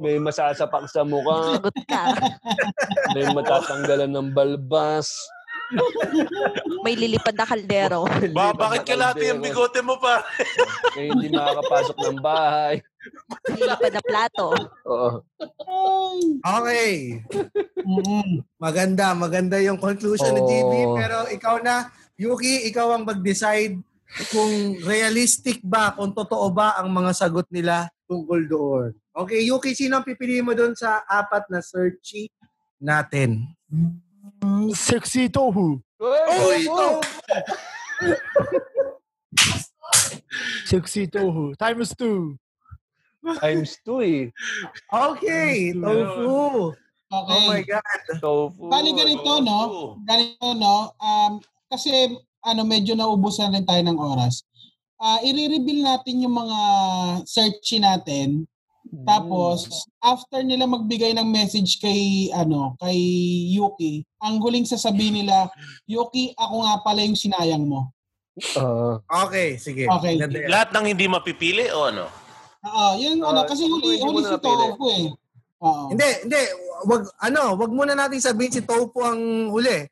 [SPEAKER 4] May masasapak sa mukha,
[SPEAKER 7] sagot ka.
[SPEAKER 4] may matatanggalan ng balbas.
[SPEAKER 7] May lilipad na kaldero.
[SPEAKER 5] Ba, bakit kalahati yung bigote mo pa?
[SPEAKER 4] Eh, hindi makakapasok ng bahay.
[SPEAKER 7] lilipad na plato.
[SPEAKER 4] Oo.
[SPEAKER 6] Okay.
[SPEAKER 3] Mm-mm.
[SPEAKER 6] Maganda, maganda yung conclusion ni
[SPEAKER 1] Oo.
[SPEAKER 6] GB. Pero ikaw na, Yuki, ikaw ang mag-decide kung realistic ba, kung totoo ba ang mga sagot nila tungkol doon. Okay, Yuki, sino ang pipiliin mo doon sa apat na searchy natin?
[SPEAKER 1] Mm, Sexy tofu.
[SPEAKER 6] Oy!
[SPEAKER 1] Sexy tofu. Times two.
[SPEAKER 4] Times two eh.
[SPEAKER 6] Okay, tofu.
[SPEAKER 3] Okay.
[SPEAKER 6] Oh my God.
[SPEAKER 4] Tofu.
[SPEAKER 3] Bali ganito, no? Ganito, no? Um, kasi, ano, medyo naubusan rin tayo ng oras. Ah, i-reveal natin yung mga searchy natin. Tapos, after nila magbigay ng message kay, ano, kay Yuki, ang huling sasabihin nila, Yuki, ako nga pala yung sinayang mo.
[SPEAKER 4] Ah.
[SPEAKER 6] Okay, sige.
[SPEAKER 3] Okay.
[SPEAKER 6] Maganda yan.
[SPEAKER 5] Lahat ng hindi mapipili o ano?
[SPEAKER 3] Oo, yun, ano,
[SPEAKER 4] Ah,
[SPEAKER 3] kasi
[SPEAKER 4] ito
[SPEAKER 3] huli,
[SPEAKER 4] hindi
[SPEAKER 3] huli
[SPEAKER 4] mo
[SPEAKER 3] si
[SPEAKER 4] napili.
[SPEAKER 3] Tofu eh. Oo.
[SPEAKER 6] Hindi, hindi. Wag, ano, wag muna natin sabihin si Topo ang huli.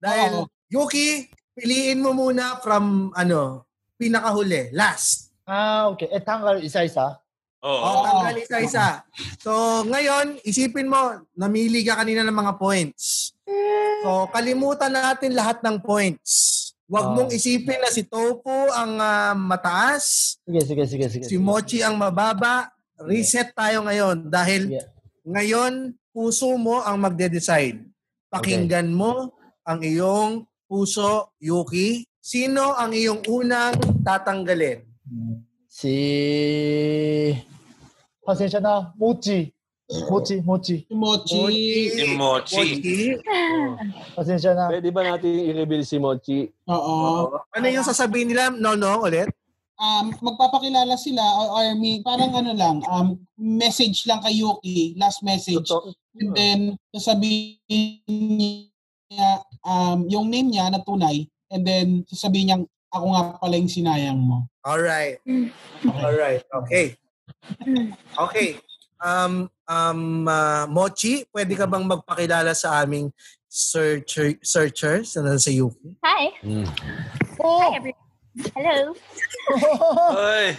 [SPEAKER 6] Dahil,
[SPEAKER 3] Oo.
[SPEAKER 6] Yuki, piliin mo muna from, ano, pinakahuli, last.
[SPEAKER 1] Ah, okay. Eh, tanggal isa-isa.
[SPEAKER 5] Oo.
[SPEAKER 3] Oh,
[SPEAKER 6] O, tanggal isa-isa. So, ngayon, isipin mo, namili ka kanina ng mga points. So, kalimutan natin lahat ng points. Huwag
[SPEAKER 1] Ah.
[SPEAKER 6] mong isipin na si Topo ang ah, mataas,
[SPEAKER 1] Sige, sige, sige, sige.
[SPEAKER 6] si Mochi ang mababa. Reset tayo ngayon dahil
[SPEAKER 1] Sige.
[SPEAKER 6] Ngayon, puso mo ang magde-decide. Pakinggan mo ang iyong puso, Yuki. Sino ang iyong unang tatanggalin?
[SPEAKER 1] Si... Pasensya na. Mochi. Mochi, Mochi.
[SPEAKER 3] Si Mochi.
[SPEAKER 5] Si Mochi.
[SPEAKER 1] Pasensya na.
[SPEAKER 4] Pwede ba natin i-reveal si Mochi?
[SPEAKER 3] Oo.
[SPEAKER 6] Ano yung sasabihin nila? No, no, ulit.
[SPEAKER 3] um, magpapakilala sila o army, parang ano lang, um, message lang kay Yuki, last message.
[SPEAKER 4] Totoo.
[SPEAKER 3] And then, sasabihin niya, um, yung name niya na tunay, and then sasabihin niya, ako nga pala yung sinayang mo.
[SPEAKER 6] Alright. Alright. Okay. Okay. Um, um, ah, Mochi, pwede ka bang magpakilala sa aming searcher, searchers Ano na nasa Yuki?
[SPEAKER 8] Hi!
[SPEAKER 1] Oh!
[SPEAKER 8] Hi, everyone! Hello!
[SPEAKER 5] Ay.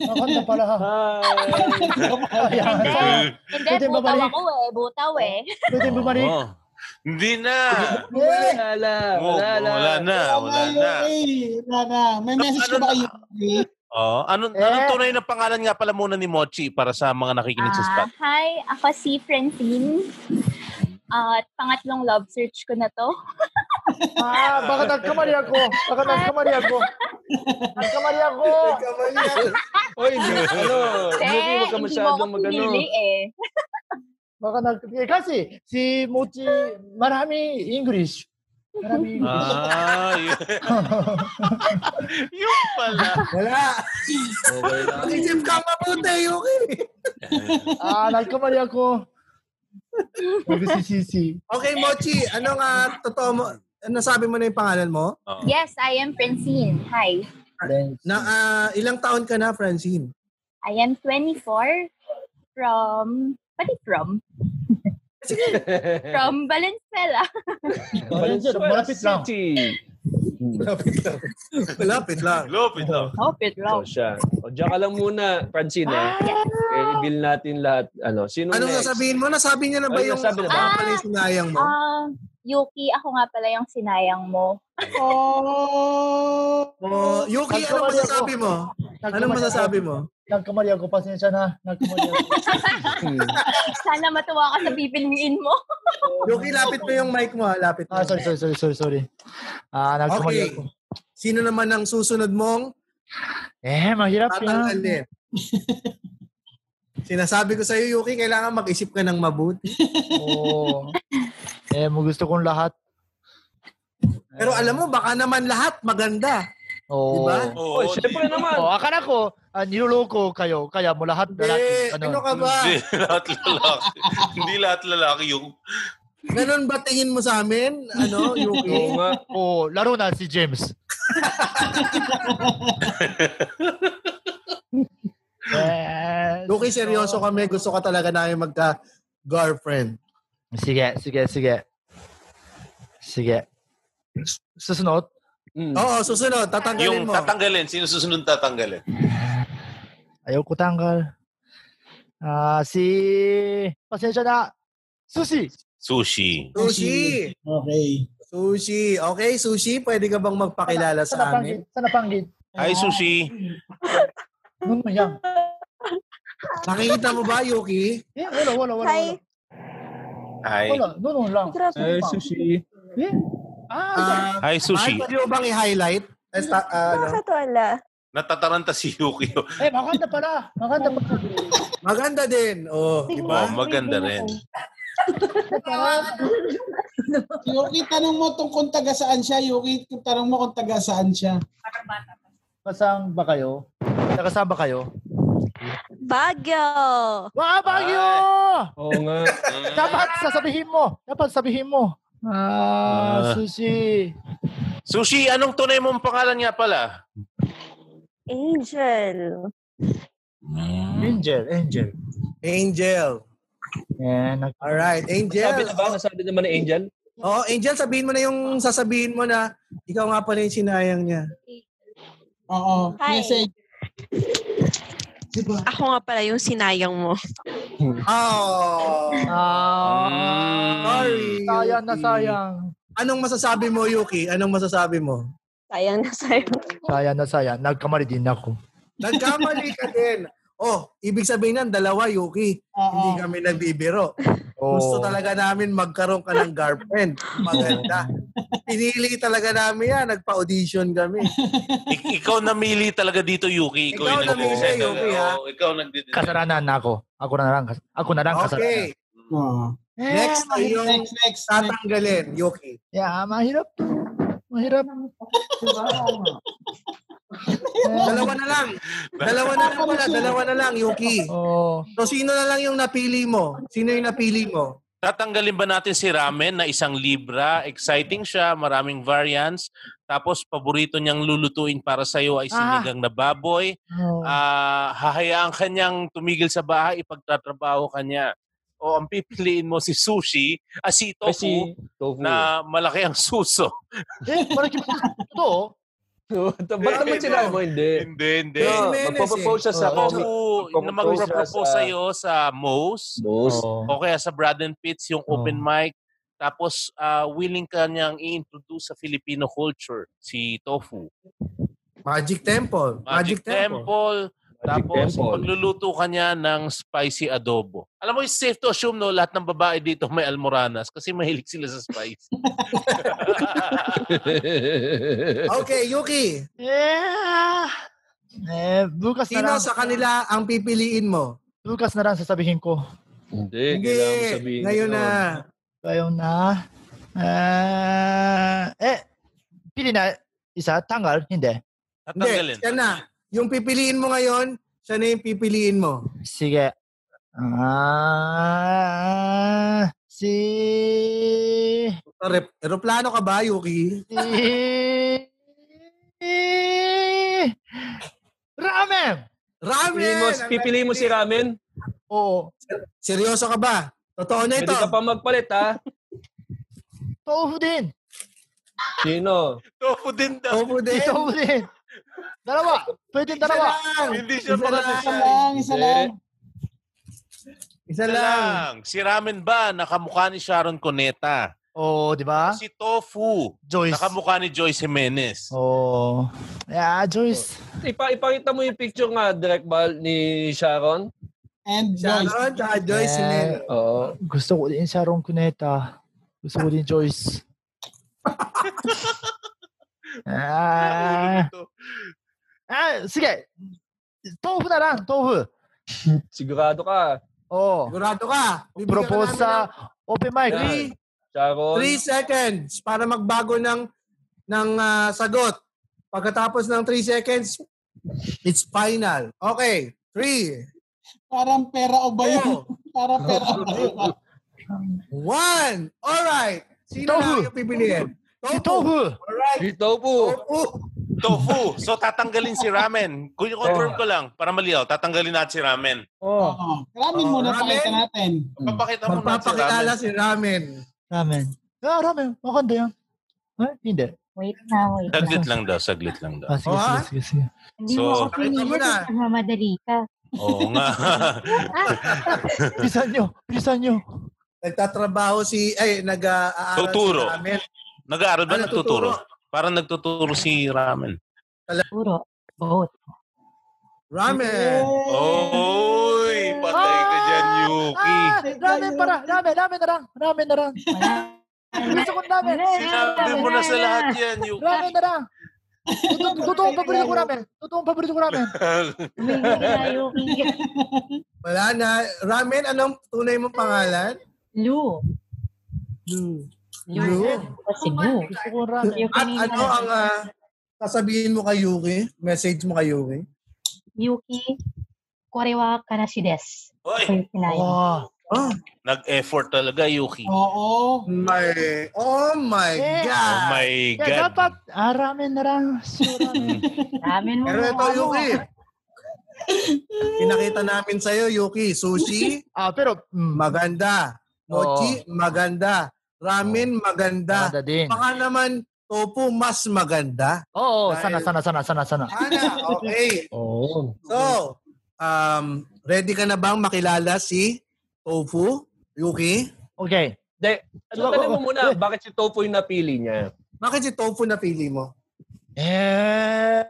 [SPEAKER 1] Nakanta pala.
[SPEAKER 4] Hi!
[SPEAKER 1] Ayan.
[SPEAKER 8] Hindi! Hindi,
[SPEAKER 1] Pwede ba
[SPEAKER 8] butaw
[SPEAKER 1] balik?
[SPEAKER 8] ako eh. Butaw eh.
[SPEAKER 1] Pwede bumalik.
[SPEAKER 5] Oo. Oh. Hindi na.
[SPEAKER 1] Eh!
[SPEAKER 4] Wala na.
[SPEAKER 5] Oo, Oh,
[SPEAKER 4] Wala na.
[SPEAKER 5] Wala na. Wala na.
[SPEAKER 3] Hey, wala na. May message ka
[SPEAKER 5] Ano
[SPEAKER 3] ba kay
[SPEAKER 5] na?
[SPEAKER 3] Yuki?
[SPEAKER 5] Oh, anong,
[SPEAKER 1] Eh.
[SPEAKER 5] anong tunay na pangalan nga pala muna ni Mochi para sa mga nakikinig sa
[SPEAKER 8] Ah,
[SPEAKER 5] spot?
[SPEAKER 8] hi, ako si Francine. Ah, At pangatlong love search ko na to.
[SPEAKER 1] Ah, bakit nagkamali ako? Bakit nagkamali ako? Nagkamali ako!
[SPEAKER 6] Nagkamali ako.
[SPEAKER 4] Hoy, hindi. ano? Yuki,
[SPEAKER 8] Eh,
[SPEAKER 4] huwag ka
[SPEAKER 8] hindi mo
[SPEAKER 4] masyadong
[SPEAKER 8] ako
[SPEAKER 4] magano.
[SPEAKER 8] pinili eh.
[SPEAKER 1] Baka nag... Eh, kasi si Mochi, marami English. Marami English.
[SPEAKER 5] Ah, yun. yun pala.
[SPEAKER 6] Wala.
[SPEAKER 4] Okay lang.
[SPEAKER 6] Mag-isip ka mabuti, Yuki.
[SPEAKER 1] Ah, nagkamali ako. Nagsisisi.
[SPEAKER 6] Okay, Mochi, ano nga totoo mo? Ano sabi mo na yung pangalan mo?
[SPEAKER 5] Oo.
[SPEAKER 8] Yes, I am Francine. Hi.
[SPEAKER 1] Friends.
[SPEAKER 6] Na ah, ilang taon ka na, Francine?
[SPEAKER 8] I am 24. from, pati from, from Valenzuela.
[SPEAKER 1] Valenzuela, malapit lang.
[SPEAKER 4] City.
[SPEAKER 6] Malapit lang. Malapit lang.
[SPEAKER 5] Lopit lang.
[SPEAKER 8] Hopit
[SPEAKER 4] Ikaw
[SPEAKER 8] lang.
[SPEAKER 4] Oh, siya. O, diyan ka lang muna, Francine. Ah.
[SPEAKER 8] Yes.
[SPEAKER 4] I-reveal natin lahat. Ano, sino
[SPEAKER 6] Anong
[SPEAKER 4] next?
[SPEAKER 6] nasabihin mo? Nasabi niya na ba
[SPEAKER 4] Ano
[SPEAKER 6] yung
[SPEAKER 4] nasabi na ba?
[SPEAKER 6] ah, pala yung sinayang mo?
[SPEAKER 8] Ah, Yuki, ako nga pala yung sinayang mo.
[SPEAKER 3] Oh!
[SPEAKER 6] Oh, Yuki,
[SPEAKER 1] Pagkawalan
[SPEAKER 6] anong
[SPEAKER 1] ko.
[SPEAKER 6] masasabi mo? Anong masasabi mo?
[SPEAKER 1] Nagkamali ako, pasensya na. Nagkamali ako.
[SPEAKER 6] Hmm.
[SPEAKER 8] Sana matuwa ka sa bibilmiin mo.
[SPEAKER 6] Yuki, lapit mo yung mic mo. ha? Lapit mo.
[SPEAKER 1] ah, sorry, sorry, sorry, sorry, sorry. Ah, nagkamali
[SPEAKER 6] Okay.
[SPEAKER 1] ako.
[SPEAKER 6] Sino naman ang susunod mong
[SPEAKER 1] Eh, mahirap yan.
[SPEAKER 6] tatanggalin? Sinasabi ko sa'yo, Yuki, kailangan mag-isip ka ng mabuti.
[SPEAKER 1] Oo. Eh, mo gusto kong lahat.
[SPEAKER 6] Pero alam mo, baka naman lahat maganda.
[SPEAKER 1] Oo.
[SPEAKER 6] Diba?
[SPEAKER 5] Oo,
[SPEAKER 4] Oh, syempre naman.
[SPEAKER 1] Oh, akala ko, ah, niloloko kayo. Kaya mo lahat
[SPEAKER 6] Hindi,
[SPEAKER 1] lalaki.
[SPEAKER 6] ano ka ba?
[SPEAKER 5] Hindi lahat lalaki. Hindi lahat lalaki yung...
[SPEAKER 6] Ganun ba tingin mo sa amin? Ano,
[SPEAKER 4] Oo
[SPEAKER 6] Yuki?
[SPEAKER 4] nga.
[SPEAKER 1] Oo, laro na si James. Eh, yes.
[SPEAKER 6] Yuki, seryoso kami. Gusto ka talaga namin magka-girlfriend.
[SPEAKER 1] Sige, sige, sige. Sige. Susunod.
[SPEAKER 4] Mm.
[SPEAKER 6] Oo, susunod.
[SPEAKER 5] Yung
[SPEAKER 6] Tatanggalin mo.
[SPEAKER 5] tatanggalin. Sino susunod tatanggalin?
[SPEAKER 1] Ayaw ko tanggal. Ah, si... Pasensya na. Susi.
[SPEAKER 5] Sushi.
[SPEAKER 6] Sushi.
[SPEAKER 3] Okay.
[SPEAKER 6] Sushi. Okay, Sushi, pwede ka bang magpakilala sa amin?
[SPEAKER 1] Sa napanggit.
[SPEAKER 5] Hi, Sushi.
[SPEAKER 1] Nung mayang.
[SPEAKER 6] Nakikita mo ba, Yuki?
[SPEAKER 1] Eh, wala, wala, wala.
[SPEAKER 7] Hi.
[SPEAKER 5] Hi.
[SPEAKER 1] Wala, nun, nun lang.
[SPEAKER 4] Ay, sushi.
[SPEAKER 1] Ah,
[SPEAKER 6] Ah,
[SPEAKER 5] Hi,
[SPEAKER 6] Mahal,
[SPEAKER 5] Sushi.
[SPEAKER 6] pwede mo bang i-highlight? Eh, sta- ah, ano?
[SPEAKER 7] Bakit wala?
[SPEAKER 5] Natataranta si Yuki.
[SPEAKER 1] eh, maganda pala. Maganda pala.
[SPEAKER 6] Maganda din. Oh, di
[SPEAKER 5] Oh,
[SPEAKER 6] ba?
[SPEAKER 5] maganda rin.
[SPEAKER 3] Yuki, tanong mo tong kung taga saan siya. Yuki, tanong mo kung taga saan siya.
[SPEAKER 1] Kasang ba kayo? Nakasama ba kayo?
[SPEAKER 7] Bagyo!
[SPEAKER 1] Mga Bagyo!
[SPEAKER 4] Oo nga.
[SPEAKER 1] Dapat sasabihin mo. Dapat sabihin mo. Ah,
[SPEAKER 5] Ah.
[SPEAKER 1] susi.
[SPEAKER 5] Sushi, anong tunay mong pangalan nga pala?
[SPEAKER 7] Angel!
[SPEAKER 1] Angel, Angel.
[SPEAKER 6] Angel.
[SPEAKER 1] Eh, nag-
[SPEAKER 6] All right,
[SPEAKER 4] Sabi
[SPEAKER 6] Angel.
[SPEAKER 4] na ba? Nasabi naman ni Angel?
[SPEAKER 6] Oh, Angel, sabihin mo na yung sasabihin mo na ikaw nga pala yung sinayang niya.
[SPEAKER 3] Oo.
[SPEAKER 7] Hi.
[SPEAKER 3] Message. Diba?
[SPEAKER 7] Ako nga pala yung sinayang mo.
[SPEAKER 6] Oh.
[SPEAKER 1] Ah,
[SPEAKER 6] Sorry.
[SPEAKER 1] sayang na
[SPEAKER 6] Yuki.
[SPEAKER 1] sayang.
[SPEAKER 6] Anong masasabi mo, Yuki? Anong masasabi mo?
[SPEAKER 7] Sayang na sa'yo.
[SPEAKER 1] Sayang na sayang. Nagkamali din ako.
[SPEAKER 6] Nagkamali ka din. Oh, ibig sabihin nan dalawa, Yuki. Hindi
[SPEAKER 3] Oo.
[SPEAKER 6] kami nagbibiro.
[SPEAKER 1] Oo.
[SPEAKER 6] Gusto talaga namin magkaroon ka ng girlfriend. Maganda. Pinili talaga namin yan. Nagpa-audition kami.
[SPEAKER 5] Ik- ikaw namili talaga dito, Yuki. Ikaw,
[SPEAKER 6] Ikaw
[SPEAKER 5] yung
[SPEAKER 6] namili,
[SPEAKER 5] nagde-decide.
[SPEAKER 6] Yuki, ha?
[SPEAKER 5] Oo, ikaw nagde-decide.
[SPEAKER 1] Kasalanan na ako. Ako na lang. kas- Ako na lang kasalanan.
[SPEAKER 6] Okay. Oh.
[SPEAKER 3] Oo.
[SPEAKER 1] Eh,
[SPEAKER 6] Next na
[SPEAKER 1] mahirap.
[SPEAKER 6] yung
[SPEAKER 3] Next, next, next.
[SPEAKER 6] tatanggalin, Yuki.
[SPEAKER 1] Yeah, mahirap. Mahirap.
[SPEAKER 6] Dalawa na lang. Dalawa na lang pala. Dalawa na lang, Yuki.
[SPEAKER 1] Oh.
[SPEAKER 6] So, sino na lang yung napili mo? Sino yung napili mo?
[SPEAKER 5] Tatanggalin ba natin si ramen na isang libra? Exciting siya, maraming variants. Tapos paborito niyang lulutuin para sa iyo ay
[SPEAKER 4] Ah.
[SPEAKER 5] sinigang na baboy.
[SPEAKER 4] Oh.
[SPEAKER 5] Ah, hahayaan ka niyang tumigil sa bahay ipagtatrabaho ka niya. O ang pipiliin mo si sushi, ah, si
[SPEAKER 4] Ay,
[SPEAKER 5] tofu
[SPEAKER 4] si Tofu.
[SPEAKER 5] na malaki ang suso.
[SPEAKER 1] Eh, malaki pa. Totoo.
[SPEAKER 4] Ba't naman sinabi mo? Hindi.
[SPEAKER 5] Hindi, hindi. eh.
[SPEAKER 6] Hindi.
[SPEAKER 4] No, magpapropose siya sa
[SPEAKER 6] Oh.
[SPEAKER 4] comic.
[SPEAKER 5] Tofu na
[SPEAKER 4] Magpapropose siya
[SPEAKER 5] magpropose
[SPEAKER 4] sa-
[SPEAKER 5] sa iyo sa Moe's.
[SPEAKER 4] Boss.
[SPEAKER 5] O kaya sa Brad and Pitts, yung open mic. Tapos, ah, willing ka niyang i-introduce sa Filipino culture, si Tofu.
[SPEAKER 6] Magic Temple. Magic, Temple.
[SPEAKER 5] Temple.
[SPEAKER 4] Magic
[SPEAKER 5] Tapos,
[SPEAKER 4] Temple.
[SPEAKER 5] pagluluto ka niya ng spicy adobo. Alam mo, it's safe to assume, no, lahat ng babae dito may almoranas kasi mahilig sila sa spicy.
[SPEAKER 6] Okay, Yuki.
[SPEAKER 1] Yeah. Eh, bukas na
[SPEAKER 6] Sino
[SPEAKER 1] lang.
[SPEAKER 6] sa kanila ang pipiliin mo?
[SPEAKER 1] Bukas na lang sasabihin ko.
[SPEAKER 4] Hindi.
[SPEAKER 6] Hindi.
[SPEAKER 4] kailangan mo sabihin
[SPEAKER 6] Ngayon na.
[SPEAKER 4] yun.
[SPEAKER 1] Kayo na. Eh, eh, pili na isa. Tanggal. Hindi.
[SPEAKER 6] Hindi,
[SPEAKER 5] Tatanggalin.
[SPEAKER 6] siya na. Yung pipiliin mo ngayon, siya na yung pipiliin mo.
[SPEAKER 1] Sige. Ah, si...
[SPEAKER 6] Rep- Eroplano ka ba, Yuki?
[SPEAKER 1] Si... Ramen!
[SPEAKER 6] Ramen!
[SPEAKER 4] Pipiliin mo, pipiliin mo si Ramen?
[SPEAKER 1] Oo.
[SPEAKER 6] Seryoso ka ba? Totoo na
[SPEAKER 4] Pwede
[SPEAKER 6] ito.
[SPEAKER 4] ka pa magpalit, ha?
[SPEAKER 1] Tofu din.
[SPEAKER 4] Sino?
[SPEAKER 5] Tofu din daw.
[SPEAKER 6] Opo din.
[SPEAKER 1] Tofu din. Dalawa. Pwede dalawa.
[SPEAKER 5] Hindi siya
[SPEAKER 6] Isa lang.
[SPEAKER 5] makadesisyon.
[SPEAKER 3] Isa lang, isa
[SPEAKER 4] Hindi.
[SPEAKER 3] lang.
[SPEAKER 6] Isa
[SPEAKER 5] Isa
[SPEAKER 6] lang.
[SPEAKER 5] lang. Si Ramen ba nakamukha ni Sharon Cuneta?
[SPEAKER 1] Oo, di ba?
[SPEAKER 5] Si Tofu
[SPEAKER 1] Joyce.
[SPEAKER 5] nakamukha ni Joyce Jimenez.
[SPEAKER 1] Oo. Yeah, Joyce.
[SPEAKER 4] Ipa ipakita mo yung picture nga, direct bal ni Sharon.
[SPEAKER 3] And Joyce.
[SPEAKER 6] Sharon, tsaka Joyce.
[SPEAKER 1] Eh,
[SPEAKER 6] Nel.
[SPEAKER 4] Oo.
[SPEAKER 1] gusto ko din Sharon Cuneta. Gusto ko din Joyce. ah, ah, sige. Tofu na lang, tofu.
[SPEAKER 4] Sigurado ka.
[SPEAKER 1] Oo.
[SPEAKER 6] Sigurado ka. Ah, Bibigyan ka
[SPEAKER 1] Propose
[SPEAKER 6] namin
[SPEAKER 1] sa open mic.
[SPEAKER 4] Yan.
[SPEAKER 6] Three.
[SPEAKER 4] Sharon.
[SPEAKER 6] Three seconds para magbago ng ng ah, sagot. Pagkatapos ng 3 seconds, it's final. Okay. 3,
[SPEAKER 3] Parang pera o ba yun?
[SPEAKER 6] Oh.
[SPEAKER 3] Parang pera o ba yun?
[SPEAKER 6] 1. Alright. Sino
[SPEAKER 1] Tofu.
[SPEAKER 6] na yung pipiliin?
[SPEAKER 1] Si tofu.
[SPEAKER 6] Alright.
[SPEAKER 4] Si Tofu.
[SPEAKER 6] Tofu.
[SPEAKER 5] Tofu. So tatanggalin si Ramen. Kung confirm ko lang, para maliw, tatanggalin natin si Ramen.
[SPEAKER 1] Oo.
[SPEAKER 4] Oh.
[SPEAKER 3] Oo. Ramen
[SPEAKER 6] Oo,
[SPEAKER 3] muna
[SPEAKER 6] ramen.
[SPEAKER 3] pakita natin.
[SPEAKER 5] Papakita mo natin si Ramen.
[SPEAKER 6] Magpapakilala si Ramen.
[SPEAKER 1] Ramen. Ah, ramen. Maganda yan. Eh, hindi.
[SPEAKER 2] Wait na, wait na.
[SPEAKER 5] Saglit lang daw, saglit lang daw.
[SPEAKER 1] Ah, sige,
[SPEAKER 6] Oh,
[SPEAKER 1] sige,
[SPEAKER 6] ah?
[SPEAKER 1] sige, sige.
[SPEAKER 2] Hindi
[SPEAKER 5] So,
[SPEAKER 2] mo ako
[SPEAKER 6] pakita mo
[SPEAKER 2] pinili
[SPEAKER 6] na.
[SPEAKER 2] kasi mamadali ka.
[SPEAKER 5] Oo nga.
[SPEAKER 1] Bilisan nyo. Bilisan nyo.
[SPEAKER 6] Nagtatrabaho si, ay, nag-aaral
[SPEAKER 5] Tuturo.
[SPEAKER 6] Ah, si Ramen.
[SPEAKER 5] Nag-aaral ba
[SPEAKER 6] Ano,
[SPEAKER 5] nagtuturo?
[SPEAKER 6] tuturo?
[SPEAKER 5] Parang nagtuturo si Ramen.
[SPEAKER 2] Puro. Both.
[SPEAKER 6] Ramen.
[SPEAKER 5] Oy, patay ka dyan, Yuki.
[SPEAKER 1] Ah, ramen para. Ramen, ramen na lang. Ramen na lang.
[SPEAKER 2] Wala.
[SPEAKER 1] Gusto ko ng ramen.
[SPEAKER 5] Sinabi mo na sa lahat yan, Yuki.
[SPEAKER 1] Ramen na lang. Totoo- Totoong paborito ko ramen. Totoong paborito ko ramen.
[SPEAKER 2] Tumigil na, Yuki.
[SPEAKER 6] Wala na. Ramen, anong tunay mong pangalan?
[SPEAKER 2] Lou.
[SPEAKER 6] Blue.
[SPEAKER 2] Lou. Kasi Lou.
[SPEAKER 1] Gusto ko ng ramen.
[SPEAKER 2] Yung
[SPEAKER 6] At
[SPEAKER 2] kanina
[SPEAKER 6] ano
[SPEAKER 2] na-
[SPEAKER 6] ang ah, sasabihin mo kay Yuki? Message mo kay Yuki?
[SPEAKER 2] Yuki, korewa ka na si Des.
[SPEAKER 5] Oy,
[SPEAKER 2] Kay Pinay.
[SPEAKER 1] Wow.
[SPEAKER 6] Oh,
[SPEAKER 5] nag-effort talaga, Yuki.
[SPEAKER 3] Oo.
[SPEAKER 6] my, oh my
[SPEAKER 1] Eh,
[SPEAKER 5] Oh
[SPEAKER 6] God.
[SPEAKER 5] my
[SPEAKER 1] Yeah,
[SPEAKER 5] God.
[SPEAKER 1] dapat. Ah, ramen na lang. So, ramen.
[SPEAKER 2] Ramen mo.
[SPEAKER 6] Pero ito,
[SPEAKER 2] ano,
[SPEAKER 6] Yuki. Pinakita namin sa'yo, Yuki. Sushi,
[SPEAKER 1] ah, pero, mm,
[SPEAKER 6] maganda. Mochi, maganda. Ramen, maganda.
[SPEAKER 1] maganda din.
[SPEAKER 6] Baka naman, tofu, mas maganda.
[SPEAKER 1] Oo, sana, sana, sana, sana, sana.
[SPEAKER 6] Sana, okay.
[SPEAKER 4] Oo.
[SPEAKER 6] So, um, ready ka na bang makilala si Tofu, Yuki?
[SPEAKER 1] Okay. oh,
[SPEAKER 4] De, ano tanong mo muna, bakit si Tofu yung napili niya?
[SPEAKER 6] Bakit si Tofu napili mo?
[SPEAKER 1] Eh,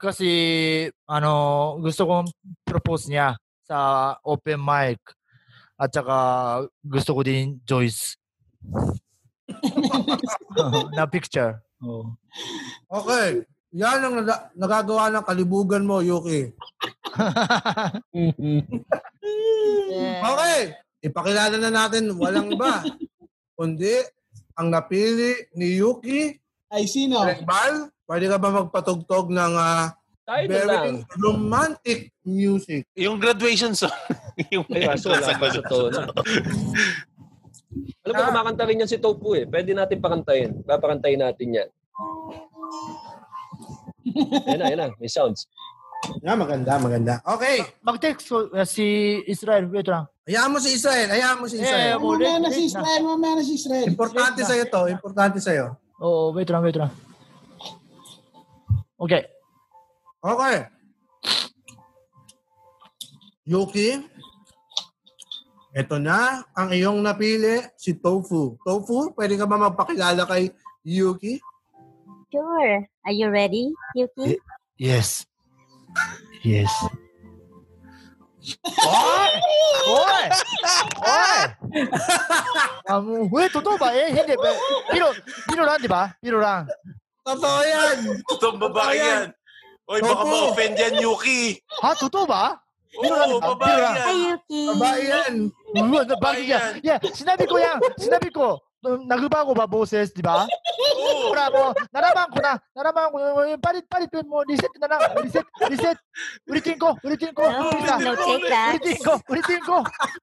[SPEAKER 1] kasi, ano, gusto kong propose niya sa open mic. At saka, gusto ko din Joyce. na picture.
[SPEAKER 3] Oh.
[SPEAKER 1] Oo.
[SPEAKER 6] Okay. Yan ang nag- nagagawa ng kalibugan mo, Yuki.
[SPEAKER 1] Eh,
[SPEAKER 6] Okay. Ipakilala na natin walang ba. Kundi, ang napili ni Yuki,
[SPEAKER 3] Ay, sino?
[SPEAKER 6] Rekbal, pwede ka ba magpatugtog ng ah,
[SPEAKER 4] Tayo na lang.
[SPEAKER 6] very romantic music?
[SPEAKER 5] Yung graduation song. yung
[SPEAKER 4] Ay, kaso wala pa sa tono. Alam mo, kumakanta rin yan si Topo eh. Pwede natin pakantayin. Papakantayin natin yan. Ayan na, ayan na. May sounds.
[SPEAKER 6] Yeah, Ah, maganda, maganda. Okay.
[SPEAKER 1] Mag-text ko uh, si Israel. Wait lang.
[SPEAKER 6] Hayaan mo si Israel. Hayaan mo si Israel.
[SPEAKER 1] Eh, oh,
[SPEAKER 3] Mamaya
[SPEAKER 1] late,
[SPEAKER 3] na si
[SPEAKER 1] late na.
[SPEAKER 3] Israel, mamaya na si Israel.
[SPEAKER 6] Importante sa'yo to. Importante sa'yo.
[SPEAKER 1] Oo, wait lang, wait lang. Okay.
[SPEAKER 6] Okay. Yuki, eto na ang iyong napili, si Tofu. Tofu, pwede ka ba magpakilala kay Yuki?
[SPEAKER 10] Sure. Are you ready, Yuki?
[SPEAKER 1] Yes. Yes. Oy! Oy! Ah, mo- Uy, totoo ba? Eh, hindi. ba? Biro, biro lang, di ba? Biro lang.
[SPEAKER 6] Totoo yan!
[SPEAKER 5] Itong babae yan. Oy, baka
[SPEAKER 6] Opo.
[SPEAKER 5] ma-offend yan, Yuki.
[SPEAKER 1] Ha, totoo ba?
[SPEAKER 5] Oo, babae
[SPEAKER 1] Biro
[SPEAKER 5] yan.
[SPEAKER 10] Hi, Yuki.
[SPEAKER 6] Babae yan!
[SPEAKER 1] Uy, ano, Bakit yan? Yeah, sinabi ko yan. Sinabi ko. Um, Nagubago ba boses, di ba?
[SPEAKER 5] Oo.
[SPEAKER 1] Bravo. Naraman ko na. Naraman ko. na. Palit, palit mo. Reset na lang. Reset, reset. Ulitin ko. Ulitin ko.
[SPEAKER 10] No,
[SPEAKER 1] Ulitin
[SPEAKER 10] no,
[SPEAKER 1] na.
[SPEAKER 10] take that.
[SPEAKER 1] Ulitin ko, ulitin ko.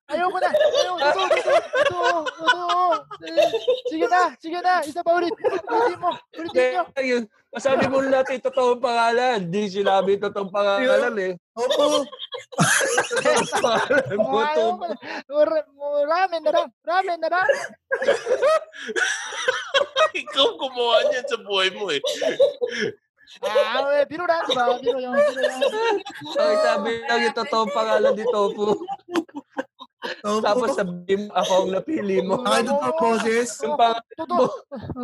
[SPEAKER 1] Ayoko na. Ayoko. Totoo, totoo, totoo, totoo. Eh, Sige na, sige na. Isa pa ulit. Ulitin mo. Ulitin
[SPEAKER 4] Kaya
[SPEAKER 1] nyo.
[SPEAKER 4] yun, Masabi mo natin yung totoong pangalan. Hindi sinabi yung totoong pangalan eh.
[SPEAKER 6] Opo.
[SPEAKER 4] Totoong pangalan mo.
[SPEAKER 1] Ayaw
[SPEAKER 4] totoong-
[SPEAKER 1] ko na. Ra- Ramen na lang. Ramen na lang.
[SPEAKER 5] Ikaw gumawa niyan sa buhay mo eh.
[SPEAKER 1] Ah, eh, biro lang. Diba? Biro lang. Biro lang.
[SPEAKER 4] Ay, sabi lang yung totoong pangalan ni Topo.
[SPEAKER 6] Opo.
[SPEAKER 4] Tapos sabi mo, ako ang napili mo.
[SPEAKER 6] Ang ito pa poses.
[SPEAKER 4] Yung pangalan
[SPEAKER 1] Totoo.
[SPEAKER 4] mo.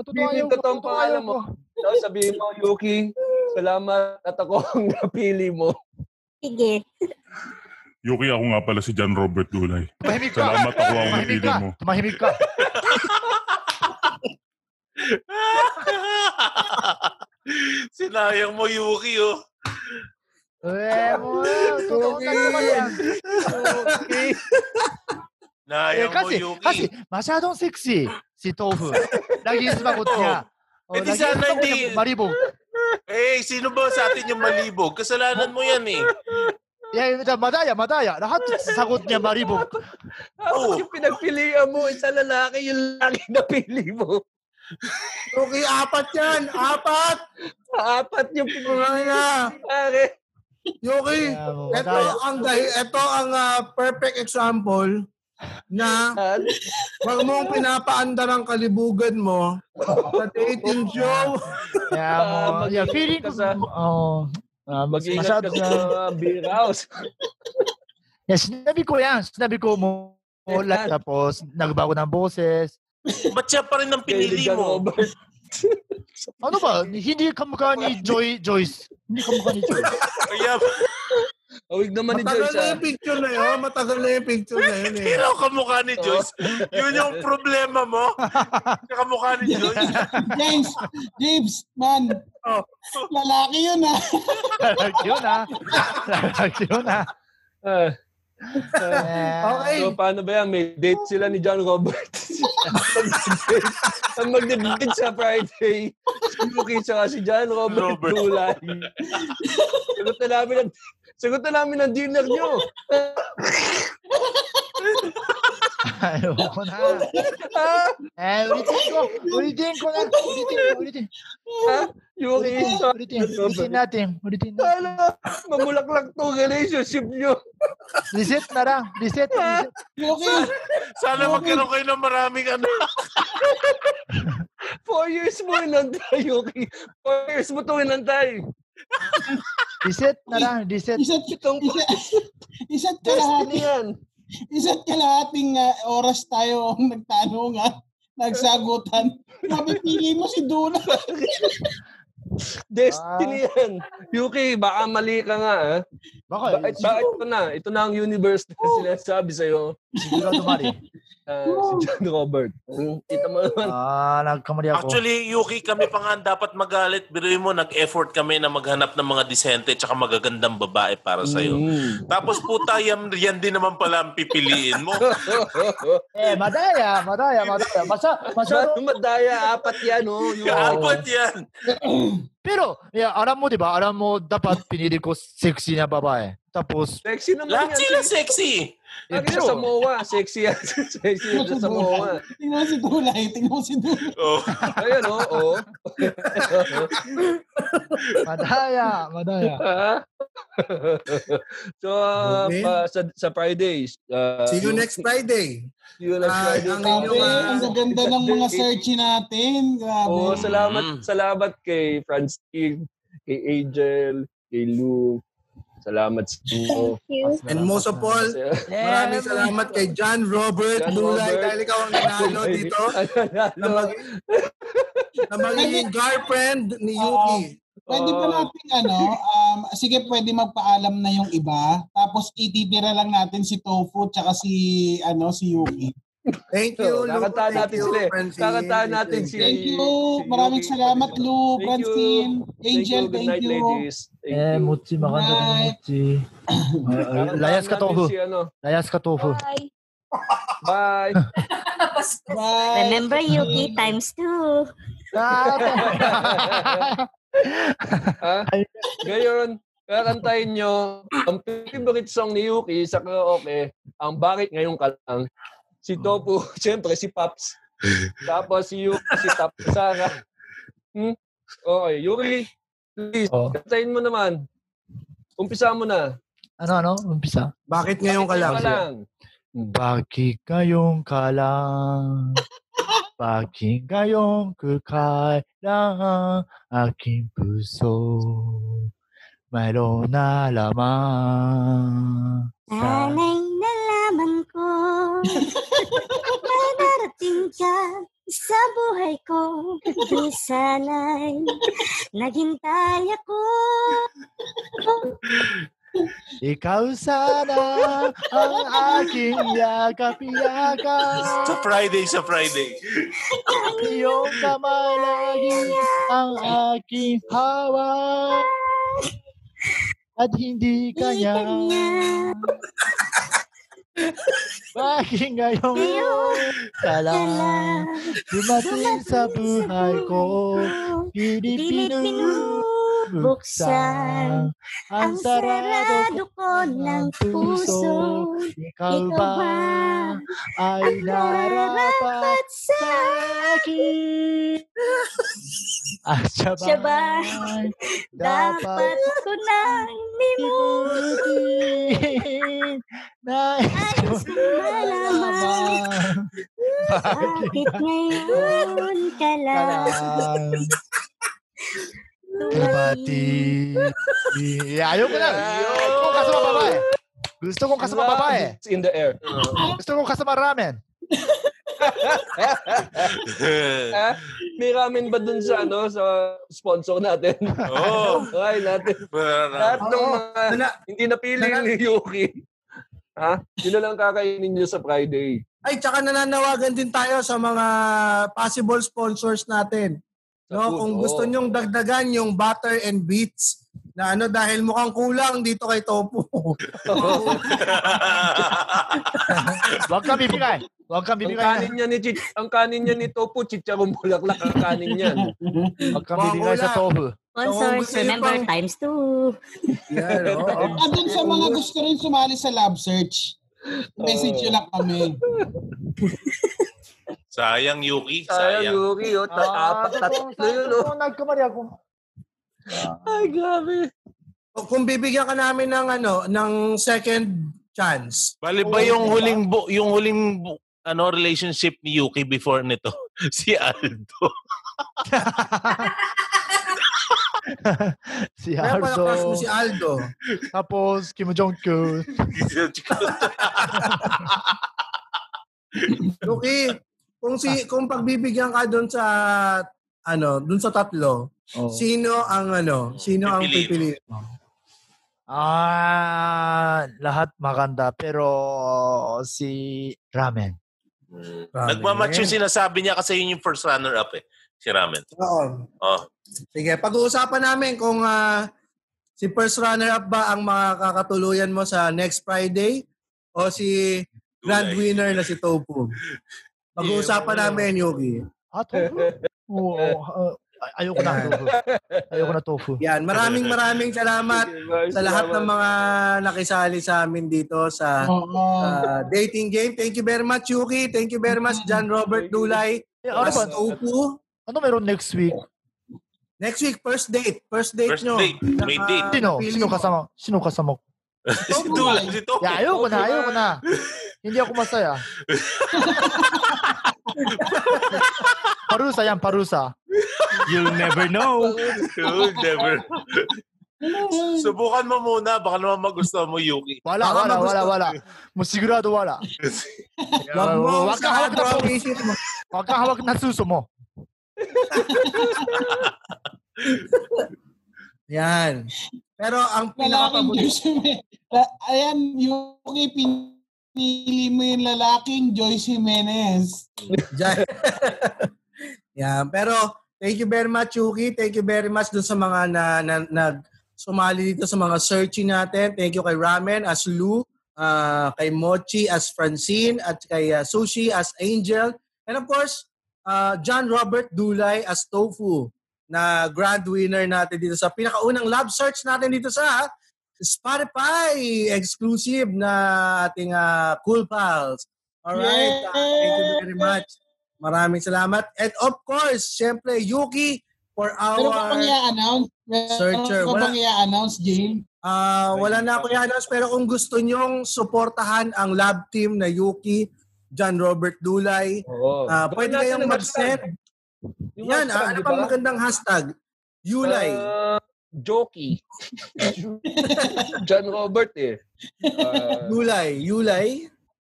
[SPEAKER 1] Totoo
[SPEAKER 4] Hindi
[SPEAKER 1] ayaw
[SPEAKER 4] yung
[SPEAKER 1] ko.
[SPEAKER 4] totoong
[SPEAKER 1] Totoo
[SPEAKER 4] pangalan
[SPEAKER 1] ayaw
[SPEAKER 4] mo.
[SPEAKER 1] ko.
[SPEAKER 4] Tapos sabi mo, Yuki, salamat at ako ang napili mo.
[SPEAKER 10] Sige.
[SPEAKER 9] Yuki, ako nga pala si John Robert Dulay.
[SPEAKER 1] Tumahimik ka.
[SPEAKER 9] Salamat ako ang
[SPEAKER 1] Tumahimik
[SPEAKER 9] napili
[SPEAKER 1] ka.
[SPEAKER 9] mo.
[SPEAKER 1] Tumahimik ka.
[SPEAKER 5] Sinayang mo, Yuki, oh.
[SPEAKER 1] Eh, mo. Totoo na ito ka yan.
[SPEAKER 4] Yuki.
[SPEAKER 1] Eh,
[SPEAKER 5] Nayang
[SPEAKER 1] kasi,
[SPEAKER 5] mo, Yuki.
[SPEAKER 1] kasi, masyadong sexy si Tofu. Lagi sumagot niya. O,
[SPEAKER 5] Eh, di
[SPEAKER 1] lagi
[SPEAKER 5] sana
[SPEAKER 1] sumagot
[SPEAKER 5] hindi-
[SPEAKER 1] niya, Maribog.
[SPEAKER 5] Eh, sino ba sa atin yung malibog? Kasalanan mo yan eh.
[SPEAKER 1] Yeah, madaya, madaya. Lahat sagot niya, maribog.
[SPEAKER 4] Tapos
[SPEAKER 5] Oo.
[SPEAKER 4] yung pinagpilian mo, isa lalaki, yung lalaki napili mo. Ah,
[SPEAKER 6] Okay, apat yan. Apat.
[SPEAKER 4] Apat yung pinagpilian
[SPEAKER 6] Ay na.
[SPEAKER 4] pare.
[SPEAKER 6] Yuki.
[SPEAKER 1] Yeah, mo,
[SPEAKER 6] Ito
[SPEAKER 1] madaya.
[SPEAKER 6] ang dahi- ito ang ah, perfect example na
[SPEAKER 4] At
[SPEAKER 6] wag mong pinapaandar ang kalibugan mo sa dating show.
[SPEAKER 1] Yeah,
[SPEAKER 4] Ah,
[SPEAKER 1] mo. Yeah,
[SPEAKER 4] mag-iingat
[SPEAKER 1] feeling
[SPEAKER 4] ka
[SPEAKER 1] ko,
[SPEAKER 4] sa-
[SPEAKER 1] oh, ah, mas-
[SPEAKER 4] mag-ingat ka
[SPEAKER 1] masyado
[SPEAKER 4] sa mga beer house.
[SPEAKER 1] Yeah, sinabi ko yan. Sinabi ko mo. Ulat,
[SPEAKER 4] Yan.
[SPEAKER 1] tapos nagbago ng boses.
[SPEAKER 5] Ba't siya pa rin ang pinili
[SPEAKER 4] Kaibigan
[SPEAKER 5] mo?
[SPEAKER 4] Robert.
[SPEAKER 1] Ano ba? Hindi kamukha ni Joy, Joyce. Hindi kamukha ni Joyce.
[SPEAKER 5] Kaya,
[SPEAKER 4] Oh, Awig naman ni
[SPEAKER 6] Matagal
[SPEAKER 4] Joyce.
[SPEAKER 6] na
[SPEAKER 4] ah.
[SPEAKER 6] yung picture na yun. Matagal na yung picture na yun eh.
[SPEAKER 5] hindi raw kamukha ni Joyce.
[SPEAKER 4] Oh.
[SPEAKER 5] Yun yung problema mo. Hindi Kamukha ni Joyce.
[SPEAKER 3] James, James, man.
[SPEAKER 5] Oh.
[SPEAKER 3] Lalaki yun ah.
[SPEAKER 1] Lalag yun ah. Lalag yun ah.
[SPEAKER 4] Ah,
[SPEAKER 1] Okay.
[SPEAKER 4] so, paano ba yan? May date sila ni John Robert. Ang magde-date sa Friday, si Yuki tsaka si John Robert,
[SPEAKER 5] Robert.
[SPEAKER 4] Dulay. sagot na namin ang, sagot na namin ang dinner nyo.
[SPEAKER 1] Ayoko na.
[SPEAKER 4] Ah,
[SPEAKER 1] Eh, ulitin ko. Ulitin ko na. Ulitin ko. Ulitin.
[SPEAKER 4] ah, Yuki,
[SPEAKER 1] Ulitin.
[SPEAKER 4] John
[SPEAKER 1] Ulitin. Ulitin
[SPEAKER 4] Robert.
[SPEAKER 1] natin. Ulitin natin.
[SPEAKER 4] Tala, mamulaklak to ang relationship Ah, nyo.
[SPEAKER 1] Reset na lang. Reset. reset.
[SPEAKER 3] Yuki,
[SPEAKER 5] Sana magkaroon kayo ng maraming ano.
[SPEAKER 4] Four years mo inantay, Yuki. Four years mo itong inantay.
[SPEAKER 1] Reset na lang. Reset.
[SPEAKER 3] isa't,
[SPEAKER 4] Itong
[SPEAKER 3] isa- isa't kalahati,
[SPEAKER 4] destiny yan.
[SPEAKER 3] isa't kalahating ah, oras tayo ang nagtanungan, nagsagutan. Mapipili mo si Duna.
[SPEAKER 4] Destiny
[SPEAKER 3] Ah.
[SPEAKER 4] yan. Yuki, baka mali ka nga. ah.
[SPEAKER 1] Baka,
[SPEAKER 3] eh,
[SPEAKER 4] Bakit, bakit ito na? Ito na ang universe na
[SPEAKER 3] Oh.
[SPEAKER 4] sinasabi sa'yo.
[SPEAKER 1] sigurado mali.
[SPEAKER 4] ah, si John Robert. Mm, Kita mo naman.
[SPEAKER 1] Ah, nagkamali ako.
[SPEAKER 5] Actually, Yuki, kami pa nga ang dapat magalit. Biruin mo, nag-effort kami na maghanap ng mga disente tsaka magagandang babae para sa'yo.
[SPEAKER 4] Mm.
[SPEAKER 5] Tapos puta, yan, yan din naman pala ang pipiliin mo.
[SPEAKER 1] eh, madaya, madaya, madaya. Masa, masyado,
[SPEAKER 4] Masyado madaya. Apat yan, oh. Yuki.
[SPEAKER 5] Kaapat yan.
[SPEAKER 1] Pero, yeah, alam mo, di ba? Alam mo, dapat pinili ko sexy na babae. Tapos,
[SPEAKER 4] Sexy naman
[SPEAKER 5] Lahat
[SPEAKER 4] yan.
[SPEAKER 5] sila
[SPEAKER 4] Sexy.
[SPEAKER 5] sexy.
[SPEAKER 1] eh,
[SPEAKER 4] Akin sa Samoa. Sexy yan. Sexy yan sa Samoa.
[SPEAKER 3] Tingnan mo si Duna. eh. Tingnan mo si Duna.
[SPEAKER 5] Oh.
[SPEAKER 4] Ayan, oh. oh.
[SPEAKER 1] madaya, madaya.
[SPEAKER 4] Ah. so, ah,
[SPEAKER 6] Okay.
[SPEAKER 4] pa- sa, sa Fridays. ah,
[SPEAKER 6] See you next Friday.
[SPEAKER 4] See you next
[SPEAKER 6] Ah,
[SPEAKER 4] Friday.
[SPEAKER 6] ang
[SPEAKER 3] Grabe,
[SPEAKER 6] inyong, ah,
[SPEAKER 3] ang gaganda ng mga search natin. Grabe.
[SPEAKER 4] Oo, salamat.
[SPEAKER 5] Mm.
[SPEAKER 4] Salamat kay Franz King, kay Angel, kay Lou. Salamat sa inyo.
[SPEAKER 8] Thank you.
[SPEAKER 6] And most of all, maraming salamat kay John Robert
[SPEAKER 4] John
[SPEAKER 6] Lulay
[SPEAKER 4] Robert.
[SPEAKER 6] dahil ikaw ang nanalo dito na, mag, na magiging girlfriend ni Yuki.
[SPEAKER 3] Pwede ba natin ano, um, sige pwede magpaalam na yung iba, tapos ititira lang natin si Tofu tsaka si, ano, si Yuki.
[SPEAKER 6] Thank you, Lou.
[SPEAKER 4] Kakantahan
[SPEAKER 6] Thank
[SPEAKER 4] natin
[SPEAKER 6] you,
[SPEAKER 4] sila eh.
[SPEAKER 6] Francine.
[SPEAKER 4] Kakantahan natin si-
[SPEAKER 3] Thank you.
[SPEAKER 4] si
[SPEAKER 3] Maraming
[SPEAKER 4] Yuki.
[SPEAKER 3] salamat, Lou,
[SPEAKER 4] Thank you.
[SPEAKER 3] Francine, Angel,
[SPEAKER 4] Good
[SPEAKER 3] thank
[SPEAKER 4] night,
[SPEAKER 3] you.
[SPEAKER 4] ladies. Thank
[SPEAKER 1] Eh,
[SPEAKER 4] you.
[SPEAKER 1] Mutsi, maganda rin,
[SPEAKER 3] Bye.
[SPEAKER 1] Mutsi. Ay, ay,
[SPEAKER 4] Kakantahan
[SPEAKER 1] Layas ka,
[SPEAKER 4] natin Si,
[SPEAKER 1] Tofu.
[SPEAKER 4] ano.
[SPEAKER 1] Layas ka, Tofu.
[SPEAKER 7] Bye.
[SPEAKER 4] Bye.
[SPEAKER 3] Bye.
[SPEAKER 10] Remember, Yuki, times two.
[SPEAKER 4] Ah, Ngayon, kakantahin nyo ang favorite song ni Yuki sa karaoke, ang Bakit Ngayon Ka Lang. Si
[SPEAKER 6] Mm.
[SPEAKER 4] Topo, siyempre si Paps. Tapos si Yuki, si Tapsara. Hmm? Okay, Yuri, please,
[SPEAKER 1] Oh.
[SPEAKER 4] kantahin mo naman. Umpisa mo na.
[SPEAKER 1] Ano, ano? Umpisa.
[SPEAKER 6] Bakit ngayon ka lang?
[SPEAKER 4] Ka lang.
[SPEAKER 1] Bakit ngayong ka lang? Bakit ngayong kukailang aking puso? Mayroon na lamang. sa-
[SPEAKER 10] Sana'y nalaman ko na narating ka sa buhay ko. Di sana'y naghintay ako.
[SPEAKER 1] Ikaw sana ang aking yakap-yakap.
[SPEAKER 5] Sa Friday, sa Friday.
[SPEAKER 1] Iyong kamay lagi ang aking hawak. At hindi kanya. Bakit ngayon ka lang dumating sa buhay ko?
[SPEAKER 10] Pilit
[SPEAKER 1] Pilipino
[SPEAKER 10] pinubuksan
[SPEAKER 1] buksan
[SPEAKER 10] ang
[SPEAKER 1] ang sarado
[SPEAKER 10] sarado ko ng puso.
[SPEAKER 1] puso. Ikaw
[SPEAKER 10] Ikaw
[SPEAKER 1] ba
[SPEAKER 10] ba
[SPEAKER 1] ay narapat
[SPEAKER 10] At sa
[SPEAKER 1] akin. At siya ba,
[SPEAKER 10] siya ba
[SPEAKER 1] dapat
[SPEAKER 10] dapat ko nang
[SPEAKER 1] ibutin na ito
[SPEAKER 10] malaman
[SPEAKER 1] naman
[SPEAKER 10] bakit ngayon ka
[SPEAKER 1] ka
[SPEAKER 10] lang
[SPEAKER 1] lang Dumating. Yeah, Ayaw ko lang. Gusto kong kasama eh? babae. Gusto kong kasama
[SPEAKER 4] Love
[SPEAKER 1] babae.
[SPEAKER 6] eh.
[SPEAKER 4] is in the air.
[SPEAKER 1] Gusto kong kasama ramen.
[SPEAKER 4] Ah, may ramen ba dun sa, ano, sa sponsor natin?
[SPEAKER 5] Oo.
[SPEAKER 4] Okay, natin. Lahat
[SPEAKER 5] Parang-
[SPEAKER 4] ng mga
[SPEAKER 6] Wala.
[SPEAKER 4] hindi napili
[SPEAKER 6] Wala.
[SPEAKER 4] ni Yuki. Ha? Yun na lang kakainin nyo sa Friday.
[SPEAKER 6] Ay, tsaka nananawagan din tayo sa mga possible sponsors natin.
[SPEAKER 4] Sa
[SPEAKER 6] No,
[SPEAKER 4] food,
[SPEAKER 6] kung
[SPEAKER 4] oo.
[SPEAKER 6] gusto nyong dagdagan yung butter and beets na ano dahil mukhang kulang dito kay Topo.
[SPEAKER 1] Huwag kang bibigay. Huwag kang
[SPEAKER 4] ang
[SPEAKER 1] bibigay.
[SPEAKER 4] kanin niya ni Chich, ang kanin niya ni Topo, chicharong bulaklak ang kanin niyan.
[SPEAKER 1] Huwag kang bibigay sa tofu.
[SPEAKER 10] Sponsors,
[SPEAKER 6] gusto niyo
[SPEAKER 10] remember,
[SPEAKER 6] pang-
[SPEAKER 10] times two.
[SPEAKER 6] Yan, oo.
[SPEAKER 3] At dun sa mga gusto rin sumali sa lab search,
[SPEAKER 4] Oh.
[SPEAKER 3] message nyo lang kami.
[SPEAKER 5] Sayang, Yuki. Sayang.
[SPEAKER 4] Sayang, Yuki, oh, ta-
[SPEAKER 6] Ah.
[SPEAKER 4] apat, tatlo yun, oh. Ah.
[SPEAKER 1] Nagkamali ako.
[SPEAKER 4] Ay, grabe.
[SPEAKER 6] Kung bibigyan ka namin ng ano, ng second chance. Diba?
[SPEAKER 5] Bali ba yung huling bu- yung huling bu- ano relationship ni Yuki before nito? si Aldo.
[SPEAKER 1] si
[SPEAKER 6] Kaya pala crush mo
[SPEAKER 1] Arzo.
[SPEAKER 6] si Aldo.
[SPEAKER 1] Tapos, Kim Jong-un.
[SPEAKER 6] Yuki, kung
[SPEAKER 4] Ah.
[SPEAKER 6] si kung pagbibigyan ka doon sa ano, doon sa tatlo,
[SPEAKER 1] Oh.
[SPEAKER 6] sino ang ano, sino ang
[SPEAKER 5] Pipiliin.
[SPEAKER 6] pipili?
[SPEAKER 1] Ah, lahat maganda. Pero si Ramen.
[SPEAKER 5] Nagmamatch yung sinasabi niya kasi yun yung first runner-up eh. Si Ramen.
[SPEAKER 6] Oo.
[SPEAKER 5] Oh.
[SPEAKER 6] Sige, pag-uusapan namin kung ah, si first runner-up ba ang makakatuluyan mo sa next Friday o si grand
[SPEAKER 5] Tulay.
[SPEAKER 6] winner na si Topo. Pag-uusapan
[SPEAKER 4] Yeah,
[SPEAKER 6] namin, Yuki.
[SPEAKER 1] Ah, tofu? Oo. ah, ay- ayoko na tofu. Ayoko na tofu.
[SPEAKER 6] Yan, maraming maraming salamat sa lahat ng mga nakisali sa amin dito sa
[SPEAKER 3] Oo.
[SPEAKER 6] ah, dating game. Thank you very much, Yuki. Thank you very much, John Robert Dulay.
[SPEAKER 1] Eh, ano,
[SPEAKER 6] As
[SPEAKER 1] ba?
[SPEAKER 6] Topo.
[SPEAKER 1] ano meron next week?
[SPEAKER 6] Next week, first date. First date
[SPEAKER 5] First
[SPEAKER 6] nyo.
[SPEAKER 5] date. May
[SPEAKER 6] Naka-
[SPEAKER 5] date.
[SPEAKER 1] Sino?
[SPEAKER 6] pili
[SPEAKER 1] Sino
[SPEAKER 6] mo.
[SPEAKER 1] kasama? Sino kasama? ko?
[SPEAKER 5] si Tulay. Si Topo.
[SPEAKER 1] Yeah, ayoko na, ayoko na. Hindi ako masaya. parusa yan, parusa. You'll never know.
[SPEAKER 5] You'll never. Subukan mo muna. Baka naman magustuhan mo, Yuki.
[SPEAKER 1] Wala,
[SPEAKER 6] Baka
[SPEAKER 1] wala, wala,
[SPEAKER 6] magustuhan.
[SPEAKER 1] wala. Musigurado wala.
[SPEAKER 6] Wag mo, wag
[SPEAKER 1] Wag kang hawak na
[SPEAKER 6] ka isip mo.
[SPEAKER 1] Wag kang hawak na suso mo.
[SPEAKER 6] Yan. Pero ang
[SPEAKER 3] Lalaking
[SPEAKER 6] pinakapabuti,
[SPEAKER 3] Joyce Jimenez. Ayan, Yuki, pinili mo yung lalaking Joyce Jimenez.
[SPEAKER 6] Diyan. Yan. Pero, thank you very much, Yuki. Thank you very much dun sa mga na, na, nag sumali dito sa mga searching natin. Thank you kay Ramen as Lou, ah, kay Mochi as Francine, at kay ah, Sushi as Angel. And of course, ah, John Robert Dulay as Tofu na grand winner natin dito sa pinakaunang love search natin dito sa Spotify exclusive na ating ah, Cool Pals. Alright. ah, thank you very much. Maraming salamat. And of course, syempre, Yuki, for
[SPEAKER 3] Pero ka
[SPEAKER 6] our
[SPEAKER 3] bang i-announce?
[SPEAKER 6] Searcher,
[SPEAKER 3] Meron ka
[SPEAKER 6] wala.
[SPEAKER 3] bang i-announce, Jim?
[SPEAKER 6] Ah, wala na ako i-announce pero kung gusto nyong suportahan ang lab team na Yuki, John Robert Dulay,
[SPEAKER 4] Oo.
[SPEAKER 6] ah,
[SPEAKER 4] Gawin
[SPEAKER 6] pwede
[SPEAKER 4] natin
[SPEAKER 6] kayong
[SPEAKER 4] ang
[SPEAKER 6] mag-send.
[SPEAKER 4] hashtag. Yung
[SPEAKER 6] Yan,
[SPEAKER 4] hashtag,
[SPEAKER 6] ah, ano
[SPEAKER 4] di
[SPEAKER 6] pang
[SPEAKER 4] ba?
[SPEAKER 6] magandang hashtag? Yulay.
[SPEAKER 4] Ah, Jokey. John Robert eh. Ah,
[SPEAKER 6] Yulay. Yulay.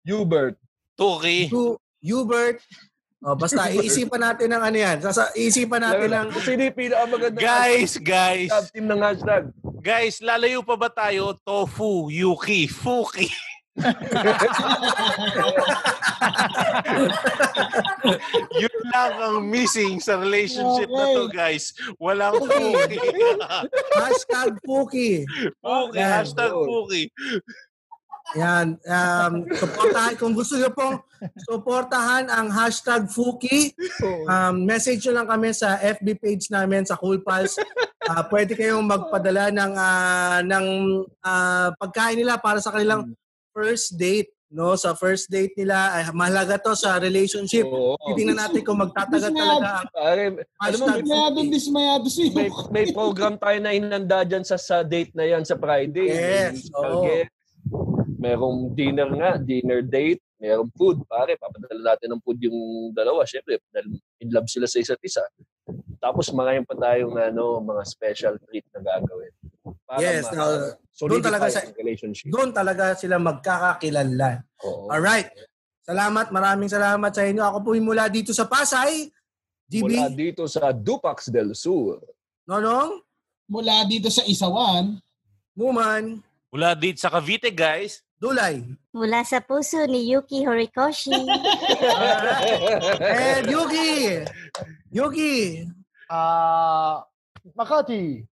[SPEAKER 4] Hubert.
[SPEAKER 5] Tuki.
[SPEAKER 6] Yu- Hubert. Oh, basta iisipan natin ng ano yan. Sasa, iisipan natin ng...
[SPEAKER 4] Kung sino yung pinakamaganda
[SPEAKER 5] Guys, guys.
[SPEAKER 4] top team ng hashtag.
[SPEAKER 5] Guys, lalayo pa ba tayo? Tofu, Yuki, Fuki. Yun lang ang missing sa relationship na to, guys. Walang Fuki.
[SPEAKER 6] Hashtag Puki.
[SPEAKER 5] Fuki,
[SPEAKER 6] Yan.
[SPEAKER 5] hashtag Fuki.
[SPEAKER 6] Yan. Um, supportahan, kung gusto nyo pong supportahan ang hashtag Fuki, um, message nyo lang kami sa FB page namin, sa Cool Pals. Ah, pwede kayong magpadala ng, ah, ng ah, pagkain nila para sa kanilang first date. No, sa first date nila, ay, mahalaga to sa relationship.
[SPEAKER 4] Oo.
[SPEAKER 6] Titingnan natin kung magtatagal talaga ang
[SPEAKER 4] Pare, alam mo,
[SPEAKER 6] hashtag
[SPEAKER 3] Dismayado,
[SPEAKER 6] Fuki.
[SPEAKER 3] dismayado si
[SPEAKER 4] may, may program tayo na inanda dyan sa, sa date na yan sa Friday.
[SPEAKER 6] Yes,
[SPEAKER 4] May
[SPEAKER 6] oo.
[SPEAKER 4] target. Merong dinner nga, dinner date. Merong food, pare. Papadala natin ng food yung dalawa. Siyempre, dahil in love sila sa isa't isa. Tapos marami pa tayong ano, mga special treat na gagawin. Para
[SPEAKER 6] Yes,
[SPEAKER 4] ma-
[SPEAKER 6] now,
[SPEAKER 4] solidify
[SPEAKER 6] doon talaga sa-
[SPEAKER 4] ang relationship.
[SPEAKER 6] Doon talaga sila magkakakilanlan.
[SPEAKER 4] Oo.
[SPEAKER 6] Alright. Salamat, maraming salamat sa inyo. Ako po yung mula dito sa Pasay.
[SPEAKER 4] Mula
[SPEAKER 6] GB,
[SPEAKER 4] dito sa Dupax del Sur.
[SPEAKER 6] Nonong,
[SPEAKER 3] Mula dito sa Isawan,
[SPEAKER 6] Muman,
[SPEAKER 5] Mula dito sa Cavite, guys.
[SPEAKER 6] Dulay.
[SPEAKER 10] Mula sa puso ni Yuki Horikoshi.
[SPEAKER 6] And Yuki! Yuki!
[SPEAKER 1] Ah, Makati.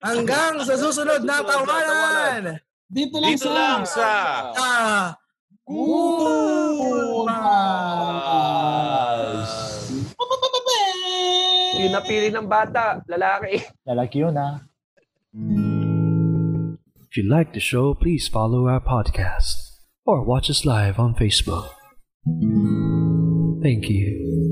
[SPEAKER 6] Hanggang sa susunod na tawanan!
[SPEAKER 3] dito lang
[SPEAKER 5] Dito
[SPEAKER 3] sa...
[SPEAKER 5] lang sa...
[SPEAKER 6] Sa
[SPEAKER 3] Cool Pals.
[SPEAKER 4] Yung napili ng bata, lalaki.
[SPEAKER 1] Lalaki yun ah.
[SPEAKER 11] If you like the show, please follow our podcast or watch us live on Facebook. Thank you.